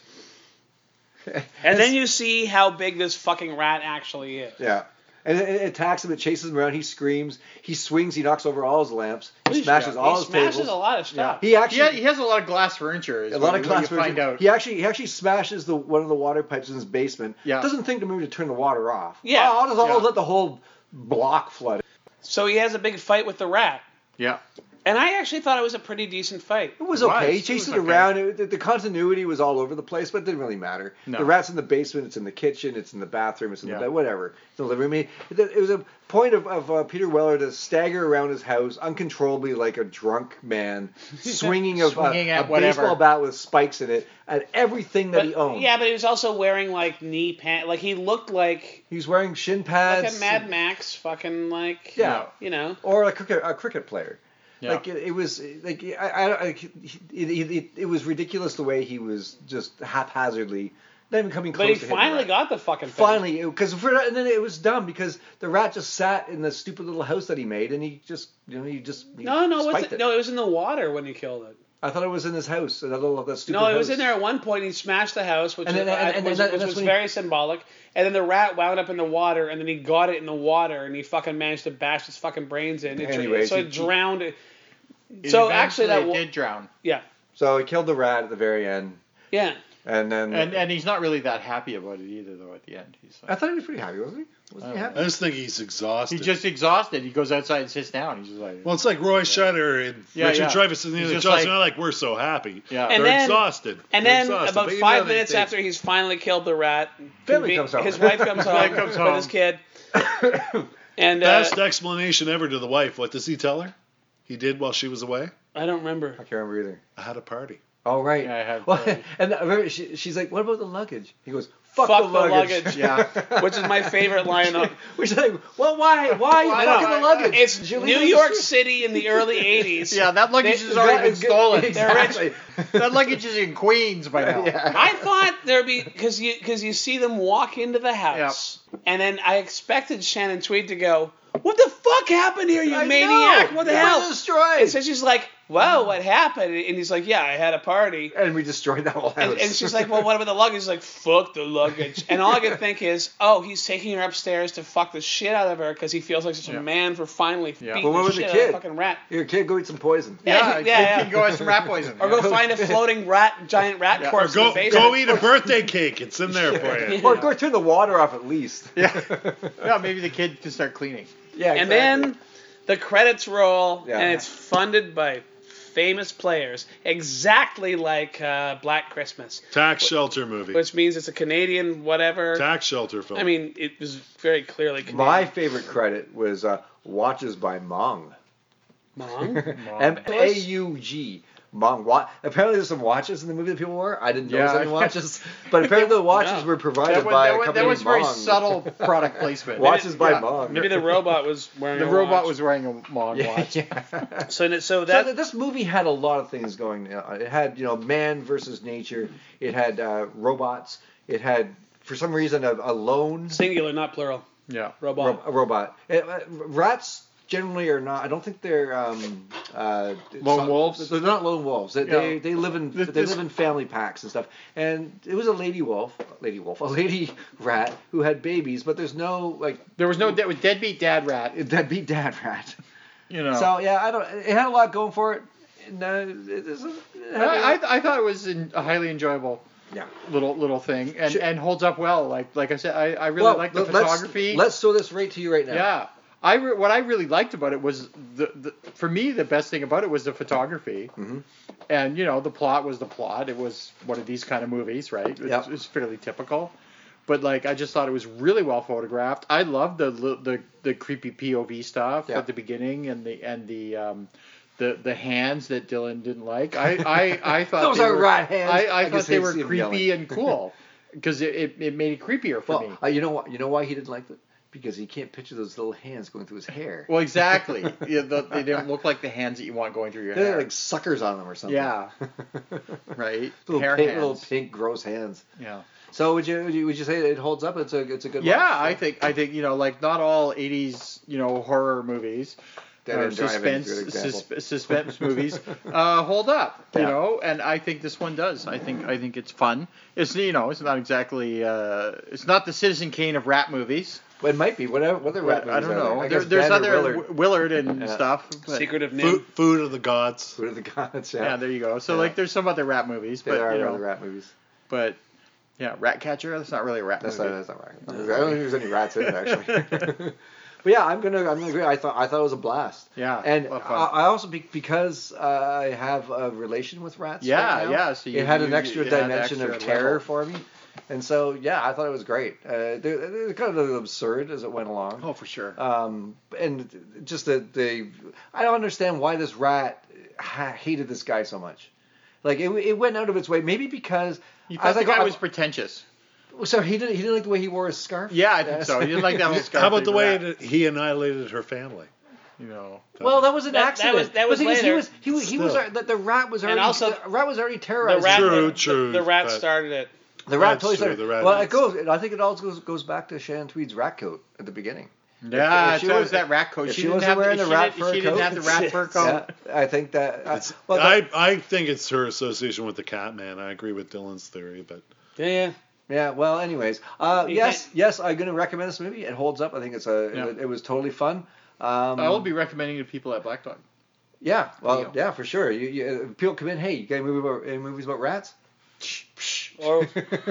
Speaker 10: And then you see how big this fucking rat actually is.
Speaker 3: Yeah. And it, it attacks him. It chases him around. He screams. He swings. He knocks over all his lamps. He smashes all
Speaker 10: he
Speaker 3: his
Speaker 10: smashes
Speaker 3: tables.
Speaker 10: a lot of stuff.
Speaker 3: He
Speaker 11: He, ha-
Speaker 3: actually
Speaker 11: he has a lot of glass furniture. Is
Speaker 3: a lot of
Speaker 11: glass
Speaker 3: glass.
Speaker 11: you find
Speaker 3: breaking.
Speaker 11: out.
Speaker 3: He actually he actually smashes the one of the water pipes in his basement.
Speaker 11: Yeah.
Speaker 3: Doesn't think to move to turn the water off.
Speaker 10: Yeah.
Speaker 3: Oh, I'll just I'll
Speaker 11: Yeah.
Speaker 3: let the whole block flood.
Speaker 10: So he has a big fight with the rat.
Speaker 11: Yeah.
Speaker 10: And I actually thought it was a pretty decent fight.
Speaker 3: It was
Speaker 11: It was.
Speaker 3: okay.
Speaker 11: It
Speaker 3: He chased it,
Speaker 11: was okay.
Speaker 3: around. It- the, the continuity was all over the place, but it didn't really matter.
Speaker 11: No.
Speaker 3: The rat's in the basement. It's in the kitchen. It's in the bathroom. It's in
Speaker 11: Yeah.
Speaker 3: the bed. Whatever. It's in the living room. It, it was a point of, of uh, Peter Weller to stagger around his house uncontrollably like a drunk man, swinging, of,
Speaker 11: Swinging
Speaker 3: a,
Speaker 11: at
Speaker 3: a
Speaker 11: whatever.
Speaker 3: baseball bat with spikes in it at everything that
Speaker 10: But-
Speaker 3: he owned.
Speaker 10: Yeah, but he was also wearing like knee pants. Like he looked like
Speaker 3: He was wearing shin pads.
Speaker 10: like a Mad Max fucking like
Speaker 3: Yeah.
Speaker 10: you know.
Speaker 3: Or a cricket, a cricket player.
Speaker 11: Yeah.
Speaker 3: Like it, it was like I, I, I it, it, it, it was ridiculous the way he was just haphazardly not even coming close.
Speaker 10: But he
Speaker 3: to hitting
Speaker 10: finally
Speaker 3: the
Speaker 10: got
Speaker 3: rat.
Speaker 10: the fucking thing.
Speaker 3: finally because and then it was dumb because the rat just sat in the stupid little house that he made and he just you know he just he
Speaker 10: No, no, what's
Speaker 3: spiked
Speaker 10: it? No, it was in the water when he killed it.
Speaker 3: I thought it was in his house that little that stupid
Speaker 10: No, it
Speaker 3: house.
Speaker 10: was in there at one point. He smashed the house, which
Speaker 3: And then-
Speaker 10: was-
Speaker 3: and- and
Speaker 10: was,
Speaker 3: that-
Speaker 10: which
Speaker 3: that's
Speaker 10: was
Speaker 3: when he-
Speaker 10: very symbolic. And then the rat wound up in the water, and then he got it in the water, and he fucking managed to bash his fucking brains in. It,
Speaker 3: Anyways,
Speaker 10: so
Speaker 3: he-
Speaker 10: it drowned. it. So actually, that
Speaker 11: Eventually
Speaker 10: wa-
Speaker 11: it did drown.
Speaker 10: yeah,
Speaker 3: so he killed the rat at the very end
Speaker 10: yeah.
Speaker 3: and then
Speaker 11: And and he's not really that happy about it either, though. At the end, he's
Speaker 3: I
Speaker 11: like,
Speaker 3: thought he was pretty happy wasn't he wasn't he
Speaker 11: I
Speaker 3: happy
Speaker 2: I just think he's exhausted.
Speaker 11: he's just exhausted. He goes outside and sits down. He's just like,
Speaker 2: well, it's like Roy Scheider and
Speaker 11: Yeah,
Speaker 2: Richard
Speaker 11: yeah.
Speaker 2: Dreyfuss and the
Speaker 11: He's
Speaker 2: other
Speaker 11: just
Speaker 2: Johnson.
Speaker 11: like-
Speaker 2: They're like, we're so happy.
Speaker 11: Yeah.
Speaker 10: And
Speaker 2: They're
Speaker 10: then-
Speaker 2: exhausted.
Speaker 10: And
Speaker 2: They're
Speaker 10: then
Speaker 2: exhausted.
Speaker 10: about
Speaker 2: But you know,
Speaker 10: five
Speaker 2: they-
Speaker 10: minutes
Speaker 2: they-
Speaker 10: after he's finally killed the rat,
Speaker 3: Family
Speaker 10: conve-
Speaker 3: comes home.
Speaker 10: his wife comes home.
Speaker 11: wife comes home.
Speaker 10: with his kid. and uh,
Speaker 2: Best explanation ever to the wife. What does he tell her? He did while she was away?
Speaker 10: I don't remember.
Speaker 3: I can't remember either
Speaker 2: I had a party.
Speaker 3: oh right
Speaker 11: Yeah, I have-
Speaker 3: well, and I remember she, she's like what about the luggage he goes fuck,
Speaker 10: Fuck
Speaker 3: the,
Speaker 10: the
Speaker 3: luggage,
Speaker 10: luggage.
Speaker 11: yeah,
Speaker 10: Which is my favorite line of
Speaker 3: which is like well why why are you
Speaker 11: Why
Speaker 3: fucking
Speaker 11: not?
Speaker 3: the luggage
Speaker 10: it's
Speaker 3: Did you leave
Speaker 10: New
Speaker 3: it on the
Speaker 10: York
Speaker 3: street?
Speaker 10: City in the early '80s.
Speaker 11: yeah. That luggage
Speaker 10: They-
Speaker 11: has already been stolen.
Speaker 3: exactly
Speaker 11: that luggage is in Queens by now.
Speaker 10: I thought there'd be because you because you see them walk into the house, and then I expected Shannon Tweed to go, "What the fuck happened here, you
Speaker 3: I
Speaker 10: maniac?
Speaker 3: know.
Speaker 10: What the
Speaker 3: It was
Speaker 10: hell?"
Speaker 3: destroyed.
Speaker 10: And so she's like, "Whoa, what happened?" And he's like, "Yeah, I had a party."
Speaker 3: And we destroyed that whole house.
Speaker 10: And, and she's like, "Well, what about the luggage?" He's like, "Fuck the luggage." And all I could think is, "Oh, he's taking her upstairs to fuck the shit out of her because he feels like such a man for finally beating
Speaker 3: Well, when
Speaker 10: the
Speaker 3: was a
Speaker 10: shit out of
Speaker 3: kid?
Speaker 10: a fucking rat."
Speaker 3: Your kid, go eat some poison.
Speaker 10: Yeah, yeah, yeah. Or go
Speaker 3: Yeah.
Speaker 10: find a floating rat, giant rat
Speaker 3: Yeah.
Speaker 10: corpse.
Speaker 3: Or go-
Speaker 10: in the basement.
Speaker 2: Go eat a birthday cake. It's in there for you.
Speaker 3: Or go turn the water off at least.
Speaker 11: Yeah. yeah, maybe the kid can start cleaning.
Speaker 3: Yeah,
Speaker 10: And then the credits roll,
Speaker 11: Yeah.
Speaker 10: and it's funded by famous players, exactly like uh, Black Christmas,
Speaker 2: Tax shelter movie.
Speaker 10: which means it's a Canadian whatever.
Speaker 2: Tax shelter film.
Speaker 10: I mean, it was very clearly Canadian.
Speaker 3: My favorite credit was uh, Watches by Mong.
Speaker 10: Mong?
Speaker 3: M A U G. Mong. Wa- apparently, there's some watches in the movie that people wore. I didn't know there was
Speaker 11: Yeah.
Speaker 3: any watches. But apparently, the watches
Speaker 11: No.
Speaker 3: were provided
Speaker 11: That was-
Speaker 3: by
Speaker 11: that
Speaker 3: a
Speaker 11: was- that
Speaker 3: company
Speaker 11: was very
Speaker 3: Mong.
Speaker 11: subtle product placement.
Speaker 3: watches
Speaker 11: Maybe-
Speaker 3: by
Speaker 11: yeah.
Speaker 3: Mong.
Speaker 10: Maybe the robot was wearing.
Speaker 11: The
Speaker 10: a
Speaker 11: robot
Speaker 10: watch.
Speaker 11: was wearing a mong
Speaker 3: Yeah,
Speaker 11: watch.
Speaker 10: So, n- so
Speaker 3: So
Speaker 10: that
Speaker 3: th- this movie had a lot of things going. on. It had you know man versus nature. It had uh, robots. It had for some reason a, a lone
Speaker 10: singular, not plural.
Speaker 11: Yeah.
Speaker 10: Robot.
Speaker 3: ro- a robot. It- uh, rats generally are not. I don't think they're um, uh,
Speaker 11: Lone
Speaker 3: so-
Speaker 11: wolves?
Speaker 3: They're not lone wolves. They, they,
Speaker 11: Yeah.
Speaker 3: they live in
Speaker 11: Th-
Speaker 3: they
Speaker 11: this-
Speaker 3: live in family packs and stuff. And it was a lady wolf, lady wolf, a lady rat who had babies, but there's no like
Speaker 11: There was no de- deadbeat dad rat.
Speaker 3: that beat dad rat.
Speaker 11: You know.
Speaker 3: So yeah, I don't. It had a lot going for it. And, uh, it- it's- it had a lot-
Speaker 11: I, I, I thought it was in, a highly enjoyable
Speaker 3: Yeah.
Speaker 11: little little thing and,
Speaker 3: Should-
Speaker 11: and holds up well. Like like I said, I, I really
Speaker 3: Well,
Speaker 11: like the
Speaker 3: let- let's-
Speaker 11: photography.
Speaker 3: Let's show this right to you right now.
Speaker 11: yeah. I re- what I really liked about it was the, the for me the best thing about it was the photography. And you know the plot was the plot. It was one of these kind of movies, right? It's,
Speaker 3: Yep.
Speaker 11: it's fairly typical. But like I just thought it was really well photographed. I loved the li- the the creepy POV stuff
Speaker 3: Yeah.
Speaker 11: at the beginning and the and the um the, the hands that Dylan didn't like. I, I, I thought
Speaker 3: Those
Speaker 11: they
Speaker 3: are
Speaker 11: were,
Speaker 3: rat hands.
Speaker 11: I, I,
Speaker 3: I
Speaker 11: thought
Speaker 3: just
Speaker 11: they
Speaker 3: hate
Speaker 11: were
Speaker 3: seeing them
Speaker 11: creepy
Speaker 3: yelling.
Speaker 11: and cool because it, it, it made it creepier for me.
Speaker 3: Well, uh, you know what? You know why he didn't like it? Because he can't picture those little hands going through his hair.
Speaker 11: Well, exactly. yeah, the, they didn't look like the hands that you want going through your
Speaker 3: They're
Speaker 11: hair.
Speaker 3: like suckers on them or something.
Speaker 11: yeah, right.
Speaker 3: little,
Speaker 11: hair
Speaker 3: pink,
Speaker 11: hands.
Speaker 3: little pink, gross hands.
Speaker 11: Yeah.
Speaker 3: So would you would you, would you say it holds up? It's a it's a good.
Speaker 11: Yeah,
Speaker 3: watch?
Speaker 11: I think I think you know, like not all '80s you know horror movies
Speaker 3: Dead
Speaker 11: or
Speaker 3: End Driving's
Speaker 11: uh, suspense
Speaker 3: a good example.
Speaker 11: susp- suspense movies uh, hold up, you
Speaker 3: Yeah.
Speaker 11: know, and I think this one does. I think I think it's fun. It's you know, it's not exactly uh, it's not the Citizen Kane of rat movies.
Speaker 3: Well, it might be. Whatever. Whether rat
Speaker 11: I
Speaker 3: movies
Speaker 11: don't
Speaker 3: are there.
Speaker 11: know.
Speaker 3: I
Speaker 11: There,
Speaker 3: guess
Speaker 11: there's
Speaker 3: Bad or
Speaker 11: other
Speaker 3: Willard.
Speaker 11: Willard, Willard and
Speaker 3: Yeah.
Speaker 11: stuff. But,
Speaker 10: Secret of Nim.
Speaker 2: food, food of the gods.
Speaker 3: Food of the gods. Yeah.
Speaker 11: yeah. there you go. So
Speaker 3: Yeah.
Speaker 11: like, there's some other rat movies, but
Speaker 3: there are
Speaker 11: you know,
Speaker 3: other rat movies.
Speaker 11: but yeah, Ratcatcher. That's not really a rat
Speaker 3: That's not,
Speaker 11: movie.
Speaker 3: that's not right. I don't think there's any rats in it actually. but yeah, I'm gonna I'm gonna agree. I thought I thought it was a blast.
Speaker 11: Yeah,
Speaker 3: And I,
Speaker 11: well, fun.
Speaker 3: I also be- because uh, I have a relation with rats.
Speaker 11: Yeah,
Speaker 3: right now,
Speaker 11: yeah, so you-
Speaker 3: it had
Speaker 11: you-
Speaker 3: an extra
Speaker 11: it had an
Speaker 3: dimension of
Speaker 11: extra
Speaker 3: terror
Speaker 11: level.
Speaker 3: for me, and so yeah, I thought it was great. Uh, they're, they're kind of absurd as it went along.
Speaker 11: Oh, for sure.
Speaker 3: Um, and just that they, I don't understand why this rat ha- hated this guy so much. Like it, it went out of its way. Maybe because
Speaker 11: you
Speaker 3: I
Speaker 11: thought
Speaker 3: was
Speaker 11: the
Speaker 3: like, oh,
Speaker 11: guy
Speaker 3: I-
Speaker 11: was pretentious.
Speaker 3: so he didn't he didn't like the way he wore his scarf.
Speaker 11: Yeah, I think so. He didn't like that little scarf.
Speaker 2: How about the way
Speaker 11: that,
Speaker 2: that he annihilated her family?
Speaker 11: you know?
Speaker 3: Well, that was an
Speaker 10: That- that
Speaker 3: accident.
Speaker 10: was- that
Speaker 3: But
Speaker 10: was
Speaker 3: the thing is,
Speaker 10: later.
Speaker 3: He was he, was he
Speaker 2: Still.
Speaker 3: was the, the rat was
Speaker 10: And
Speaker 3: already
Speaker 10: also-
Speaker 3: the rat was already
Speaker 10: The
Speaker 3: terrorized.
Speaker 10: rat,
Speaker 2: True,
Speaker 10: the-
Speaker 2: true,
Speaker 10: The rat
Speaker 2: but-
Speaker 10: started it.
Speaker 3: The rat
Speaker 2: That's
Speaker 3: totally
Speaker 2: true,
Speaker 3: started.
Speaker 2: the rat
Speaker 3: well,
Speaker 2: did.
Speaker 3: it goes. I think it all goes goes back to Shannon Tweed's rat coat at the beginning.
Speaker 11: Yeah,
Speaker 3: if she
Speaker 11: so Ah, it
Speaker 3: was-
Speaker 11: was that rat coat.
Speaker 3: if she
Speaker 11: She didn't
Speaker 3: wasn't
Speaker 11: have
Speaker 3: wearing the
Speaker 11: she
Speaker 3: rat
Speaker 11: didn't-
Speaker 3: fur
Speaker 11: She didn't
Speaker 3: coat.
Speaker 11: have the rat fur coat.
Speaker 3: Yeah, I think that. I,
Speaker 2: It's-
Speaker 3: well,
Speaker 2: I,
Speaker 3: that
Speaker 2: I think it's her association with the cat man. I agree with Dylan's theory, but
Speaker 10: Yeah, yeah.
Speaker 3: yeah. Well, anyways, uh,
Speaker 10: You
Speaker 3: yes,
Speaker 10: can't-
Speaker 3: yes, I'm gonna recommend this movie. It holds up. I think it's a.
Speaker 11: Yeah.
Speaker 3: It, it was totally fun. Um,
Speaker 11: I will be recommending to people at Black Dog.
Speaker 3: Yeah, well,
Speaker 11: Deal.
Speaker 3: yeah, for sure. You, you, uh, people come in. Hey, you got any movie about any movies about rats?
Speaker 10: Or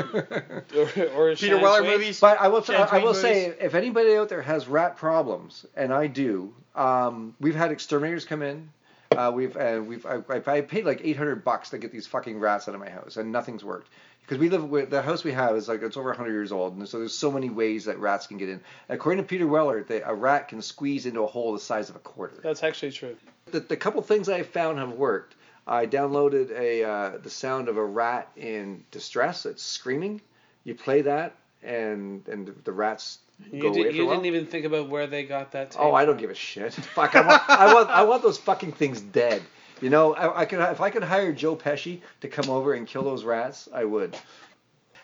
Speaker 10: or, or
Speaker 11: Peter
Speaker 10: Shannon's
Speaker 11: Weller
Speaker 10: Wade.
Speaker 11: movies.
Speaker 3: But I will,
Speaker 11: Shan
Speaker 3: I, I
Speaker 11: Tweed
Speaker 3: will say,
Speaker 11: movies.
Speaker 3: if anybody out there has rat problems, and I do, um, we've had exterminators come in. Uh, we've uh, we've I, I I paid like 800 bucks to get these fucking rats out of my house, and nothing's worked. Because we live with the house we have is like it's over 100 years old, and so there's so many ways that rats can get in. According to Peter Weller, they, a rat can squeeze into a hole the size of a quarter
Speaker 10: That's actually true.
Speaker 3: the, the couple things I found have worked. I downloaded a uh, the sound of a rat in distress. It's screaming. You play that, and and the, the rats
Speaker 10: You,
Speaker 3: go
Speaker 10: did,
Speaker 3: away for a
Speaker 10: you
Speaker 3: while.
Speaker 10: didn't even think about where they got that. Tape.
Speaker 3: oh, I don't give a shit. Fuck, I want, I want I want those fucking things dead. You know, I, I could if I could hire Joe Pesci to come over and kill those rats, I would.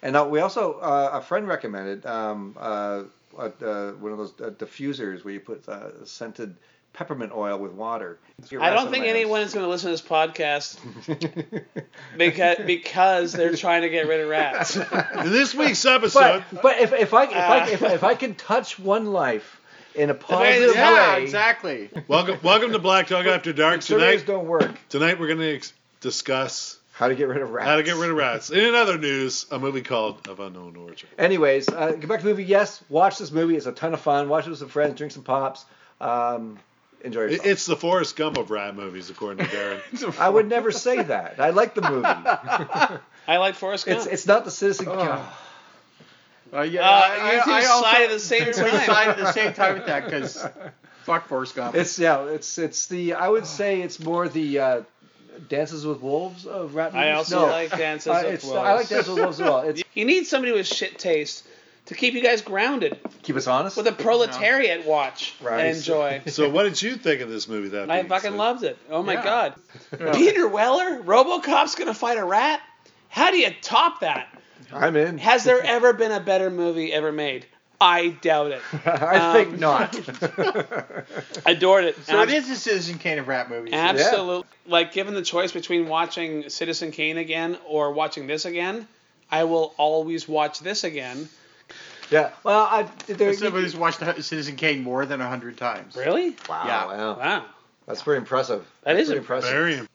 Speaker 3: And uh, we also uh, a friend recommended um, uh, uh, uh, one of those uh, diffusers where you put uh, scented peppermint oil with water.
Speaker 10: I don't think anyone is going to listen to this podcast because because they're trying to get rid of rats.
Speaker 2: In this week's episode,
Speaker 3: But, but if, if I if I
Speaker 10: Ah.
Speaker 3: if, I- if I can touch one life in a
Speaker 10: Yeah,
Speaker 3: positive way,
Speaker 10: exactly.
Speaker 2: welcome welcome to Black Dog After Dark
Speaker 3: surveys
Speaker 2: tonight.
Speaker 3: don't work.
Speaker 2: Tonight we're going to ex- discuss
Speaker 3: How to get rid of rats?
Speaker 2: how to get rid of rats. And in other news, a movie called Of Unknown Origin.
Speaker 3: Anyways, uh, get back to the movie. Yes, watch this movie. It's a ton of fun. Watch it with some friends. Drink some pops. Um, enjoy
Speaker 2: It-
Speaker 3: yourself.
Speaker 2: It's the Forrest Gump of rat movies, according to Darren.
Speaker 3: I would never say that. I like the movie.
Speaker 10: I like Forrest Gump.
Speaker 3: It's it's not the Citizen Kane.
Speaker 11: Uh, yeah,
Speaker 10: Uh, you two sighed at the same
Speaker 11: we
Speaker 10: time.
Speaker 11: sighed at the same time with that because fuck Forrest Gump.
Speaker 3: It's yeah. It's it's the. I would say it's more the uh, Dances with Wolves of rat movies.
Speaker 10: I also
Speaker 3: No.
Speaker 10: like Dances
Speaker 3: Uh,
Speaker 10: with
Speaker 3: it's-
Speaker 10: Wolves.
Speaker 3: I like Dances with Wolves as well. It's,
Speaker 10: You need somebody with shit taste to keep you guys grounded
Speaker 3: keep us honest.
Speaker 10: with a proletariat watch
Speaker 3: Right.
Speaker 10: and enjoy.
Speaker 2: so, what did you think of this movie? That
Speaker 10: I
Speaker 2: being
Speaker 10: fucking
Speaker 2: said?
Speaker 10: loved it. Oh my
Speaker 11: Yeah.
Speaker 10: god. Peter Weller, RoboCop's gonna fight a rat. How do you top that?
Speaker 3: I'm in.
Speaker 10: Has there ever been a better movie ever made? I doubt it.
Speaker 3: I think
Speaker 10: Um,
Speaker 3: not.
Speaker 10: Adored it.
Speaker 11: so it is a Citizen Kane of rat movies.
Speaker 10: Absolutely. Like, given the choice between watching Citizen Kane again or watching this again, I will always watch this again.
Speaker 3: yeah. Well, I. There,
Speaker 11: Somebody's watched Citizen Kane more than hundred times.
Speaker 10: Really?
Speaker 3: wow.
Speaker 11: Yeah.
Speaker 3: Wow.
Speaker 10: Wow.
Speaker 3: That's pretty impressive.
Speaker 10: That
Speaker 3: That's
Speaker 10: is
Speaker 3: pretty
Speaker 10: impressive.
Speaker 3: impressive.
Speaker 2: Very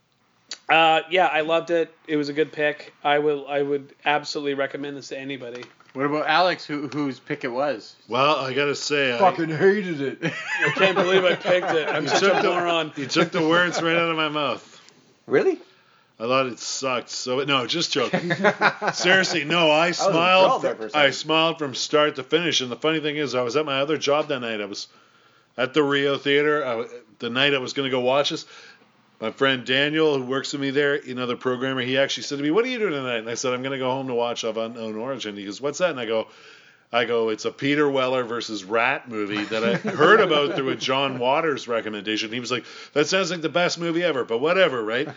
Speaker 10: Uh, yeah, I loved it. It was a good pick. I will. I would absolutely recommend this to anybody.
Speaker 11: What about Alex, who, whose pick it was?
Speaker 2: Well, I gotta say, I-
Speaker 3: hated it.
Speaker 10: I can't believe I picked it. I'm such a
Speaker 2: took the-
Speaker 10: moron.
Speaker 2: you took the words right out of my mouth.
Speaker 3: Really?
Speaker 2: I thought it sucked. So no, just joking. Seriously, no. I
Speaker 3: enthralled
Speaker 2: smiled.
Speaker 3: there for a second.
Speaker 2: I smiled from start to finish. And the funny thing is, I was at my other job that night. I was at the Rio Theater. I, the night I was going to go watch this, my friend Daniel, who works with me there, another programmer, he actually said to me, "What are you doing tonight?" And I said, "I'm going to go home to watch Of Unknown Origin." He goes, "What's that?" And I go. I go, it's a Peter Weller versus Rat movie that I heard about through a John Waters recommendation. He was like, that sounds like the best movie ever, but whatever, right?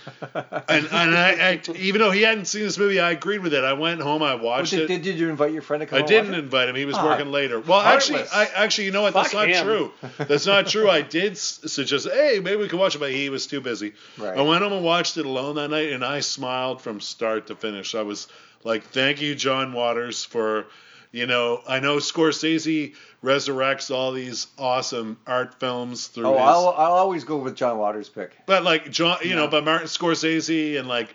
Speaker 2: And, and I, I, even though he hadn't seen this movie, I agreed with it. I went home, I watched
Speaker 3: Did,
Speaker 2: it.
Speaker 3: did, did you invite your friend to come?
Speaker 2: I
Speaker 3: and
Speaker 2: didn't
Speaker 3: watch it? Ah,
Speaker 2: invite him. He was working later. Well,
Speaker 3: heartless.
Speaker 2: actually, I actually, you know what? That's
Speaker 10: Fuck
Speaker 2: not
Speaker 10: him.
Speaker 2: true. That's not true. I did s- suggest, hey, maybe we could watch it, but he was too busy.
Speaker 3: Right.
Speaker 2: I went home and watched it alone that night, and I smiled from start to finish. I was like, thank you, John Waters, for. You know, I know Scorsese resurrects all these awesome art films through
Speaker 3: Oh,
Speaker 2: his
Speaker 3: I'll, I'll always go with John Waters' pick.
Speaker 2: but like John, you know, but Martin Scorsese and like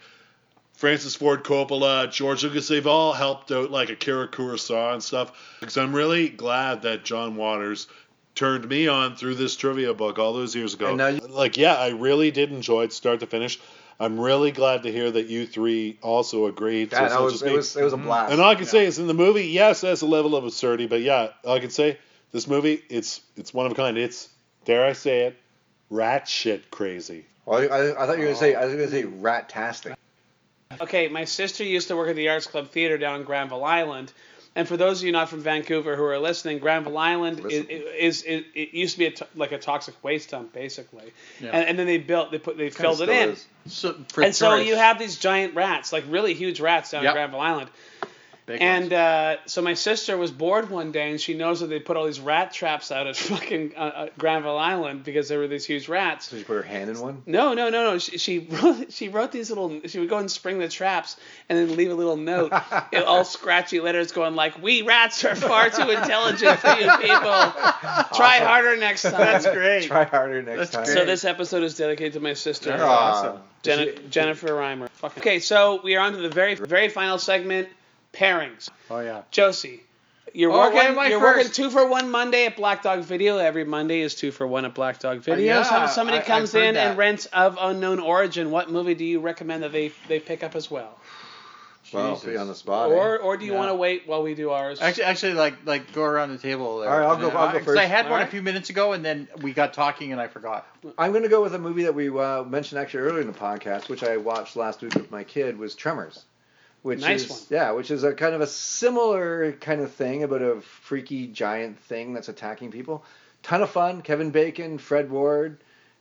Speaker 2: Francis Ford Coppola, George Lucas, they've all helped out like Akira Kurosawa and stuff. Because I'm really glad that John Waters turned me on through this trivia book all those years ago.
Speaker 3: And now you-
Speaker 2: like, yeah, I really did enjoy it start to finish. I'm really glad to hear that you three also agreed. so
Speaker 3: Yeah,
Speaker 2: it's
Speaker 3: that
Speaker 2: not
Speaker 3: was,
Speaker 2: just
Speaker 3: it
Speaker 2: me.
Speaker 3: was it was a blast.
Speaker 2: And all I can say is in the movie, yes, that's a level of absurdity, but yeah, all I can say this movie, it's it's one of a kind. It's dare I say it, rat shit crazy.
Speaker 3: Well, I, I, I thought you were gonna say I was gonna say rat tastic.
Speaker 10: Okay, my sister used to work at the Arts Club Theater down in Granville Island. And for those of you not from Vancouver who are listening, Granville Island is,
Speaker 3: Listen.
Speaker 10: is, it it used to be a to like a toxic waste dump basically, and, and then they built they put they filled it
Speaker 3: still
Speaker 10: in,
Speaker 3: is.
Speaker 11: So,
Speaker 10: and so you have these giant rats like really huge rats down in
Speaker 11: Yep.
Speaker 10: Granville Island, and uh, so my sister was bored one day, and she knows that they put all these rat traps out at fucking uh, uh, Granville Island because there were these huge rats.
Speaker 3: Did you put her hand in one?
Speaker 10: No, no, no, no. She she wrote, she wrote these little. She would go and spring the traps, and then leave a little note, in all scratchy letters, going like, "We rats are far too intelligent for you people. Try harder next time." That's
Speaker 11: great.
Speaker 3: Try harder next time.
Speaker 11: That's
Speaker 10: So this episode is dedicated to my sister.
Speaker 3: Aw.
Speaker 11: Awesome.
Speaker 10: Jen- Jennifer Reimer. Fuck. Okay, so we are on to the very, very final segment, pairings.
Speaker 11: Oh yeah.
Speaker 10: Josie, you're
Speaker 11: Oh, why
Speaker 10: working.
Speaker 11: am I
Speaker 10: You're
Speaker 11: first?
Speaker 10: working two for one Monday at Black Dog Video. Every Monday is two for one at Black Dog Video.
Speaker 11: yeah,
Speaker 10: Some- somebody
Speaker 11: I-
Speaker 10: comes
Speaker 11: I've heard
Speaker 10: in
Speaker 11: that.
Speaker 10: and rents of unknown origin. What movie do you recommend that they they pick up as well?
Speaker 3: Wow,
Speaker 11: Jesus.
Speaker 3: put you on the spot. eh?
Speaker 10: Or or do you
Speaker 11: Yeah.
Speaker 10: want to wait while we do ours?
Speaker 11: Actually, actually, like, like, go around the table. There.
Speaker 3: All right, I'll go-
Speaker 11: And, uh,
Speaker 3: I'll go
Speaker 11: 'cause
Speaker 3: first.
Speaker 11: I had
Speaker 10: All
Speaker 11: one
Speaker 10: right.
Speaker 11: a few minutes ago, and then we got talking, and I forgot.
Speaker 3: I'm gonna go with a movie that we uh, mentioned actually earlier in the podcast, which I watched last week with my kid, was Tremors. Which
Speaker 10: Nice
Speaker 3: is
Speaker 10: one.
Speaker 3: yeah, which is a kind of a similar kind of thing about a freaky giant thing that's attacking people. Ton of fun. Kevin Bacon, Fred Ward,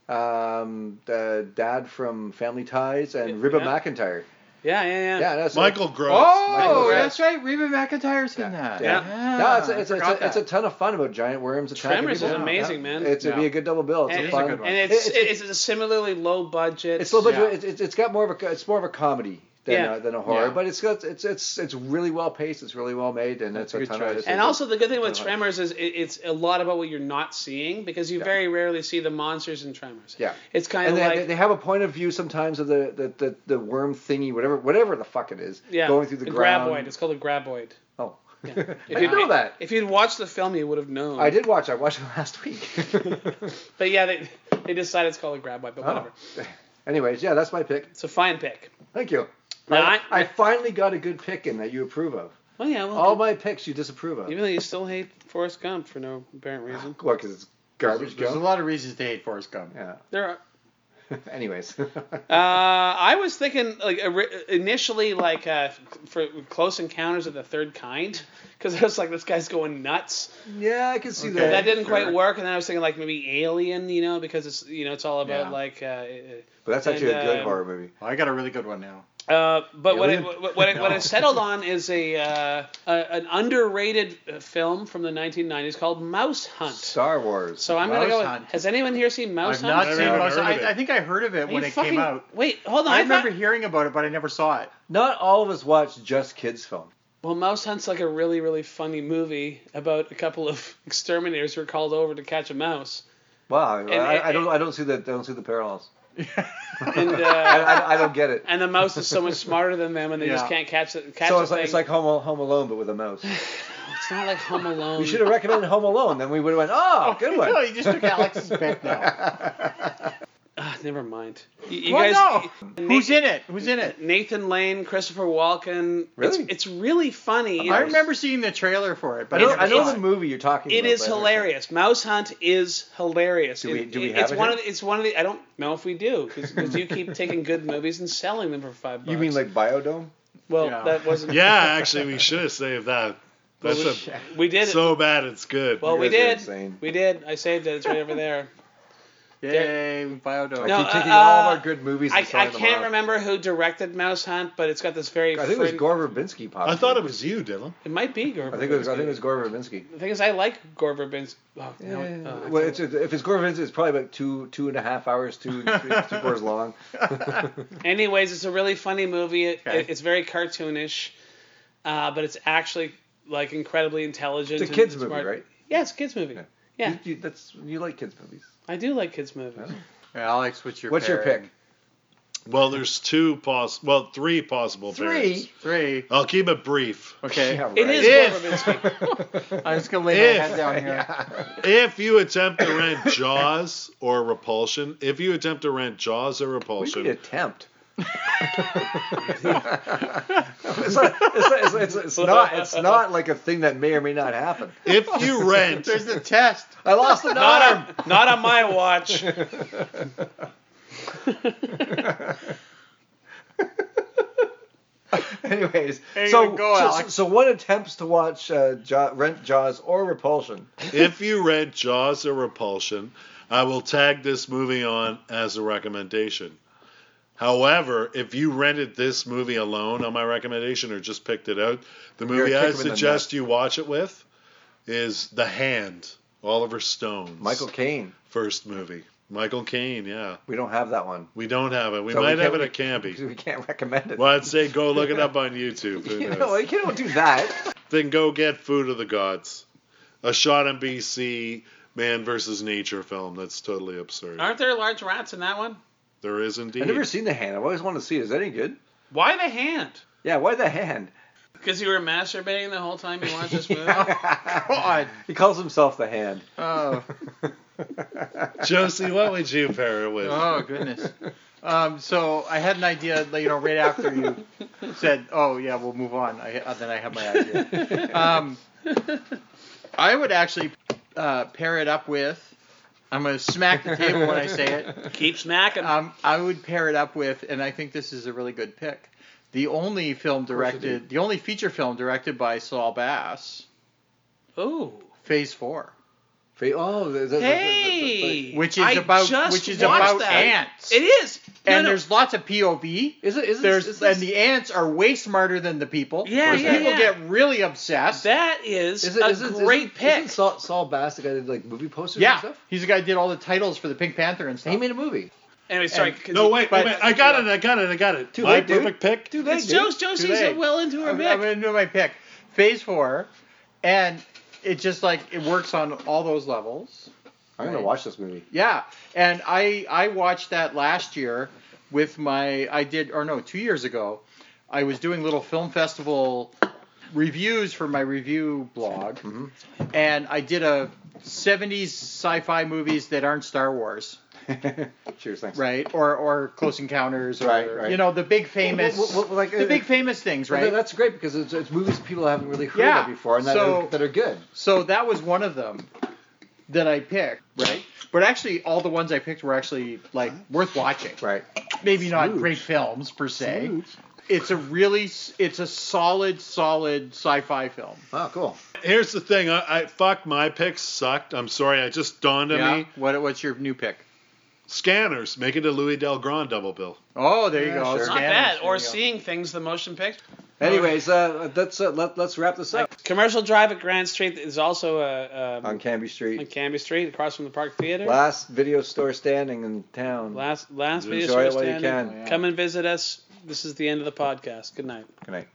Speaker 3: um, the dad from Family Ties, and
Speaker 10: Yeah.
Speaker 3: Ribba McIntyre.
Speaker 10: Yeah, yeah, yeah.
Speaker 3: Yeah, that's
Speaker 2: Michael Gross.
Speaker 11: Oh,
Speaker 3: Michael Gross.
Speaker 11: that's right. Reba McIntyre's in that.
Speaker 3: Yeah.
Speaker 11: Yeah.
Speaker 3: No, it's a, it's, a,
Speaker 11: Forgot
Speaker 3: it's, a, it's a
Speaker 11: that.
Speaker 3: ton of fun about giant worms. attacking
Speaker 10: Tremors
Speaker 3: people.
Speaker 10: is amazing,
Speaker 3: Yeah.
Speaker 10: man.
Speaker 3: It's, It'd be
Speaker 11: Yeah.
Speaker 3: a good double bill. It's
Speaker 10: And,
Speaker 3: a fun.
Speaker 10: and it's, it's, a similarly low budget.
Speaker 3: it's a little bit.
Speaker 11: yeah.
Speaker 3: It's, it's it's got more of a co- it's more of a comedy than
Speaker 10: Yeah.
Speaker 3: a, than a horror,
Speaker 11: Yeah.
Speaker 3: but it's got it's it's it's really well paced. It's really well made, and it's
Speaker 11: That's
Speaker 3: a,
Speaker 11: a good
Speaker 3: ton
Speaker 11: choice.
Speaker 3: of. It's,
Speaker 10: And
Speaker 3: it's-
Speaker 10: also, the good thing about
Speaker 3: Yeah.
Speaker 10: Tremors is it, it's a lot about what you're not seeing because you
Speaker 3: Yeah.
Speaker 10: very rarely see the monsters in Tremors.
Speaker 3: Yeah.
Speaker 10: It's kind
Speaker 3: and
Speaker 10: of
Speaker 3: they,
Speaker 10: like
Speaker 3: they have a point of view sometimes of the the, the, the worm thingy, whatever whatever the fuck it is,
Speaker 10: yeah,
Speaker 3: going through the,
Speaker 11: Um,
Speaker 3: ground.
Speaker 10: graboid. It's called a graboid.
Speaker 3: Oh,
Speaker 10: Yeah.
Speaker 3: I didn't know that.
Speaker 10: If you'd watched the film, you would have known.
Speaker 3: I did watch. I watched it last week.
Speaker 10: But yeah, they, they decided it's called a graboid, but
Speaker 3: oh.
Speaker 10: whatever.
Speaker 3: Anyways, yeah, that's my pick.
Speaker 10: It's a fine pick.
Speaker 3: Thank you.
Speaker 10: Now,
Speaker 3: I,
Speaker 10: I-
Speaker 3: I finally got a good pick in that you approve of.
Speaker 10: Well, yeah, well,
Speaker 3: All my picks you disapprove of.
Speaker 10: even though you still hate Forrest Gump for no apparent reason.
Speaker 3: What? Because it's garbage.
Speaker 11: There's a
Speaker 3: gum?
Speaker 11: lot of reasons to hate Forrest Gump.
Speaker 3: Yeah.
Speaker 10: There are.
Speaker 3: Anyways.
Speaker 10: Uh, I was thinking like ori- initially like uh, for Close Encounters of the Third Kind because I was like this guy's going nuts.
Speaker 3: yeah, I can see
Speaker 11: Okay.
Speaker 3: that.
Speaker 10: that didn't quite
Speaker 11: sure.
Speaker 10: work, and then I was thinking like maybe Alien, you know, because it's you know it's all about
Speaker 11: Yeah.
Speaker 10: like. Uh,
Speaker 3: But that's actually
Speaker 10: And,
Speaker 3: a good
Speaker 10: um,
Speaker 3: horror movie.
Speaker 11: Well, I got a really good one now.
Speaker 10: uh, but what it,
Speaker 3: Alien?
Speaker 10: what, what, it, what it settled on is a, uh, a an underrated uh, film from the 1990s called Mouse Hunt.
Speaker 3: Star Wars.
Speaker 10: so I'm gonna
Speaker 11: Mouse
Speaker 10: go. With,
Speaker 11: Hunt.
Speaker 10: Has anyone here seen Mouse
Speaker 11: I've
Speaker 10: Hunt?
Speaker 11: not
Speaker 2: I've
Speaker 11: seen
Speaker 2: never
Speaker 11: it. Also,
Speaker 2: heard of
Speaker 11: I,
Speaker 2: it.
Speaker 11: I think I heard of it
Speaker 10: Are
Speaker 11: when
Speaker 10: you
Speaker 11: it
Speaker 10: fucking-
Speaker 11: came out.
Speaker 10: Wait, hold on.
Speaker 11: I
Speaker 10: I
Speaker 11: remember
Speaker 10: thought-
Speaker 11: hearing about it, but I never saw it.
Speaker 3: Not all of us watch just kids' film.
Speaker 10: Well, Mouse Hunt's like a really, really funny movie about a couple of exterminators who are called over to catch a mouse.
Speaker 3: Wow. I,
Speaker 10: it-
Speaker 3: I, don't.
Speaker 10: it-
Speaker 3: I don't see the. I don't see the parallels.
Speaker 10: And,
Speaker 3: I,
Speaker 10: uh,
Speaker 3: I, I don't get it.
Speaker 10: and the mouse is so much smarter than them, and they just
Speaker 11: Yeah.
Speaker 10: can't catch it. Catch
Speaker 3: So
Speaker 10: the
Speaker 3: it's like, it's
Speaker 10: thing.
Speaker 3: like Home, Al- Home Alone, but with a mouse.
Speaker 10: It's not like Home Alone.
Speaker 3: We should have recommended Home Alone, then we would have went, oh, good one.
Speaker 11: no, you just took Alex's pick now.
Speaker 10: Ah, never mind. You, you
Speaker 11: Well,
Speaker 10: guys,
Speaker 11: no.
Speaker 10: Na-
Speaker 11: Who's in it? Who's in it?
Speaker 10: Nathan Lane, Christopher Walken.
Speaker 3: Really?
Speaker 10: It's, it's really funny.
Speaker 11: I remember seeing the trailer for it,
Speaker 3: I
Speaker 11: but
Speaker 3: know,
Speaker 11: never
Speaker 3: I know
Speaker 11: saw
Speaker 3: the movie you're talking
Speaker 10: It
Speaker 3: about.
Speaker 10: is
Speaker 3: but I never
Speaker 10: hilarious. Mouse Hunt is hilarious.
Speaker 3: Do we-
Speaker 10: It-
Speaker 3: do we
Speaker 10: it-
Speaker 3: have
Speaker 10: it's
Speaker 3: it
Speaker 10: one
Speaker 3: here?
Speaker 10: of the, it's one of the I don't know if we do because you keep taking good movies and selling them for five
Speaker 3: saw
Speaker 10: bucks.
Speaker 3: it. You mean like Biodome?
Speaker 10: well
Speaker 11: Yeah.
Speaker 10: that wasn't
Speaker 2: Yeah, actually, we should have saved that. That's a,
Speaker 10: we did it.
Speaker 2: so bad it's good.
Speaker 10: Well, we
Speaker 3: You guys are
Speaker 10: did.
Speaker 3: insane.
Speaker 10: We did. I saved it. It's right over there.
Speaker 11: it. Yay, Biodome.
Speaker 10: No,
Speaker 3: You're
Speaker 10: uh,
Speaker 3: taking all of
Speaker 10: uh,
Speaker 3: our good movies
Speaker 10: I,
Speaker 3: and selling
Speaker 10: I
Speaker 3: them
Speaker 10: can't
Speaker 3: off.
Speaker 10: remember who directed Mouse Hunt, but it's got this very.
Speaker 3: I think it was
Speaker 10: frin-
Speaker 3: Gore Verbinski, possibly.
Speaker 2: I thought it was you, Dylan.
Speaker 10: It might be Gore.
Speaker 3: I think it was. I think it was Gore Verbinski.
Speaker 10: The thing is, I like Gore Verbinski. Oh, no, oh, I
Speaker 3: well,
Speaker 10: can't-
Speaker 3: it's, if it's Gore Verbinski, it's probably about two two and a half hours, two three, two hours long.
Speaker 10: Anyways, it's a really funny movie. It,
Speaker 11: Okay.
Speaker 10: it- it's very cartoonish, uh, but it's actually like incredibly intelligent.
Speaker 3: It's a
Speaker 10: and
Speaker 3: kids movie,
Speaker 10: smart.
Speaker 3: right?
Speaker 10: Yeah, it's a kids movie. Yeah,
Speaker 3: You, you, that's you like kids movies.
Speaker 10: I do like kids movies.
Speaker 11: Alex, what's your
Speaker 3: What's your pick?
Speaker 11: pairing?
Speaker 2: Well, there's two poss, well, three possible pairings.
Speaker 11: Three.
Speaker 2: I'll keep it brief.
Speaker 11: Okay.
Speaker 3: Yeah,
Speaker 10: It
Speaker 3: right.
Speaker 10: is
Speaker 2: If-
Speaker 10: Gore Verbinski.
Speaker 11: I'm just gonna lay
Speaker 2: If-
Speaker 11: my head down here.
Speaker 2: If you attempt to rent Jaws or Repulsion, if you attempt to rent Jaws or
Speaker 3: We
Speaker 2: Repulsion,
Speaker 3: should attempt. it's, not, it's, not, it's, it's, it's not. It's not like a thing that may or may not happen.
Speaker 2: if you rent,
Speaker 11: There's the test.
Speaker 3: I lost an
Speaker 10: not,
Speaker 3: arm.
Speaker 10: on, not on my watch.
Speaker 3: Anyways,
Speaker 11: There
Speaker 3: so,
Speaker 11: you go,
Speaker 3: so
Speaker 11: Alex.
Speaker 3: so one attempts to watch uh, Jaw, Rent Jaws or Repulsion.
Speaker 2: if you rent Jaws or Repulsion, I will tag this movie on as a recommendation. However, if you rented this movie alone on my recommendation or just picked it out, the movie
Speaker 3: kick
Speaker 2: I
Speaker 3: 'em in the
Speaker 2: suggest you watch it with is The Hand, Oliver Stone's
Speaker 3: Michael Caine.
Speaker 2: first movie. Michael Caine, yeah.
Speaker 3: We don't have that one.
Speaker 2: We don't have it. We
Speaker 3: So we
Speaker 2: might
Speaker 3: can't-
Speaker 2: have it at Campy.
Speaker 3: We can't recommend it.
Speaker 2: Well, I'd say go look it up on YouTube. Who
Speaker 3: You
Speaker 2: knows?
Speaker 3: know, you can't do that.
Speaker 2: Then go get Food of the Gods, a shot in BC man versus nature film that's totally absurd.
Speaker 10: Aren't there large rats in that one?
Speaker 2: There is indeed.
Speaker 3: I've never seen the hand. I've always wanted to see. it. Is that any good?
Speaker 10: Why the hand?
Speaker 3: Yeah, why the hand?
Speaker 10: Because you were masturbating the whole time you watched this movie.
Speaker 11: God.
Speaker 3: He calls himself the hand.
Speaker 11: Oh.
Speaker 2: Josie, what would you pair it with?
Speaker 11: Oh goodness. Um, so I had an idea, like, you know, right after you said, "Oh yeah, we'll move on." I uh, then I had my idea. Um, I would actually uh, pair it up with. I'm gonna smack the table when I say it.
Speaker 10: Keep smacking.
Speaker 11: Um, I would pair it up with, and I think this is a really good pick. The only film directed, the only feature film directed by Saul Bass,
Speaker 10: Ooh.
Speaker 11: Phase Four.
Speaker 3: Fa- oh, the, the- the- the-
Speaker 10: Hey,
Speaker 11: Which is about-
Speaker 10: just
Speaker 11: which is
Speaker 10: watched
Speaker 11: about
Speaker 10: that.
Speaker 11: ants.
Speaker 10: It is, No,
Speaker 11: and
Speaker 10: no.
Speaker 11: there's lots of POV.
Speaker 3: Is it? Is it?
Speaker 11: there's
Speaker 3: is
Speaker 11: and the ants are way smarter than the people.
Speaker 10: Yeah,
Speaker 11: Those
Speaker 10: yeah,
Speaker 11: people
Speaker 10: yeah.
Speaker 11: get really obsessed.
Speaker 10: That is,
Speaker 3: Is it-
Speaker 10: a
Speaker 3: is it- is
Speaker 10: great
Speaker 3: it-
Speaker 10: pick.
Speaker 3: Isn't Saul, Saul Bass, the guy that did like movie posters and
Speaker 11: yeah,
Speaker 3: stuff.
Speaker 11: he's the guy who did all the titles for the Pink Panther and stuff.
Speaker 3: He made a movie.
Speaker 10: anyway, sorry.
Speaker 11: and-
Speaker 10: 'cause
Speaker 2: No,
Speaker 10: you-
Speaker 2: wait,
Speaker 11: But-
Speaker 2: wait, I got it, I got it, I got it.
Speaker 3: Too
Speaker 2: My
Speaker 3: late, dude.
Speaker 2: perfect pick.
Speaker 3: Too late,
Speaker 10: It's
Speaker 3: dude.
Speaker 10: Joe, Josie's
Speaker 11: late.
Speaker 10: well into her
Speaker 11: I'm,
Speaker 10: mix.
Speaker 11: I'm gonna do my pick. Phase four, and it just like it works on all those levels.
Speaker 3: I'm gonna watch this movie.
Speaker 11: Yeah, and I I watched that last year with my I did or no two years ago, I was doing little film festival reviews for my review blog,
Speaker 3: Mm-hmm.
Speaker 11: and I did a 70s sci-fi movies that aren't Star Wars,
Speaker 3: Cheers, thanks.
Speaker 11: right? Or or Close Encounters, or
Speaker 3: Right, right.
Speaker 11: you know the big famous
Speaker 3: Well, well, well, like,
Speaker 11: the
Speaker 3: uh,
Speaker 11: big famous things,
Speaker 3: Well,
Speaker 11: right?
Speaker 3: that- That's great because it's, it's movies people haven't really heard
Speaker 11: Yeah,
Speaker 3: of before and that,
Speaker 11: so-
Speaker 3: are, that are good.
Speaker 11: So that was one of them that I picked, right? But actually, all the ones I picked were actually like worth watching.
Speaker 3: Right.
Speaker 11: Maybe not great films per se. It's a really, s- it's a solid, solid sci-fi film.
Speaker 3: Oh, cool.
Speaker 2: Here's the thing. I, I fuck my picks sucked. I'm sorry. I just dawned on me.
Speaker 11: What, what's your new pick?
Speaker 2: Scanners. Make it a Louis Del Grand double bill.
Speaker 11: Oh, there you go.
Speaker 3: sure.
Speaker 10: not
Speaker 11: Scanners,
Speaker 10: bad.
Speaker 11: there
Speaker 10: Or
Speaker 11: you go.
Speaker 10: seeing things, the motion picture.
Speaker 3: Anyways, uh, that's uh, let, let's wrap this up.
Speaker 10: Commercial Drive at Grand Street is also a, um,
Speaker 3: On Canby
Speaker 10: on
Speaker 3: Street,
Speaker 10: Canby Street, across from the Park Theater.
Speaker 3: last video store standing in town.
Speaker 10: last, last video
Speaker 3: Enjoy
Speaker 10: store
Speaker 3: it while you
Speaker 10: standing.
Speaker 3: can.
Speaker 10: Come and visit us. This is the end of the podcast. Good night.
Speaker 3: Good night.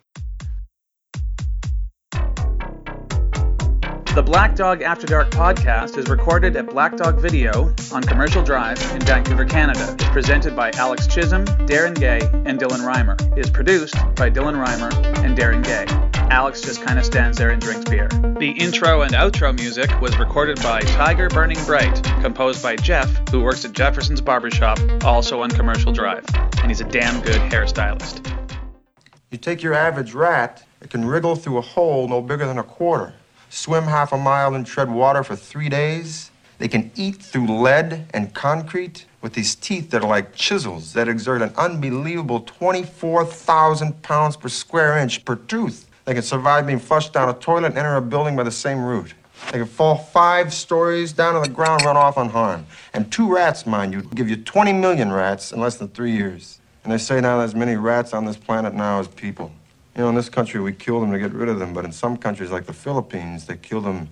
Speaker 1: The Black Dog After Dark podcast is recorded at Black Dog Video on Commercial Drive in Vancouver, Canada. It's presented by Alex Chisholm, Darren Gay, and Dylan Reimer. It is produced by Dylan Reimer and Darren Gay. Alex just kind of stands there and drinks beer. The intro and outro music was recorded by Tiger Burning Bright, composed by Jeff, who works at Jefferson's Barbershop, also on Commercial Drive. And he's a damn good hairstylist.
Speaker 14: You take your average rat, it can wriggle through a hole no bigger than a quarter, swim half a mile and tread water for three days. They can eat through lead and concrete with these teeth that are like chisels that exert an unbelievable 24,000 pounds per square inch per tooth. They can survive being flushed down a toilet and enter a building by the same route. They can fall five stories down to the ground, run off unharmed. And two rats, mind you, give you 20 million rats in less than three years. And they say now there's as many rats on this planet now as people. You know, in this country, we kill them to get rid of them, but in some countries like the Philippines, they kill them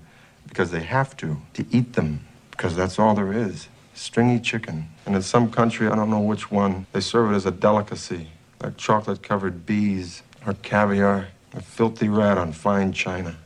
Speaker 14: because they have to, to eat them, because that's all there is stringy chicken. And in some country, I don't know which one, they serve it as a delicacy, like chocolate covered bees or caviar, a filthy rat on fine china.